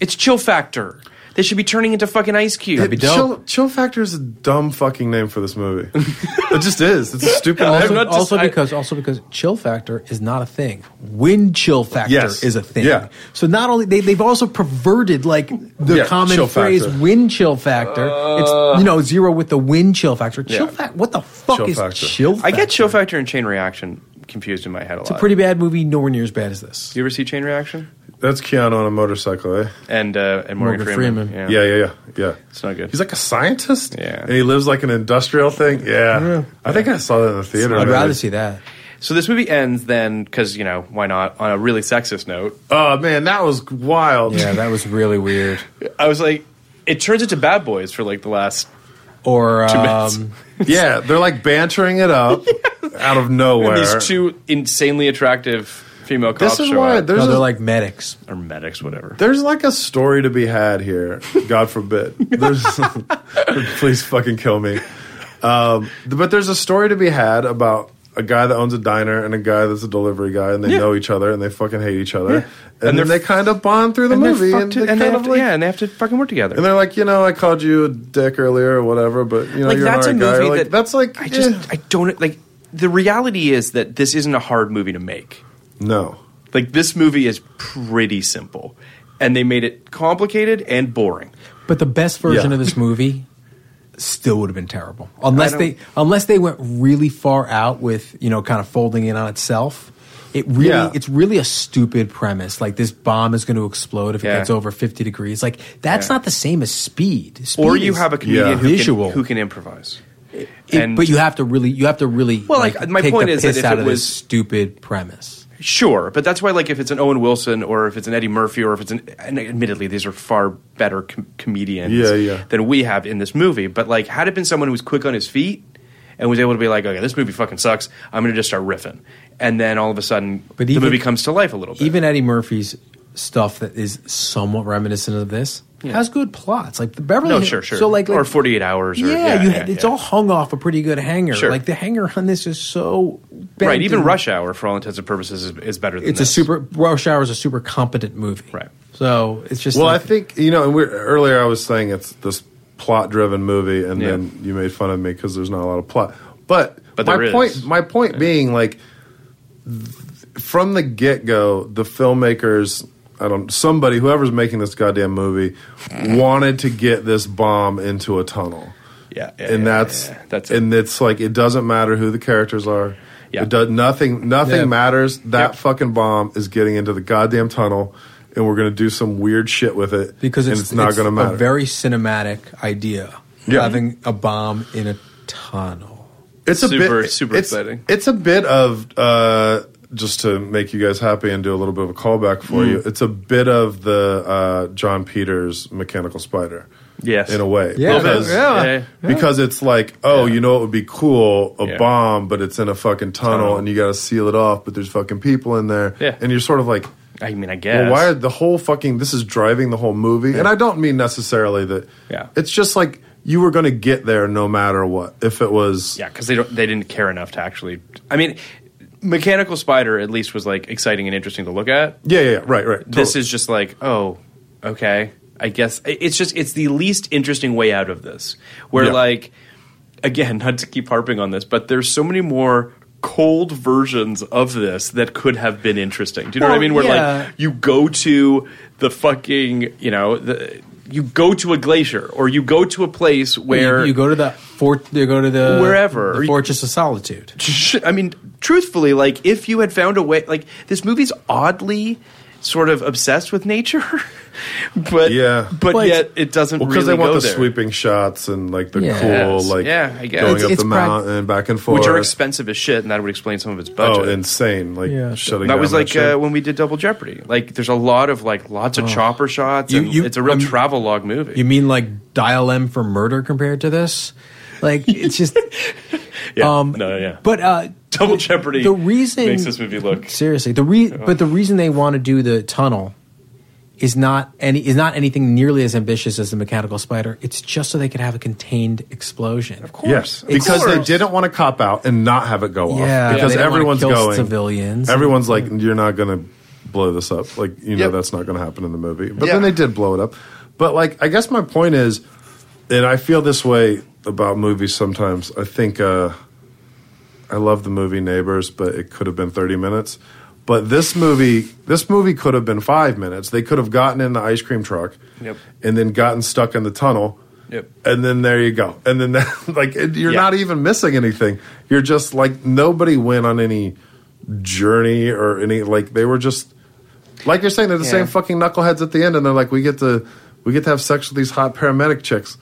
It's chill factor. They should be turning into fucking Ice Cube.
It- Chill, Chill Factor is a dumb fucking name for
(laughs)
this movie. it just is. It's a stupid
also,
name.
also because also because chill factor is not a thing. Wind chill factor
Yes.
is a thing.
Yeah.
So not only they they've also perverted like the
Yeah,
common
chill
phrase
factor.
wind chill factor. it's you know zero with the wind chill factor. Chill
Yeah.
fact. What the fuck
Chill
is
factor.
chill?
I
Factor?
get Chill Factor and Chain Reaction confused in my head a lot.
It's a pretty bad movie, nowhere near as bad as this.
you ever see Chain Reaction?
That's Keanu on a motorcycle, eh?
And uh, and Morgan,
Morgan
Freeman.
Freeman.
Yeah, yeah, yeah, yeah.
It's not good.
He's like a scientist.
Yeah.
and he lives like an industrial thing. Yeah, I think I saw that in the theater.
I'd
man.
rather see that.
So this movie ends then because you know why not on a really sexist note.
Oh man, that was wild.
Yeah, that was really weird.
I was like, it turns into Bad Boys for like the last
Or
two minutes.
um,
(laughs) Yeah, they're like bantering
(laughs)
it up out of nowhere.
And these two insanely attractive female cops
This is
show
why
up,
there's
no, they're
a-
like medics.
or medics, whatever.
There's like a story to be had here. God forbid.
(laughs)
There's, (laughs) please fucking kill me. Um, but there's a story to be had about a guy that owns a diner and a guy that's a delivery guy, and they know each other and they fucking hate each other, and,
And
then
they're-
they kind of bond through the
they're
movie,
fucked
and
to-
they
and
kind
they have
of
to-
like.
yeah, and they have to fucking work together.
And they're like, you know, I called you a dick earlier or whatever, but you know,
like
you're
that's a
an alright guy.
movie
Like,
that
that's like,
I just
eh.
I don't like. The reality is that this isn't a hard movie to make.
no,
Like this movie is pretty simple, and they made it complicated and boring.
But the best version
Yeah.
of this movie still would have been terrible. Unless
don't-
they unless they went really far out with, you know, kind of folding in on itself. It really
Yeah.
it's really a stupid premise. Like this bomb is going to explode if it
Yeah.
gets over 50 degrees. Like that's
Yeah.
not the same as speed. Speed
Or you
is
have a comedian
Yeah.
who,
visual.
Can, who can improvise.
It-
and-
but you have to really you have to really
Well, like, my
take
point
the
is that
piss
if
out
it
of
was-
this stupid premise.
Sure, but that's why, like, if it's an Owen Wilson or if it's an Eddie Murphy or if it's an, and admittedly, these are far better com- comedians
Yeah, yeah.
than we have in this movie. But like, had it been someone who was quick on his feet and was able to be like, okay, this movie fucking sucks, I'm going to just start riffing, and then all of a sudden,
But
the
even-
movie comes to life a little bit.
even Eddie Murphy's stuff that is somewhat reminiscent of this has good plots. Like the Beverly
No,
Hill-
sure, sure.
So like, like-
Or 48 Hours or-
yeah,
yeah,
you
yeah,
had, it's
yeah.
all hung off a pretty good hanger.
Sure.
Like the hanger on this is so bent
right, even
and-
Rush Hour, for all intents and purposes, is, is better than
It's
this.
a super Rush Hour is a super competent movie.
Right.
So it's just
Well,
like-
I think you know. And we're, earlier, I was saying it's this plot-driven movie, and
Yeah.
then you made fun of me because there's not a lot of plot. But,
But
my
there is.
point, my point being, like th- from the get-go, the filmmakers, I don't, somebody, whoever's making this
(laughs)
goddamn movie, wanted to get this bomb into a tunnel.
Yeah, yeah,
and
yeah,
that's
yeah, yeah. That's it.
and it's like it doesn't matter who the characters are.
Yeah.
It does nothing. Nothing
Yeah.
matters. That
Yep.
fucking bomb is getting into the goddamn tunnel, and we're gonna do some weird shit with it
because
and
it's,
it's not
it's
going to matter.
A very cinematic idea.
Yeah.
Having a bomb in a tunnel.
it's
super, super
it's-
exciting.
It's a bit of uh, just to make you guys happy and do a little bit of a callback for
Mm.
you. It's a bit of the uh, John Peters Mechanical Spider.
Yes.
in a way.
Yeah,
because,
yeah, yeah.
because it's like, oh, you know, it would be cool a
Yeah.
bomb, but it's in a fucking tunnel,
Tunnel.
and you got to seal it off. But there's fucking people in there,
Yeah.
and you're sort of like,
I mean, I guess.
well, why are the whole fucking this is driving the whole movie? And I don't mean necessarily that.
Yeah.
it's just like you were going to get there no matter what. If it was,
Yeah, because they don't they didn't care enough to actually. I mean, Mechanical Spider at least was like exciting and interesting to look at.
yeah, yeah, yeah, right, right.
This
totally.
is just like, oh, okay, I guess I- it's just it's the least interesting way out of this. Where
Yeah.
like, again, (laughs) not to keep harping on this, but there's so many more cold versions of this that could have been interesting. Do you know what I
Well,
mean? Where
yeah.
like you go to the fucking you know the. You go to a glacier, or you go to a place where
you, you go to the fort, you go to the
Wherever.
the Fortress of Solitude.
Sh- I mean, truthfully, like if you had found a way, like this movie's oddly sort of obsessed with nature, (laughs) but
Yeah.
but
Well,
yet it doesn't
Well,
really
because they want
go
the
there.
sweeping shots and like the
Yes.
cool, like
Yeah, I guess.
going
It's-
up
it's
the
prac-
mountain back and forth,
which are expensive as shit, and that would explain some of its budget.
Oh, insane! Like
Yeah.
shutting
that
down
was like
shit. Oh.
uh, when we did Double Jeopardy. Like, there's a lot of like lots of chopper shots.
You-
and
you-
it's a real
um,
I'm-
travel log movie.
You mean like dial M for murder compared to this? Like it's just
(laughs) yeah,
um
no, yeah.
But uh
Double
the-
Jeopardy
the reason
makes this movie look- Oh.
seriously. The re- but the reason they want to do the tunnel is not any is not anything nearly as ambitious as the mechanical spider. It's just so they could have a contained explosion. Of course.
Yes,
It's-
because they
Course.
didn't want to cop out and not have it go
Yeah,
off. Because
they don't wanna
everyone's
kill
going
civilians.
Everyone's like, you're not going to blow this up. Like you know,
Yep.
that's not going to happen in the movie. But
Yeah.
then they did blow it up. But like, I guess my point is, and I feel this way about movies sometimes. I think uh, I love the movie Neighbors, but it could have been thirty minutes. But this movie, this movie could have been five minutes. They could have gotten in the ice cream truck
Yep.
and then gotten stuck in the tunnel.
Yep.
And then there you go. And then that, (laughs) like and you're
Yeah.
not even missing anything. You're just like nobody went on any journey or any like they were just like you're saying they're the
Yeah.
same fucking knuckleheads at the end and they're like we get to we get to have sex with these hot paramedic chicks.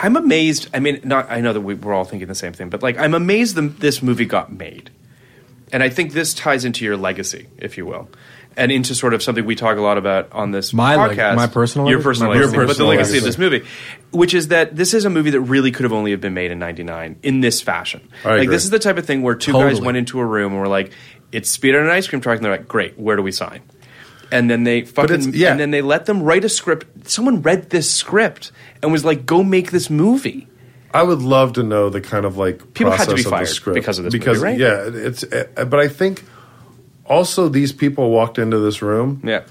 I'm amazed. I mean, not. I know that we, we're all thinking the same thing, but like, I'm amazed that this movie got made, and I think this ties into your legacy, if you will, and into sort of something we talk a lot about on this
My leg-
podcast.
my personal
your
legacy?
personal,
Your
legacy, but the
personal
legacy, of
legacy.
this movie, which is that this is a movie that really could have only have been made in '99 in this fashion.
I
like,
agree.
this is the type of thing where two guys
Totally.
went into a room and were like, "It's speed on an ice cream truck," and they're like, "Great, where do we sign?" And then they fucking
it's- yeah.
and then they let them write a script. Someone read this script and was like, "Go make this movie."
I would love to know the kind of like
People had
process
to be
of
fired
the script
because of this
because
movie, right?
yeah it- it's uh, but I think also these people walked into this room
Yeah.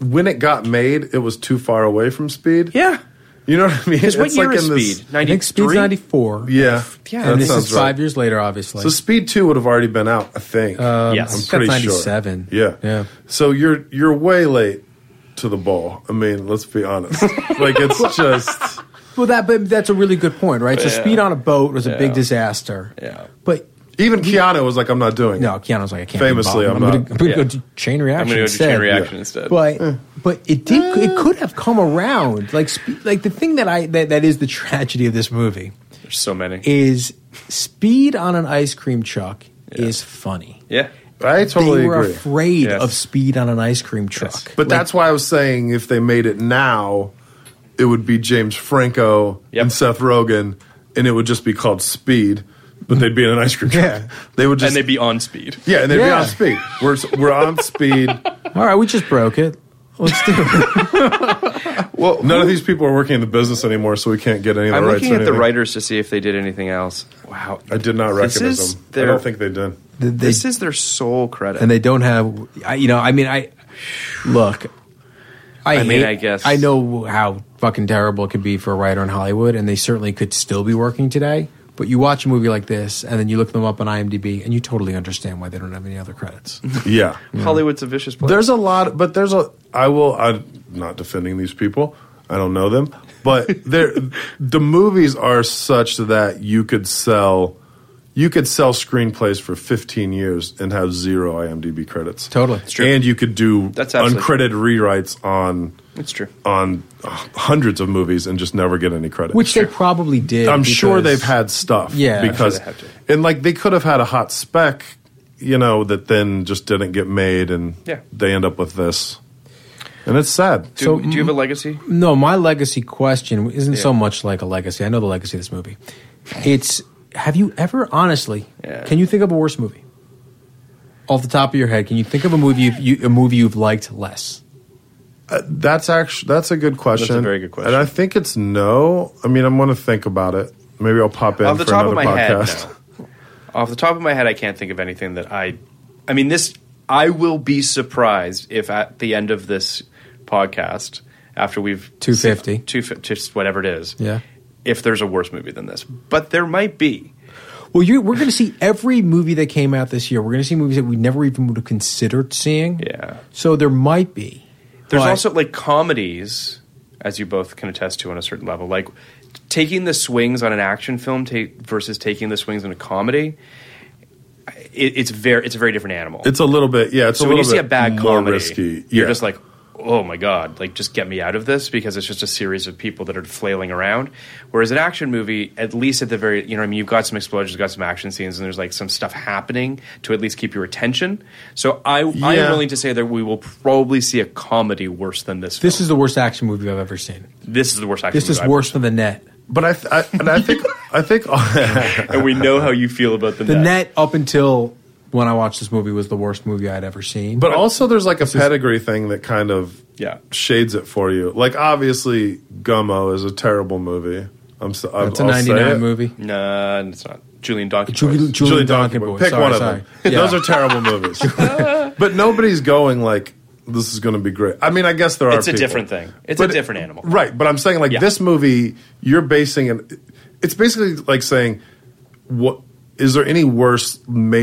when it got made it was too far away from speed
Yeah.
you know what I mean
Because what
It's
year
like
is
in this-
Speed?
I think Speed's
93?
94.
yeah
Yeah,
that
And this
sounds
is
right.
five years later, obviously.
So Speed Two would have already been out, I think.
Yes.
I'm
That's
pretty sure.
97.
Yeah,
Uh, Yeah.
So you're you're way late to the ball. I mean, let's
(laughs)
be honest. like it's just
well, that but that's a really good point, right? So Speed on a Boat was a big disaster.
Oh, Yeah.
But
even Keanu was like, I'm not doing
no,
it.
Keanu's like, I can't.
Famously,
be bothered.
I'm
I'm,
not.
gonna, I'm gonna
Yeah.
go to chain reaction.
I'm going to go to
instead.
chain reaction instead.
But but it did it
uh,
could have come around. Like spe- like the thing that I that, that is the tragedy of this movie
There's so many.
is Speed on an ice cream truck is funny.
yeah.
I totally
they were
agree.
afraid
Yes.
of Speed on an ice cream truck.
But that's why I was saying if they made it now, it would be James Franco
Yep.
and Seth Rogen, and it would just be called Speed. But they'd be in an ice cream truck.
Yeah.
They would just
and they'd be on speed.
yeah, and they'd
Yeah.
be on speed. We're we're
(laughs)
on speed.
All right, we just broke it. Let's do
(laughs)
it.
Well, none of these people are working in the business anymore, so we can't get any of the
I'm
rights.
looking
or
at the
anything.
writers to see if they did anything else. Wow.
I did not
This
recognize
is
them.
Their,
I don't think
(laughs)
they did.
They-
this is their sole credit.
and they don't have I, you know i mean i look i,
I mean,
hate-
I guess-
i know how fucking terrible it could be for a writer in hollywood and they certainly could still be working today but you watch a movie like this and then you look them up on imdb and you totally understand why they don't have any other credits
Yeah.
Hollywood's a vicious place.
There's a lot, but there's a. I will. I'm not defending these people. I don't know them,
(laughs)
but they're the movies are such that you could sell, you could sell screenplays for 15 years and have zero IMDb credits.
Totally. It's true.
And you could do
That's absolutely
uncredited rewrites on
it's true.
on uh, hundreds of movies and just never get any credit.
which they probably did
I'm sure
because-
they've had stuff.
Yeah.
because
I'm sure they have
and like they could have had a hot spec, you know, that then just didn't get made, and
Yeah.
they end up with this, and it's sad.
Do, do you have a legacy?
no my legacy question isn't so
Yeah.
much like a legacy i know the legacy of this movie it's have you ever honestly
Yeah.
can you think of a worse movie off the top of your head can you think of a movie you've, you, a movie you've liked less
Uh, that's actually that's a good question.
very good question.
and I think it's no. I mean, I'm going to think about it. Maybe I'll pop in
Off the
for
top of
another
my
podcast.
head, no. Off the top of my head, I can't think of anything that I. I mean, this. I will be surprised if at the end of this podcast, after we've
250.
two fif- just whatever it is,
Yeah.
if there's a worse movie than this, but there might be.
Well, you're, we're going to see every movie that came out this year. We're going to see movies that we never even would have considered seeing.
Yeah.
So there might be.
There's
But-
also like comedies, as you both can attest to on a certain level, like taking the swings on an action film ta- versus taking the swings on a comedy. It, it's very, it's a very different animal.
(laughs) It's a little bit, yeah. It's
so
a
when
little
you see a
bit
bad
more
comedy,
risky.
you're
Yeah.
just like, oh my god, like just get me out of this because it's just a series of people that are flailing around. Whereas an action movie, at least at the very, you know, what I mean, you've got some explosions, you've got some action scenes, and there's like some stuff happening to at least keep your attention. So I, I am
Yeah.
willing to say that we will probably see a comedy worse than this.
This
film.
is the worst action movie I've ever seen.
this is the worst action.
This is
movie I've
worse than The Net.
but I, th- I and I think I
(laughs)
think (laughs)
ever seen. and we know how you feel about the,
The
net.
Net, up until when I watched this movie, was the worst movie I'd ever seen.
But also, there's like a pedigree thing that kind of
Yeah.
shades it for you. Like obviously, Gummo is a terrible movie. I'm so,
it's a
I'll say it.
'99 movie.
Nah, it's not. Julian Donkey.
Julie,
Boys.
Julie
Julie
Donkey
Boy.
Boy.
Pick
Sorry,
one of
sorry.
them. (laughs)
(laughs)
Yeah.
Those are terrible movies. but nobody's going like this is going to be great. I mean, I guess there are.
It's a
people.
different thing. It's a
But-
different animal.
right? But I'm saying like
Yeah.
this movie, you're basing an. It's basically like saying, what is there any worse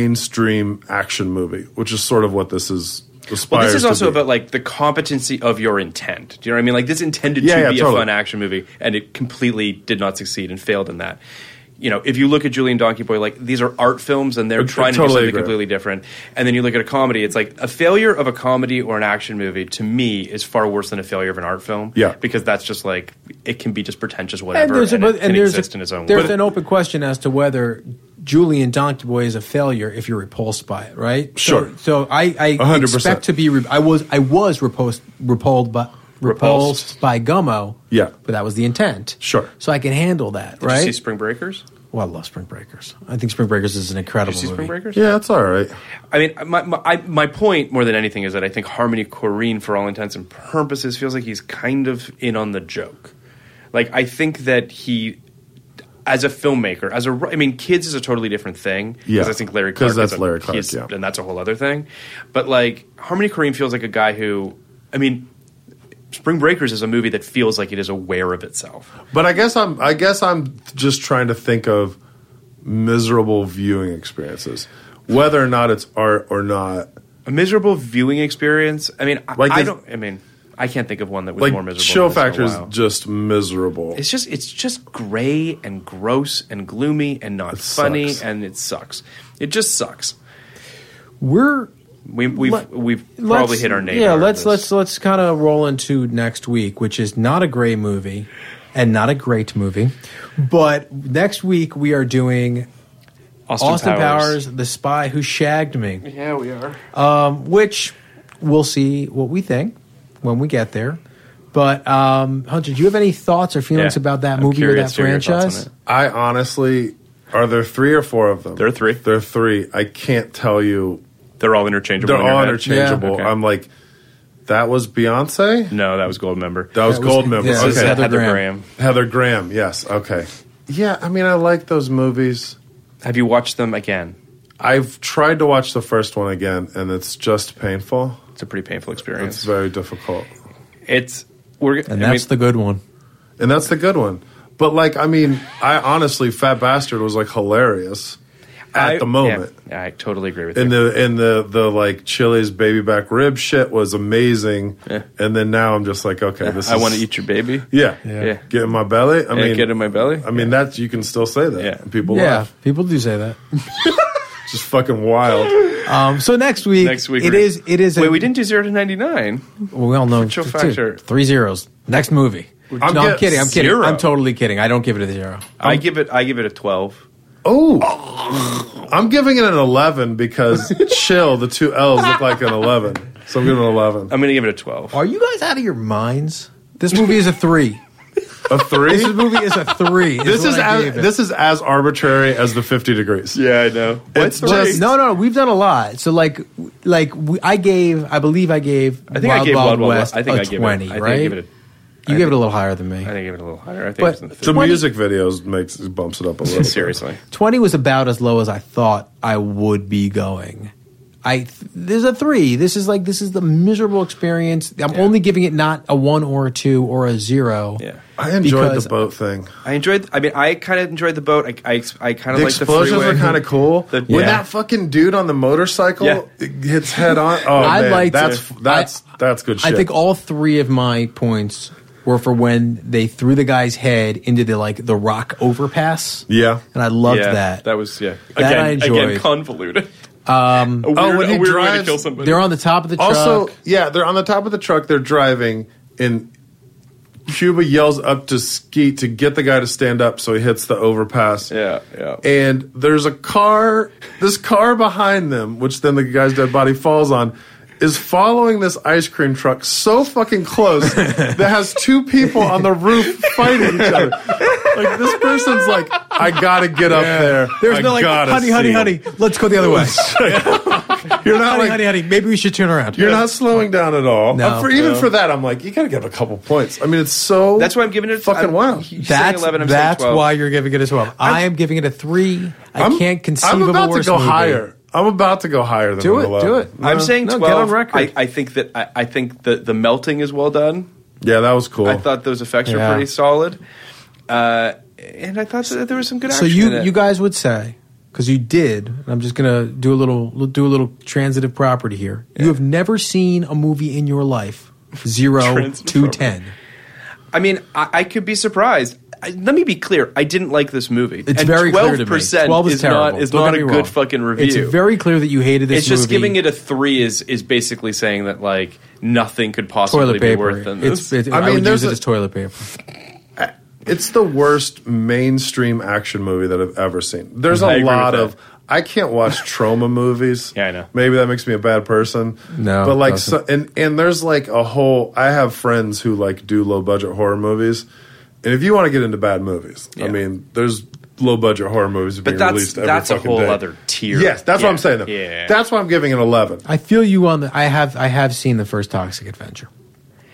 mainstream action movie? Which is sort of what this is.
Well, this
aspires
is
to
also
be.
about like the competency of your intent. Do you know what I mean? Like this intended
Yeah,
to
yeah,
be
totally.
a fun action movie, and it completely did not succeed and failed in that. You know, if you look at Julian Donkey Boy, like these are art films, and they're
I- I
trying to do
totally
something
agree.
completely different. And then you look at a comedy; it's like a failure of a comedy or an action movie. To me, is far worse than a failure of an art film.
Yeah.
because that's just like it can be just pretentious, whatever, and,
there's, a,
it
and
can
there's,
exist
a-
in its own
there's
way.
an open question as to whether Julian Donkey Boy is a failure if you're repulsed by it, right?
Sure.
So, so I, I
A hundred percent.
expect to be. Re- I was I was repulsed repelled by repulsed,
Repulsed.
by Gummo.
Yeah.
but that was the intent.
Sure.
So I can handle that,
Did you see
right?
Spring Breakers?
well, I love Spring Breakers. I think Spring Breakers is an incredible
Did you see
movie.
Spring Breakers?
Yeah, it's all right.
I mean, my, my, I, my point more than anything is that I think Harmony Korine, for all intents and purposes, feels like he's kind of in on the joke. Like, I think that he, as a filmmaker, as a, wri- I mean, kids is a totally different thing.
Yeah.
I think Larry
'Cause
Clark
that's
is a-
Larry Clark,
he's-
yeah.
And that's a whole other thing. But, like, Harmony Korine feels like a guy who, I mean, Spring Breakers is a movie that feels like it is aware of itself.
But I guess I'm I guess I'm just trying to think of miserable viewing experiences, whether or not it's art or not.
A miserable viewing experience. I mean, I,
Like
I
this-
don't, I mean, I can't think of one that was
Like
more miserable. than
show
this in a
factor is
while.
just miserable.
it's just it's just gray and gross and gloomy and not funny
sucks.
and it sucks. It just sucks.
We're
We we've
Let-
we've
let's-
probably hit our nail.
Yeah, let's let's let's kind of roll into next week, which is not a great movie and not a great movie, but next week we are doing Austin, Powers. the spy who shagged me. Yeah, we are. Um, which we'll see what we think when we get there. But um, Hunter, do you have any thoughts or feelings
Yeah.
about that
I'm
movie or that
curious to hear your thoughts on
franchise?
it.
I honestly are there three or four of them?
There are three.
There are three. I can't tell you.
They're all interchangeable.
They're
in your
all
head.
interchangeable.
Okay.
I'm like, that was Beyonce.
No, that was Gold Member.
That was
That was-
Gold Member.
yeah,
This is
okay.
Heather,
Heather
Graham.
Graham.
Heather Graham. Yes. Okay. Yeah. I mean, I like those movies.
Have you watched them again?
I've tried to watch the first one again, and it's just painful.
It's a pretty painful
It's
experience.
very difficult,
It's we're
And that's the good one.
and that's the good one. But like, I mean, I honestly, Fat Bastard was like hilarious at the moment.
Yeah, I totally agree with
And
you.
the and the the like Chili's baby back rib shit was amazing, and then now I'm just like, okay, this.
I
is-
want to eat your baby.
Yeah,
Yeah.
Get in my belly. I
Yeah,
mean,
get in my belly.
I mean, that's you can still say that.
Yeah.
People
yeah,
laugh.
people do say that.
It's Just fucking wild.
Um, so next week,
Next week
it
we're-
is it is
Wait,
a,
we didn't do zero to ninety nine.
Well, we all know
Chill
t-
Factor.
two- three zeros. Next movie.
I'm
no, I'm
get-
kidding. I'm kidding.
zero.
I'm totally kidding. I don't give it a zero.
I give it. I give it a twelve.
Oh, I'm giving it an 11 because (laughs) chill. The two L's look like an 11, so I'm giving it an 11.
I'm going to give it a twelve.
Are you guys out of your minds? This movie is a three.
A
(laughs)
three.
this movie is a three.
This is
what I
as,
gave it.
this is as arbitrary as the 50 degrees.
Yeah, I know.
It's
Well,
just
no, no. We've done a lot. So like, like we, I gave. I believe I gave.
I think
Wild
I gave
Wild
Wild Wild
West
West. I think
a
I gave
twenty.
it. I
right?
think I gave it. A,
you gave it a little higher than me.
I think I gave it a little higher. I think
But-
it was in the
the
30s.
music videos makes bumps it up a little. bit.
Seriously,
Twenty was about as low as I thought I would be going. I th- there's a three. This is like this is the miserable experience. I'm only giving it not a one or a two or a zero.
yeah.
I enjoyed
Because-
the boat thing.
I enjoyed. I mean, I kind of enjoyed the boat. I, I, I kind of
The
like the
explosions
freeway.
were kind of cool.
(laughs) The-
When
Yeah.
that fucking dude on the motorcycle
Yeah.
hits head on,
(laughs)
oh
I'd
man,
like to-
that's that's
I-
that's good shit.
I think all three of my points were for when they threw the guy's head into the like the rock overpass.
Yeah.
and I loved
yeah,
that.
That was yeah.
That
again,
I enjoyed.
again convoluted. Um, a weird,
oh, when he
a weird way to
drives-
kill somebody.
They're on the top of the truck.
Also, yeah, they're on the top of the truck. They're driving, and Cuba yells up to Skeet to get the guy to stand up, so he hits the overpass.
Yeah, yeah.
And there's a car, this car behind them, which then the guy's dead body falls on. Is following this ice cream truck so
(laughs)
fucking close that has two people on the roof fighting each other. Like this person's like, I gotta get up there.
there's
I
no like,
gotta
honey, honey,
see
honey.
it."
Let's go the
(laughs)
other way.
You're not
honey,
like
honey, honey. Maybe we should turn around.
You're not slowing down at all.
No.
Uh, for, even for that, I'm like, you got to give it a couple points. I mean, it's so.
That's why I'm giving it.
fucking
I'm,
wild.
he's saying
That's
11, I'm saying
that's
12.
why you're giving it a twelve. I am giving it a three. I
I'm-
can't conceive
I'm
of
about
a worse
to go
movie.
higher. I'm about to go higher than
Do it,
Modelo.
do it.
I'm saying
no,
twelve.
get on record.
I, I think that I, I think the the melting is well done.
Yeah, that was cool.
I thought those effects were
Yeah.
pretty solid, uh, and I thought that there was some good
So
action. in
you
it.
you guys would say because you did. And I'm just gonna do a little do a little transitive property here. You have never seen a movie in your life
(laughs)
zero
Transitive
to
property.
ten.
I mean, I, I could be surprised. I, let me be clear. I didn't like this movie.
It's
and
very clear to me.
12%
Twelve is,
is
terrible.
not is
Don't
not
get
a
me
good
wrong.
fucking review.
It's very clear that you hated this.
It's just
movie.
giving it a three is is basically saying that like nothing could possibly
toilet
be
paper.
worse than
It's,
this.
it,
I
I,
mean,
would
there's
use it
a-
as toilet paper.
It's the worst mainstream action movie that I've ever seen. There's
I
a
agree
lot
with
of I can't watch trauma movies.
(laughs) Yeah, I know.
Maybe that makes me a bad person.
No,
but like, so,
doesn't.
and and there's like a whole. I have friends who like do low budget horror movies, and if you want to get into bad movies, I
Yeah.
mean, there's low budget horror movies being
but that's
released every
that's a
fucking
whole
day.
other tier.
Yes, that's
Yeah.
what I'm saying. Though.
Yeah,
that's why I'm giving it 11.
I feel you on the. I have I have seen the first Toxic Adventure,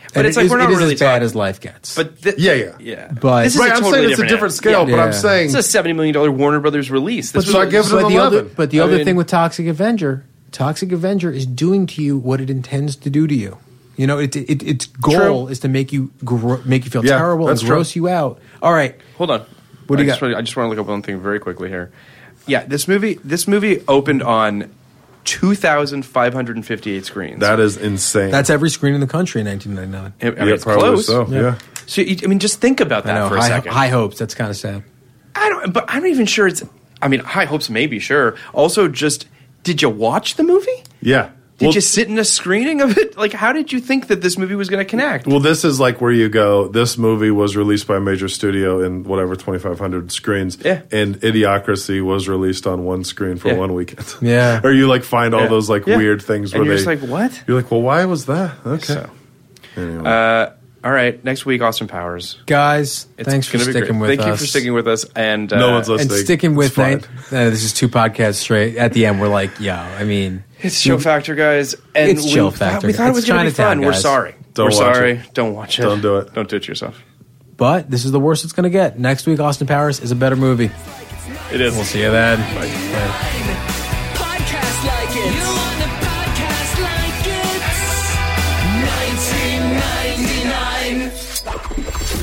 But
And
it's
it
like
is-
we're not
it is
really
as bad
talking-
as life gets.
but thi-
Yeah, yeah.
yeah.
But-
this is
right,
a
I'm
totally
saying it's a
different
different
app.
scale, but
Yeah.
I'm saying
It's a seventy million dollar Warner Brothers release. This
so I give it
but
an
the other
11.
but the
I
other
mean-
thing with Toxic Avenger, Toxic Avenger is doing to you what it intends to do to you. You know, it, it, its goal
True.
is to make you gro- make you feel
Yeah,
terrible and
that's true.
gross you out. All right,
Hold on.
What do
I
you
just
got?
wanna- I just want to look up one thing very quickly here. Yeah, this movie this movie opened on 2,558 screens.
that is insane.
that's every screen in the country in 1999.
I mean,
yeah,
it's
probably
close.
so.
So,
Yeah.
you, I mean, just think about
I
that
know,
for a
high,
second.
high hopes. That's kind of sad.
I don't, but I'm not even sure it's. I mean, high hopes maybe sure. Also, just did you watch the movie?
yeah.
Did
Well-
you sit in a screening of it? Like, how did you think that this movie was going to connect?
Well, this is like where you go. This movie was released by a major studio in whatever 2,500 screens.
Yeah.
And Idiocracy was released on one screen for
Yeah.
one weekend.
Yeah.
or you like find all
Yeah.
those like
Yeah.
weird things
And
where
you're
they.
just like, what?
You're like, well, why was that? Okay.
So, Uh,
Anyway.
all right, next week, Austin Powers.
Guys,
It's
thanks for
gonna be
sticking
great.
with us.
Thank you for sticking with us. And uh,
No one's listening.
and
It's
sticking with
fine.
that. (laughs) Uh, this is two podcasts straight. At the end, we're like, yo, I mean,
It's show factor, guys. And
It's
we
Chill
thought-
Factor.
We thought
It's
it was going to be
Chinatown,
fun. We're
guys.
sorry.
Don't
We're
watch
sorry.
it.
Don't watch it.
Don't do it.
Don't do it to yourself.
but this is the worst it's going to get. Next week, Austin Powers is a better movie.
It is.
We'll see you then. Bye.
Podcast like it. You want a podcast like it? 1999.